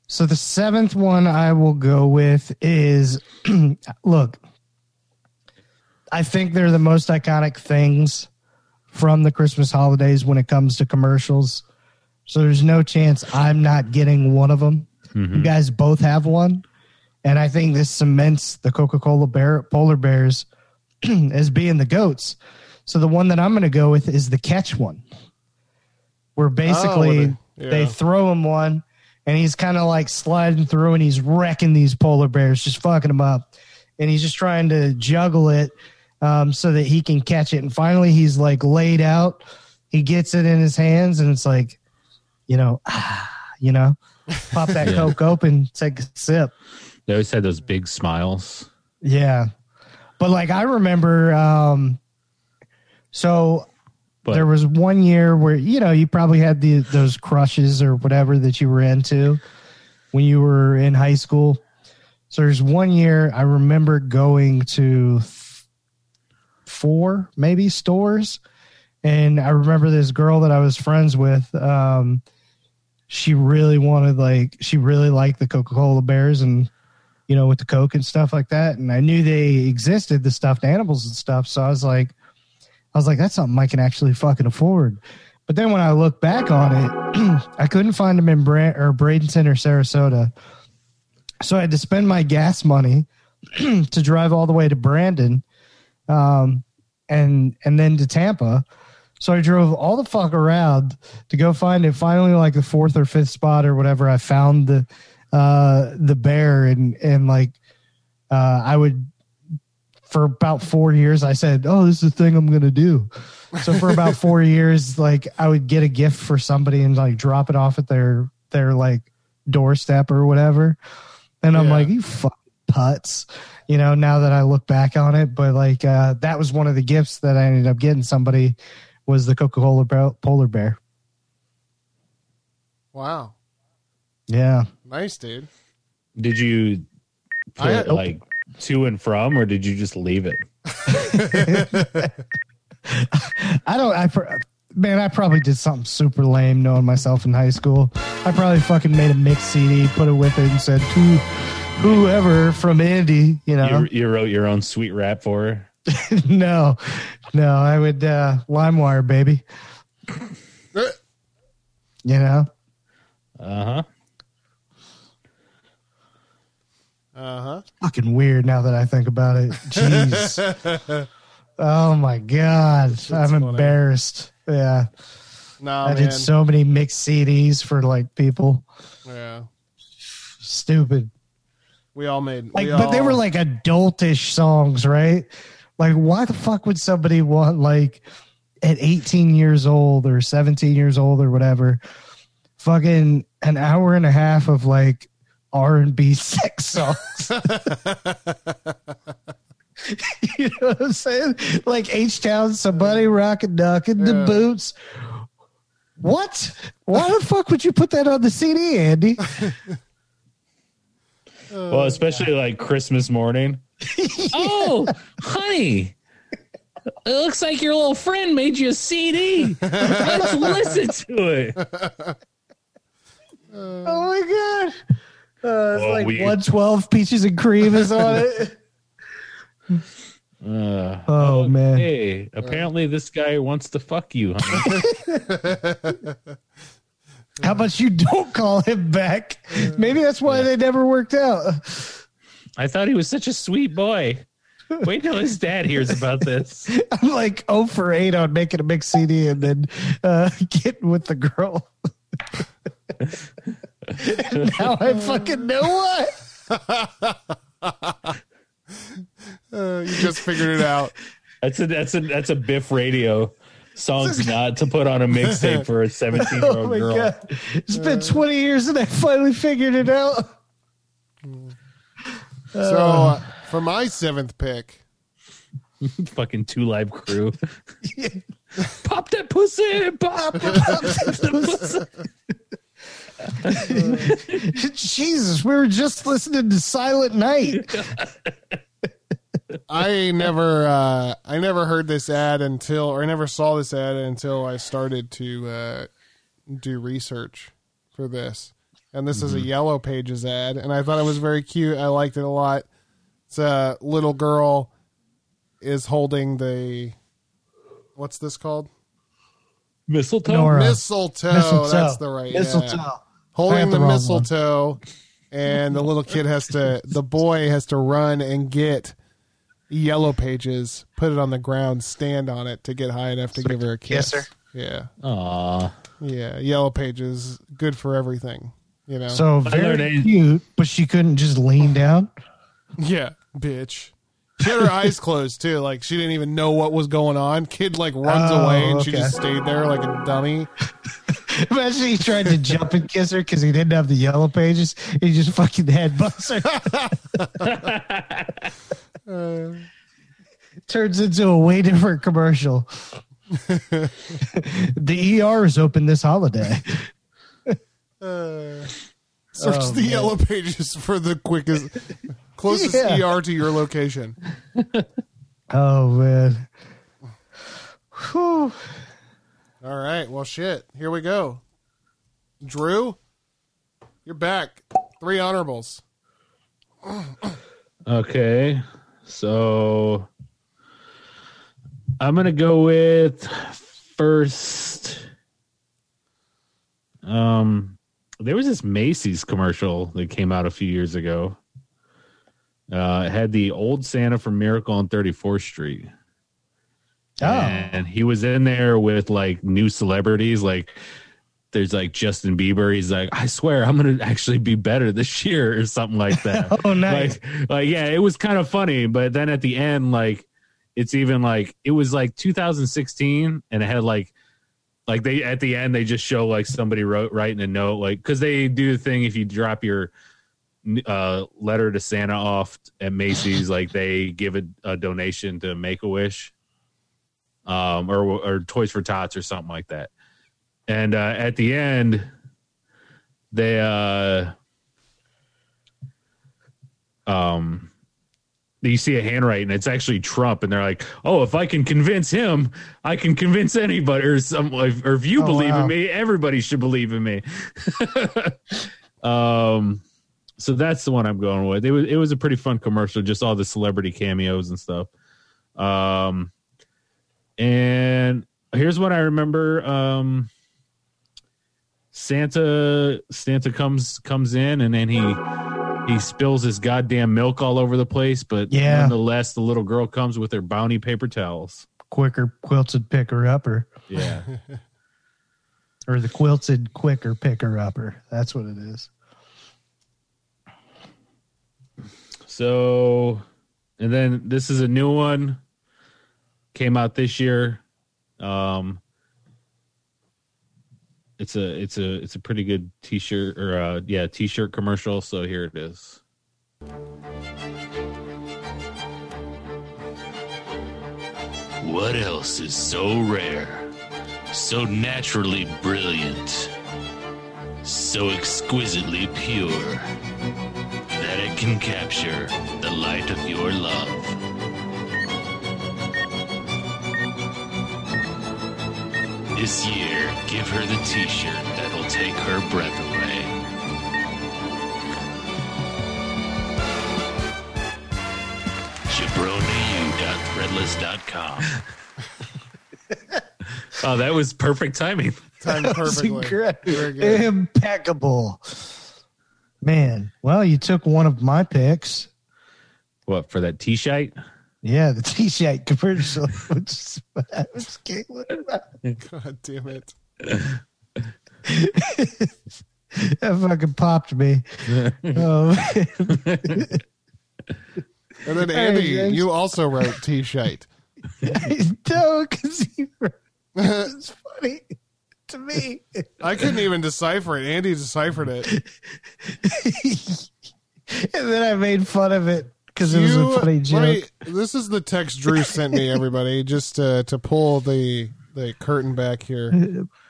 Speaker 3: so the seventh one I will go with is look, I think they're the most iconic things from the Christmas holidays when it comes to commercials. So there's no chance I'm not getting one of them. You guys both have one. And I think this cements the Coca Cola bear, polar bears as being the goats. So the one that I'm going to go with is the catch one, where basically
Speaker 7: with the-
Speaker 3: they
Speaker 7: yeah.
Speaker 3: throw him one and he's kind of like sliding through and he's wrecking these polar bears, just fucking them up. And he's just trying to juggle it um, so that he can catch it. And finally, he's like laid out. He gets it in his hands and it's like, you know, ah, you know, pop that
Speaker 6: Yeah.
Speaker 3: Coke open, take a sip.
Speaker 6: They always had those big smiles.
Speaker 3: Yeah. But like I remember um so
Speaker 6: But
Speaker 3: there was one year where you know you probably had the those crushes or whatever that you were into when you were in high school. So there's one year I remember going to th- four maybe stores, and I remember this girl that I was friends with. Um, she really wanted like she really liked the Coca Cola bears and you know with the Coke and stuff like that. And I knew they existed, the stuffed animals and stuff. So I was like, I was like, that's something I can actually fucking afford. But then when I look back on it, I couldn't find them in Brand or Bradenton or Sarasota. So I had to spend my gas money to drive all the way to Brandon um, and and then to Tampa. So I drove all the fuck around to go find it. Finally, like the fourth or fifth spot or whatever, I found the uh, the bear and and like uh, I would for about four years i said oh this is the thing i'm going to do so for about four years like i would get a gift for somebody and like drop it off at their their like doorstep or whatever and i'm
Speaker 7: Yeah.
Speaker 3: like you fuck putts you know now that i look back on it but like uh, that was one of the gifts that i ended up getting somebody was the coca-cola bro- polar bear
Speaker 7: Wow,
Speaker 3: yeah
Speaker 7: nice dude.
Speaker 6: did you put
Speaker 7: I-
Speaker 6: it,
Speaker 3: oh.
Speaker 6: like to and from, or did you just leave it?
Speaker 3: I don't. I pr- man, I probably did something super lame knowing myself in high school. I probably fucking made a mix CD, put it with it, and said to whoever from Indy, you know.
Speaker 6: You, you wrote your own sweet rap for her.
Speaker 3: no, no, I would uh, LimeWire, baby. You know.
Speaker 6: Uh huh.
Speaker 7: Uh huh.
Speaker 3: Fucking weird now that I think about it. Jeez. oh my god, I'm
Speaker 7: funny.
Speaker 3: embarrassed. Yeah,
Speaker 7: Nah,
Speaker 3: I
Speaker 7: man.
Speaker 3: did so many mix CDs for like people.
Speaker 7: yeah,
Speaker 3: Stupid.
Speaker 7: we all made.
Speaker 3: like
Speaker 7: we
Speaker 3: but they
Speaker 7: all-
Speaker 3: were like adultish songs right like why the fuck would somebody want like at 18 years old or 17 years old or whatever fucking an hour and a half of like r&b sex songs you know what i'm saying like h-town somebody rockin' duckin' the
Speaker 7: Yeah.
Speaker 3: boots what why the fuck would you put that on the cd andy
Speaker 6: Well, especially like Christmas morning. oh, honey. It looks like your little friend made you a CD. Let's listen to it.
Speaker 3: Oh my god! Uh, it's
Speaker 6: Well,
Speaker 3: like
Speaker 6: we-
Speaker 3: one twelve peaches and cream is on it.
Speaker 6: Uh,
Speaker 3: Oh man!
Speaker 6: hey, apparently this guy wants to fuck you, honey.
Speaker 3: How about you don't call him back? Maybe that's why they never worked out.
Speaker 6: I thought he was such a sweet boy. Wait till his dad hears about this.
Speaker 3: I'm like 0 for 8 on making a mix CD and then uh, getting with the girl. now I fucking know what.
Speaker 7: Uh, you just figured it out.
Speaker 6: That's a that's a that's a Biff radio songs not to put on a mixtape for a 17 year
Speaker 3: Oh
Speaker 6: old
Speaker 3: my
Speaker 6: girl.
Speaker 3: God. It's
Speaker 6: Uh.
Speaker 3: been 20 years and I finally figured it out.
Speaker 7: So uh, for my seventh pick,
Speaker 6: Fucking two live crew. pop that pussy, pop, pop that pussy.
Speaker 3: Jesus, we were just listening to Silent Night.
Speaker 7: I never uh, I never heard this ad until or I never saw this ad until I started to uh, do research for this. And this
Speaker 3: Mm-hmm.
Speaker 7: is a Yellow Pages ad, and I thought it was very cute. I liked it a lot. It's a little girl is holding the what's this called?
Speaker 6: Mistletoe.
Speaker 3: Nora.
Speaker 7: Oh, Mistletoe.
Speaker 3: Mistletoe.
Speaker 7: That's the right yeah.
Speaker 3: Mistletoe. I
Speaker 7: holding
Speaker 3: got
Speaker 7: the,
Speaker 3: the wrong
Speaker 7: mistletoe, and the little kid has to, the boy has to run and get yellow pages, put it on the ground, stand on it to get high enough to give her a kiss.
Speaker 3: kiss her.
Speaker 7: Yeah,
Speaker 6: Aw.
Speaker 7: yeah. Yellow pages, good for everything. You know.
Speaker 3: So
Speaker 6: learned
Speaker 3: very
Speaker 6: eight.
Speaker 3: cute, but she couldn't just lean down.
Speaker 7: yeah, bitch. She had her eyes closed too, like she didn't even know what was going on. Kid like runs
Speaker 3: Oh,
Speaker 7: away, and she
Speaker 3: okay. Oh,
Speaker 7: just stayed there like a dummy.
Speaker 3: Imagine he tried to jump and kiss her because he didn't have the yellow pages. He just fucking headbutts her. Turns into a way different commercial. the ER is open this holiday.
Speaker 7: Uh, search
Speaker 3: Oh,
Speaker 7: the
Speaker 3: man.
Speaker 7: yellow pages for the quickest, closest
Speaker 3: Yeah.
Speaker 7: ER to your location.
Speaker 3: Oh man. Whew. Oh.
Speaker 7: All right. Well, shit. Here we go. Drew, you're back. Three honorables.
Speaker 6: Okay. So I'm gonna go with first. Um there was this Macy's commercial that came out a few years ago. Uh it had the old Santa from Miracle on 34th Street.
Speaker 3: Oh.
Speaker 6: And he was in there with like new celebrities. Like there's like Justin Bieber. He's like, I swear I'm gonna actually be better this year or something like that.
Speaker 3: Oh nice.
Speaker 6: Like, like, yeah, it was kind of funny, but then at the end, like, it's even like it was like 2016, and it had like, like they at the end they just show like somebody wrote writing a note, like because they do the thing if you drop your uh letter to Santa off at Macy's, like they give a, a donation to Make a Wish, um, or or Toys for Tots or something like that, and uh, at the end, they uh um you see a handwriting it's actually trump and they're like oh if i can convince him i can convince anybody or some if- or if you
Speaker 3: Oh,
Speaker 6: believe
Speaker 3: wow.
Speaker 6: in me everybody should believe in me um so that's the one i'm going with it was it was a pretty fun commercial just all the celebrity cameos and stuff um and here's what i remember um Santa Santa comes comes in and then he he spills his goddamn milk all over the place, but
Speaker 3: Yeah.
Speaker 6: nonetheless the little girl comes with her bounty paper towels.
Speaker 3: Quicker quilted picker upper.
Speaker 6: Yeah.
Speaker 3: Or the quilted quicker picker upper. That's what it is.
Speaker 6: so and then this is a new one. Came out this year. Um it's a it's a it's a pretty good t-shirt or uh yeah, t-shirt commercial, so here it is.
Speaker 4: What else is so rare, so naturally brilliant, so exquisitely pure that it can capture the light of your love? This year, give her the t shirt that'll take her breath away. JabroniU.threadless.com.
Speaker 6: Oh, that was perfect timing.
Speaker 7: Timed perfectly. Very
Speaker 3: Incredible.
Speaker 7: good.
Speaker 3: Impeccable. Man, well, you took one of my picks.
Speaker 6: What for that t-shirt?
Speaker 3: Yeah, the T shirt commercial, which is what I was giggling about.
Speaker 7: God damn it.
Speaker 3: That fucking popped me. um,
Speaker 7: And then Andy,
Speaker 3: James.
Speaker 7: you also wrote T shite.
Speaker 3: no, because he it's funny to me.
Speaker 7: I couldn't even decipher it. Andy deciphered it.
Speaker 3: And then I made fun of it because it was
Speaker 7: You-
Speaker 3: a funny
Speaker 7: let
Speaker 3: joke.
Speaker 7: me- this is the text Drew sent me, everybody, just to, to pull the the curtain back here.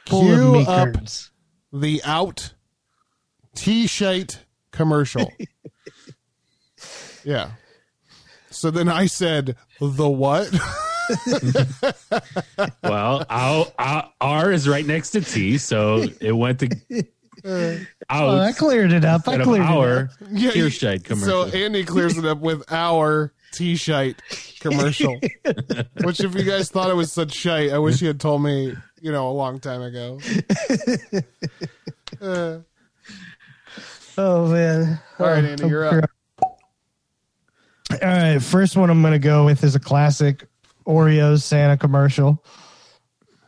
Speaker 3: Full of
Speaker 7: Cue
Speaker 3: me
Speaker 7: up
Speaker 3: curtains.
Speaker 7: The out T shite commercial. yeah. So then I said the what?
Speaker 6: Well, I'll, i R is right next to T, so it went to out
Speaker 3: Well, Oh, I cleared it up. I
Speaker 6: instead of
Speaker 3: cleared it
Speaker 6: our
Speaker 3: up.
Speaker 7: Yeah, you-
Speaker 6: Kirschheit
Speaker 7: So
Speaker 6: commercial.
Speaker 7: Andy clears it up with our T shite commercial. Which if you guys thought it was such shite, I wish you had told me, you know, a long time ago. Uh,
Speaker 3: Oh man!
Speaker 7: all right,
Speaker 3: Oh,
Speaker 7: Andy, you're up.
Speaker 3: All right, first one I'm going to go with is a classic Oreos Santa commercial.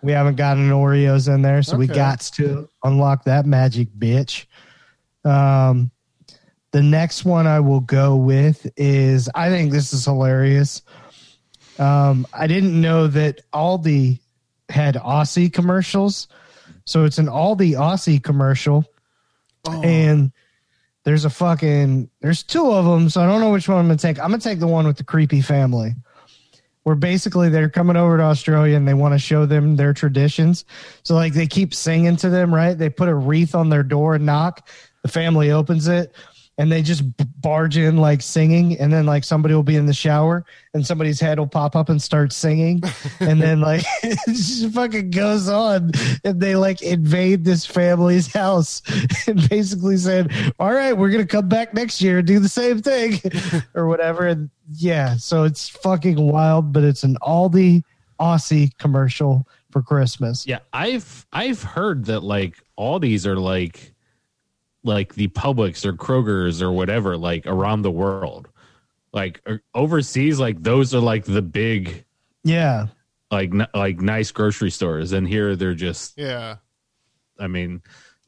Speaker 3: We haven't gotten Oreos in there, so we
Speaker 7: Okay.
Speaker 3: got to unlock that magic, bitch. Um, the next one I will go with is I think this is hilarious. Um, I didn't know that Aldi had Aussie commercials, so it's an Aldi Aussie commercial, and there's a fucking there's two of them so i don't know which one i'm gonna take i'm gonna take the one with the creepy family where basically they're coming over to australia and they want to show them their traditions so like they keep singing to them right they put a wreath on their door and knock the family opens it and they just b- barge in like singing and then like somebody will be in the shower and somebody's head will pop up and start singing and then like it just fucking goes on and they like invade this family's house and basically said all right we're gonna come back next year and do the same thing or whatever and yeah so it's fucking wild but it's an aldi aussie commercial for christmas
Speaker 6: Yeah, I've I've heard that like Aldi's are like like the Publix or Kroger's or whatever like around the world. Like o- overseas like those are like the big
Speaker 3: yeah
Speaker 6: like n- like nice grocery stores and here they're just
Speaker 7: Yeah.
Speaker 6: I mean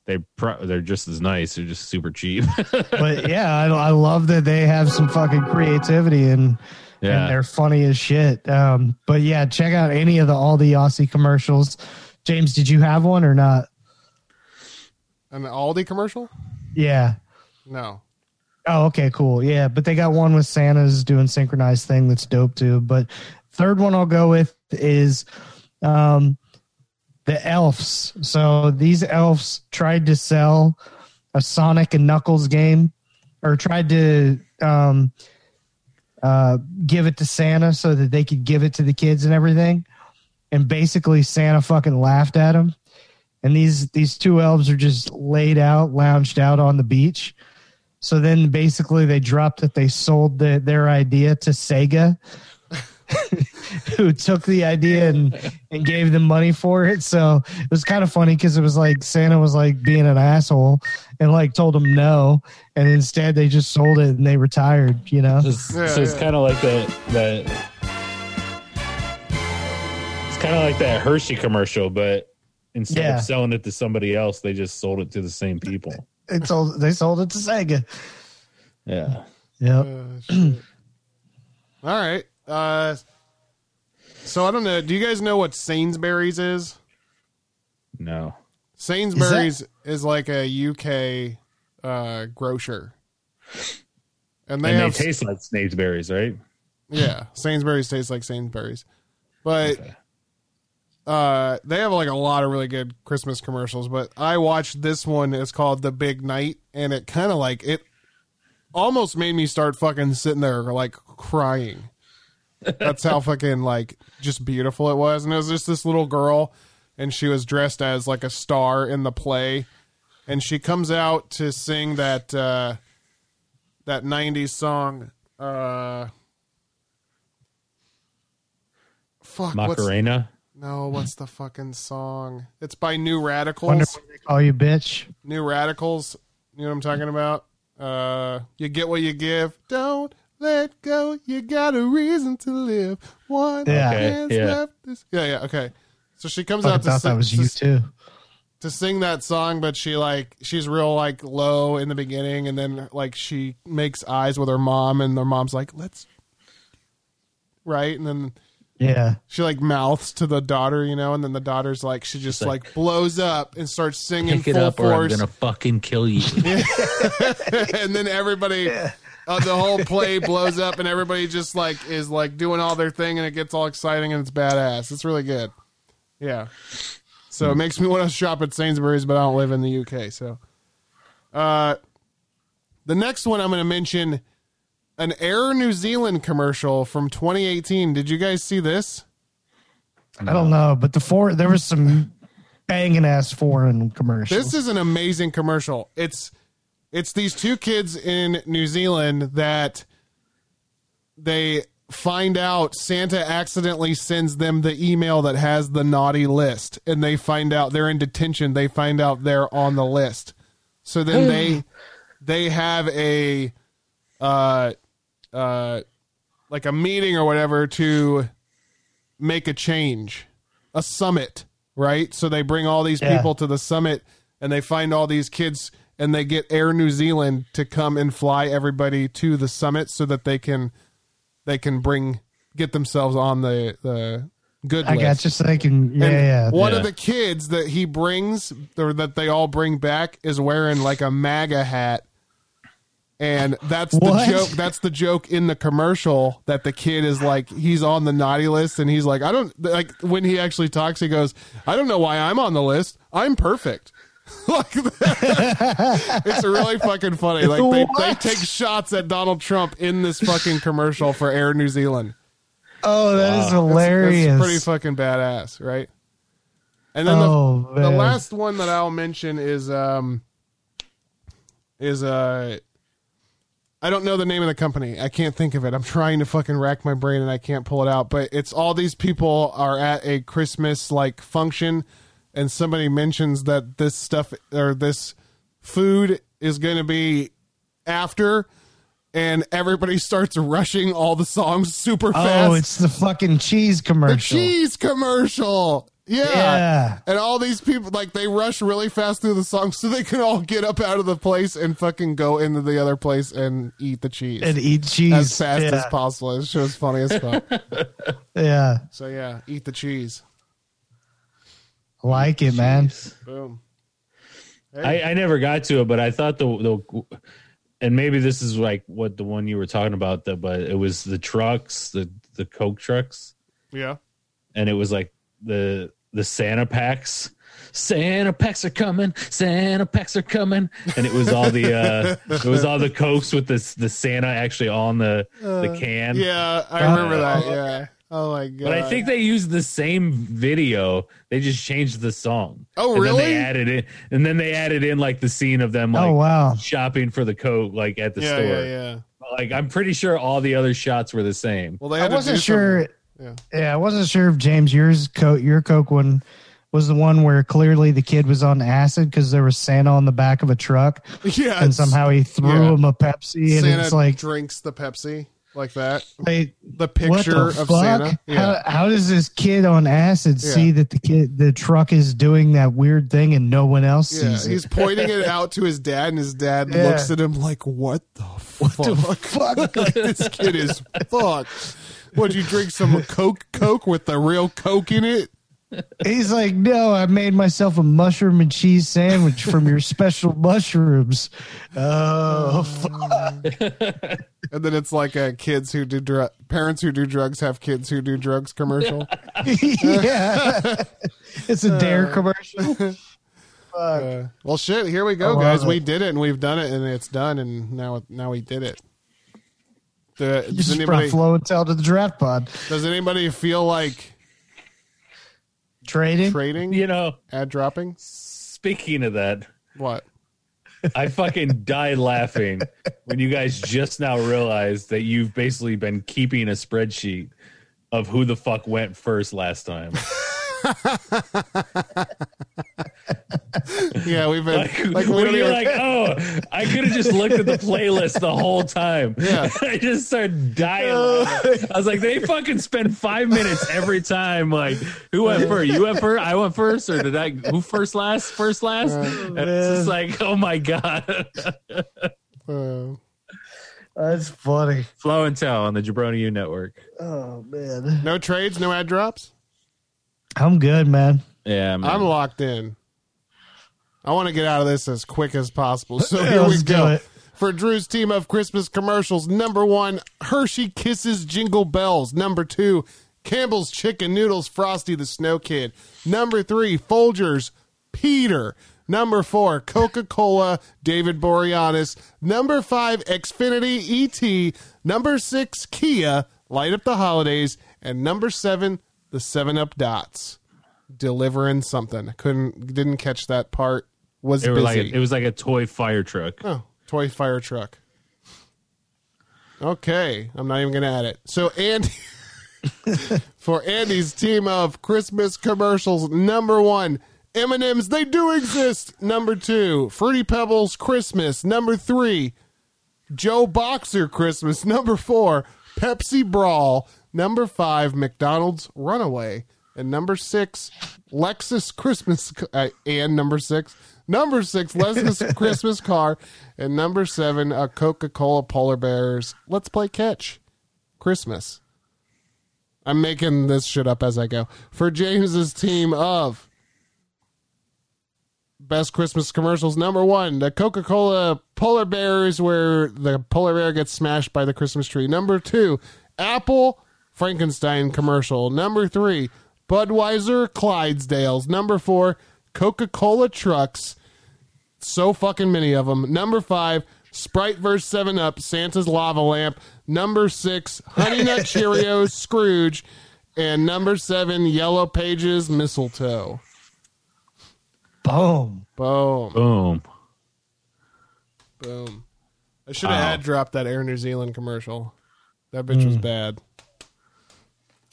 Speaker 6: they pro- they're just as nice, they're just super cheap.
Speaker 3: but yeah I, I love that they have some fucking creativity and
Speaker 6: Yeah.
Speaker 3: and they're funny as shit um but yeah check out any of the aldi aussie commercials james did you have one or not
Speaker 7: An Aldi commercial?
Speaker 3: yeah
Speaker 7: No.
Speaker 3: Oh, okay, cool. Yeah, but they got one with Santa's doing synchronized thing that's dope too. But third one I'll go with is um, the elves. So these elves tried to sell a Sonic and Knuckles game, or tried to um, uh, give it to Santa so that they could give it to the kids and everything. And basically, Santa fucking laughed at him. And these these two elves are just laid out, lounged out on the beach. So then basically they dropped that they sold the, their idea to Sega, who took the idea and, and gave them money for it. So it was kind of funny because it was like Santa was like being an asshole and like told them no. And instead they just sold it and they retired, you know?
Speaker 6: It's-
Speaker 7: Yeah,
Speaker 6: so it's
Speaker 7: yeah.
Speaker 6: kind of like that that it's kind of like that Hershey commercial, but instead
Speaker 3: Yeah.
Speaker 6: of selling it to somebody else, they just sold it to the same people.
Speaker 3: They sold, they sold it to Sega.
Speaker 6: Yeah.
Speaker 3: Yep.
Speaker 7: Uh, shit. All right. Uh, so I don't know. Do you guys know what Sainsbury's is?
Speaker 6: No.
Speaker 7: Sainsbury's is, like a UK uh, grocer, and they
Speaker 6: and
Speaker 7: have
Speaker 6: they taste like Snapeberries, right?
Speaker 7: yeah Sainsbury's tastes like Sainsbury's, but uh, they have like a lot of really good Christmas commercials. But I watched this one. It's called The Big Night, and it kind of like it almost made me start fucking sitting there like crying. That's how fucking like just beautiful it was. And it was just this little girl, and she was dressed as like a star in the play, and she comes out to sing that uh, that '90s song. Uh, fuck, what's
Speaker 6: Macarena.
Speaker 7: no, what's the fucking song? It's by New Radicals.
Speaker 3: Wonder what they call you, bitch.
Speaker 7: New Radicals. You know what I'm talking about? Uh, you get what you give. Don't let go. You got a reason to live. One
Speaker 3: Yeah.
Speaker 6: Okay,
Speaker 7: chance
Speaker 6: yeah.
Speaker 7: left. This- Yeah, yeah, okay. So she comes
Speaker 3: I
Speaker 7: out to
Speaker 3: thought
Speaker 7: sing,
Speaker 3: that was
Speaker 7: to
Speaker 3: you
Speaker 7: s-
Speaker 3: too.
Speaker 7: to sing that song, but she like she's real like low in the beginning, and then like she makes eyes with her mom, and their mom's like, "Let's," right, and then
Speaker 3: Yeah.
Speaker 7: she like mouths to the daughter, you know, and then the daughter's like she just
Speaker 6: She's like,
Speaker 7: like, blows up and starts singing
Speaker 6: Pick it
Speaker 7: full
Speaker 6: up or I'm
Speaker 7: force,
Speaker 6: gonna fucking kill you.
Speaker 7: and then everybody, uh, the whole play blows up, and everybody just like is like doing all their thing, and it gets all exciting and it's badass. It's really good, yeah. So it makes me want to shop at Sainsbury's, but I don't live in the UK, so. Uh, the next one I'm going to mention an Air New Zealand commercial from 2018. Did you guys see this?
Speaker 3: I don't know, but the four there was some banging ass foreign commercials.
Speaker 7: This is an amazing commercial. It's it's these two kids in New Zealand that they find out Santa accidentally sends them the email that has the naughty list and they find out they're in detention. They find out they're on the list. So then they they have a uh uh like a meeting or whatever to make a change, a summit, right? So they bring all these
Speaker 3: Yeah.
Speaker 7: people to the summit and they find all these kids and they get Air New Zealand to come and fly everybody to the summit so that they can they can bring get themselves on the the good
Speaker 3: I
Speaker 7: list.
Speaker 3: got you so I can yeah,
Speaker 7: And
Speaker 3: yeah.
Speaker 7: One
Speaker 6: Yeah.
Speaker 7: of the kids that he brings or that they all bring back is wearing like a MAGA hat. And that's
Speaker 3: What?
Speaker 7: the joke. That's the joke in the commercial that the kid is like, he's on the naughty list. And he's like, I don't like when he actually talks, he goes, I don't know why I'm on the list. I'm perfect. like, it's really fucking funny. Like, they, they
Speaker 3: What?
Speaker 7: take shots at Donald Trump in this fucking commercial for Air New Zealand.
Speaker 3: Oh, that is hilarious.
Speaker 7: That's pretty fucking badass, right? And then
Speaker 3: Oh,
Speaker 7: the, the
Speaker 3: man.
Speaker 7: last one that I'll mention is um is uh I don't know the name of the company. I can't think of it. I'm trying to fucking rack my brain and I can't pull it out. But it's all these people are at a Christmas like function and somebody mentions that this stuff or this food is going to be after and everybody starts rushing all the songs super fast.
Speaker 3: oh, it's the fucking cheese commercial.
Speaker 7: The cheese commercial. Yeah.
Speaker 3: Yeah.
Speaker 7: And all these people, like, they rush really fast through the song so they can all get up out of the place and fucking go into the other place and eat the cheese
Speaker 3: and eat cheese
Speaker 7: as fast
Speaker 3: yeah.
Speaker 7: as possible. It's just funny as fuck.
Speaker 3: Yeah,
Speaker 7: so, yeah, eat the cheese.
Speaker 3: I like it, man.
Speaker 7: Boom.
Speaker 6: I, I never got to it, but I thought the the and maybe this is like what the one you were talking about the but it was the trucks, the the Coke trucks.
Speaker 7: Yeah.
Speaker 6: and it was like the the Santa packs. Santa packs are coming. Santa packs are coming, and it was all the uh, it was all the cokes with this the Santa actually on the the can.
Speaker 7: Uh, Yeah, I
Speaker 3: Uh,
Speaker 7: remember that. Yeah. Oh, my God.
Speaker 6: But I think they used the same video. They just changed the song.
Speaker 7: Oh,
Speaker 6: and Then
Speaker 7: really?
Speaker 6: they added it, and then they added in like the scene of them like
Speaker 3: oh wow,
Speaker 6: shopping for the coke, like at the
Speaker 7: Yeah,
Speaker 6: store.
Speaker 7: yeah, yeah.
Speaker 6: But, Like I'm pretty sure all the other shots were the same.
Speaker 7: Well, they
Speaker 3: I
Speaker 7: had to do
Speaker 3: wasn't
Speaker 7: some-
Speaker 3: sure.
Speaker 7: Yeah.
Speaker 3: Yeah. I wasn't sure if James yours coke your coke one was the one where clearly the kid was on acid because there was Santa on the back of a truck,
Speaker 7: Yeah.
Speaker 3: and somehow he threw
Speaker 7: yeah.
Speaker 3: him a Pepsi, and
Speaker 7: Santa
Speaker 3: it's like
Speaker 7: drinks the Pepsi like that.
Speaker 3: they-
Speaker 7: The picture
Speaker 3: what the
Speaker 7: of
Speaker 3: fuck?
Speaker 7: Santa. Yeah.
Speaker 3: How, how does this kid on acid
Speaker 7: Yeah.
Speaker 3: see that the kid the truck is doing that weird thing and no one else
Speaker 7: Yeah,
Speaker 3: sees
Speaker 7: he's
Speaker 3: it?
Speaker 7: pointing it out to his dad, and his dad
Speaker 3: Yeah.
Speaker 7: looks at him like, "What the fuck? Like, this kid is fucked. What? You drink some Coke, Coke with the real Coke in it?
Speaker 3: He's like, no, I made myself a mushroom and cheese sandwich from your special mushrooms. Oh, fuck.
Speaker 7: And then it's like a kids who do dr- parents who do drugs have kids who do drugs commercial.
Speaker 3: yeah. it's a dare commercial.
Speaker 7: Uh, well, shit, here we
Speaker 3: I
Speaker 7: go,
Speaker 3: love
Speaker 7: guys. We
Speaker 3: it.
Speaker 7: did it, and we've done it, and it's done, and now now we did it. The-
Speaker 3: You
Speaker 7: does
Speaker 3: just brought
Speaker 7: anybody
Speaker 3: Flow and Tell to the draft pod.
Speaker 7: does anybody feel like
Speaker 3: Trading?
Speaker 7: trading?
Speaker 6: You know,
Speaker 7: ad dropping?
Speaker 6: speaking of that,
Speaker 7: What?
Speaker 6: I fucking died laughing when you guys just now realized that you've basically been keeping a spreadsheet of who the fuck went first last time.
Speaker 7: yeah, we've been
Speaker 6: Like,
Speaker 7: like, we
Speaker 6: when
Speaker 7: don't
Speaker 6: you're
Speaker 7: even,
Speaker 6: like, oh, I could have just looked at the playlist the whole time.
Speaker 7: Yeah. Uh.
Speaker 6: I just started dying. laughing. I was like, they fucking spend five minutes every time. Like, who went first? You went first? I went first? Or did I? Who first last? First last? and it's just like, oh my God.
Speaker 7: uh,
Speaker 3: That's funny.
Speaker 6: Flow and Tell on the Jabroni U Network.
Speaker 3: Oh man,
Speaker 7: no trades, no ad drops.
Speaker 3: I'm good, man.
Speaker 6: Yeah. man.
Speaker 7: I'm locked in. I want to get out of this as quick as possible. So
Speaker 3: Yeah,
Speaker 7: here we
Speaker 3: let's do
Speaker 7: go.
Speaker 3: it.
Speaker 7: For Drew's team of Christmas commercials, number one, Hershey Kisses Jingle Bells. Number two, Campbell's Chicken Noodles Frosty the Snow Kid. Number three, Folgers Peter. Number four, Coca Cola David Boreanaz. Number five, Xfinity ET. Number six, Kia Light Up the Holidays. And number seven, the Seven Up Dots delivering something. I couldn't didn't catch that part. Was
Speaker 6: it,
Speaker 7: busy.
Speaker 6: was like a, it was like a toy fire truck.
Speaker 7: oh, toy fire truck. Okay, I'm not even gonna add it. So Andy for Andy's team of Christmas commercials, number one. M&M's, they do exist. Number two, Fruity Pebbles Christmas. Number three, Joe Boxer Christmas. Number four, Pepsi Brawl. Number five, McDonald's Runaway. And number six, Lexus Christmas. Uh, and number six, number six, Lexus Christmas car. And number seven, a Coca Cola Polar Bears. Let's play catch. Christmas. I'm making this shit up as I go. For James's team of best Christmas commercials. Number one, the Coca Cola polar bears, where the polar bear gets smashed by the Christmas tree. Number two, Apple Frankenstein commercial. Number three, Budweiser Clydesdales. Number four, Coca Cola trucks. So fucking many of them. Number five, Sprite verse Seven Up, Santa's lava lamp. Number six, Honey Nut Cheerios, Scrooge, and number seven, Yellow Pages mistletoe.
Speaker 3: Boom.
Speaker 7: Boom.
Speaker 6: Boom.
Speaker 7: Boom. I should have had dropped that Air New Zealand commercial. That bitch was bad.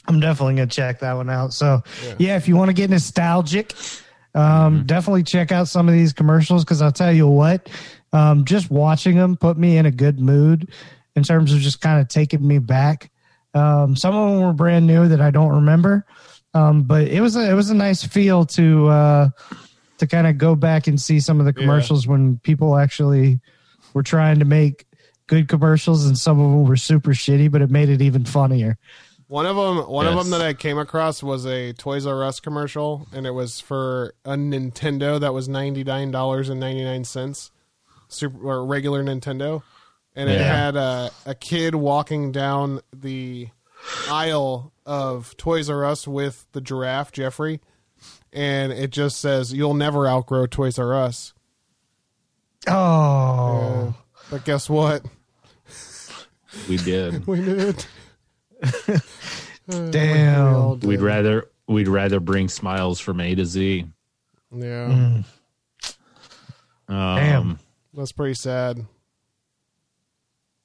Speaker 3: I'm definitely gonna check that one out. So yeah, if you want to get nostalgic, um, definitely check out some of these commercials because I'll tell you what, um, just watching them put me in a good mood in terms of just kind of taking me back. Um, some of them were brand new that I don't remember, um, but it was a, it was a nice feel to uh, to kind of go back and see some of the commercials when people actually were trying to make good commercials and some of them were super shitty, but it made it even funnier.
Speaker 7: One of them, one of
Speaker 6: Yes.
Speaker 7: 'em that I came across was a Toys R Us commercial, and it was for a Nintendo that was ninety nine dollars and ninety nine cents, super or regular Nintendo, and it
Speaker 6: Yeah.
Speaker 7: had a, a kid walking down the aisle of Toys R Us with the giraffe Jeffrey, and it just says, "You'll never outgrow Toys R Us."
Speaker 3: Oh,
Speaker 7: But guess what?
Speaker 6: We did.
Speaker 7: We did. We all
Speaker 3: damn.
Speaker 7: did.
Speaker 6: We'd rather we'd rather bring smiles from A to Z.
Speaker 7: Yeah,
Speaker 3: Mm-hmm.
Speaker 6: Um,
Speaker 3: Damn.
Speaker 7: that's pretty sad.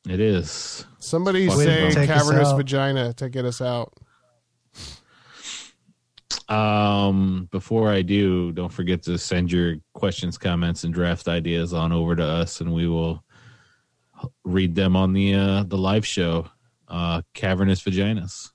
Speaker 6: It is.
Speaker 7: Somebody
Speaker 6: Fuck them.
Speaker 7: say
Speaker 3: Take us
Speaker 7: cavernous
Speaker 3: out.
Speaker 7: vagina to get us out.
Speaker 6: Um, before I do, don't forget to send your questions, comments, and draft ideas on over to us, and we will read them on the uh, the live show. Uh, Cavernous vaginas.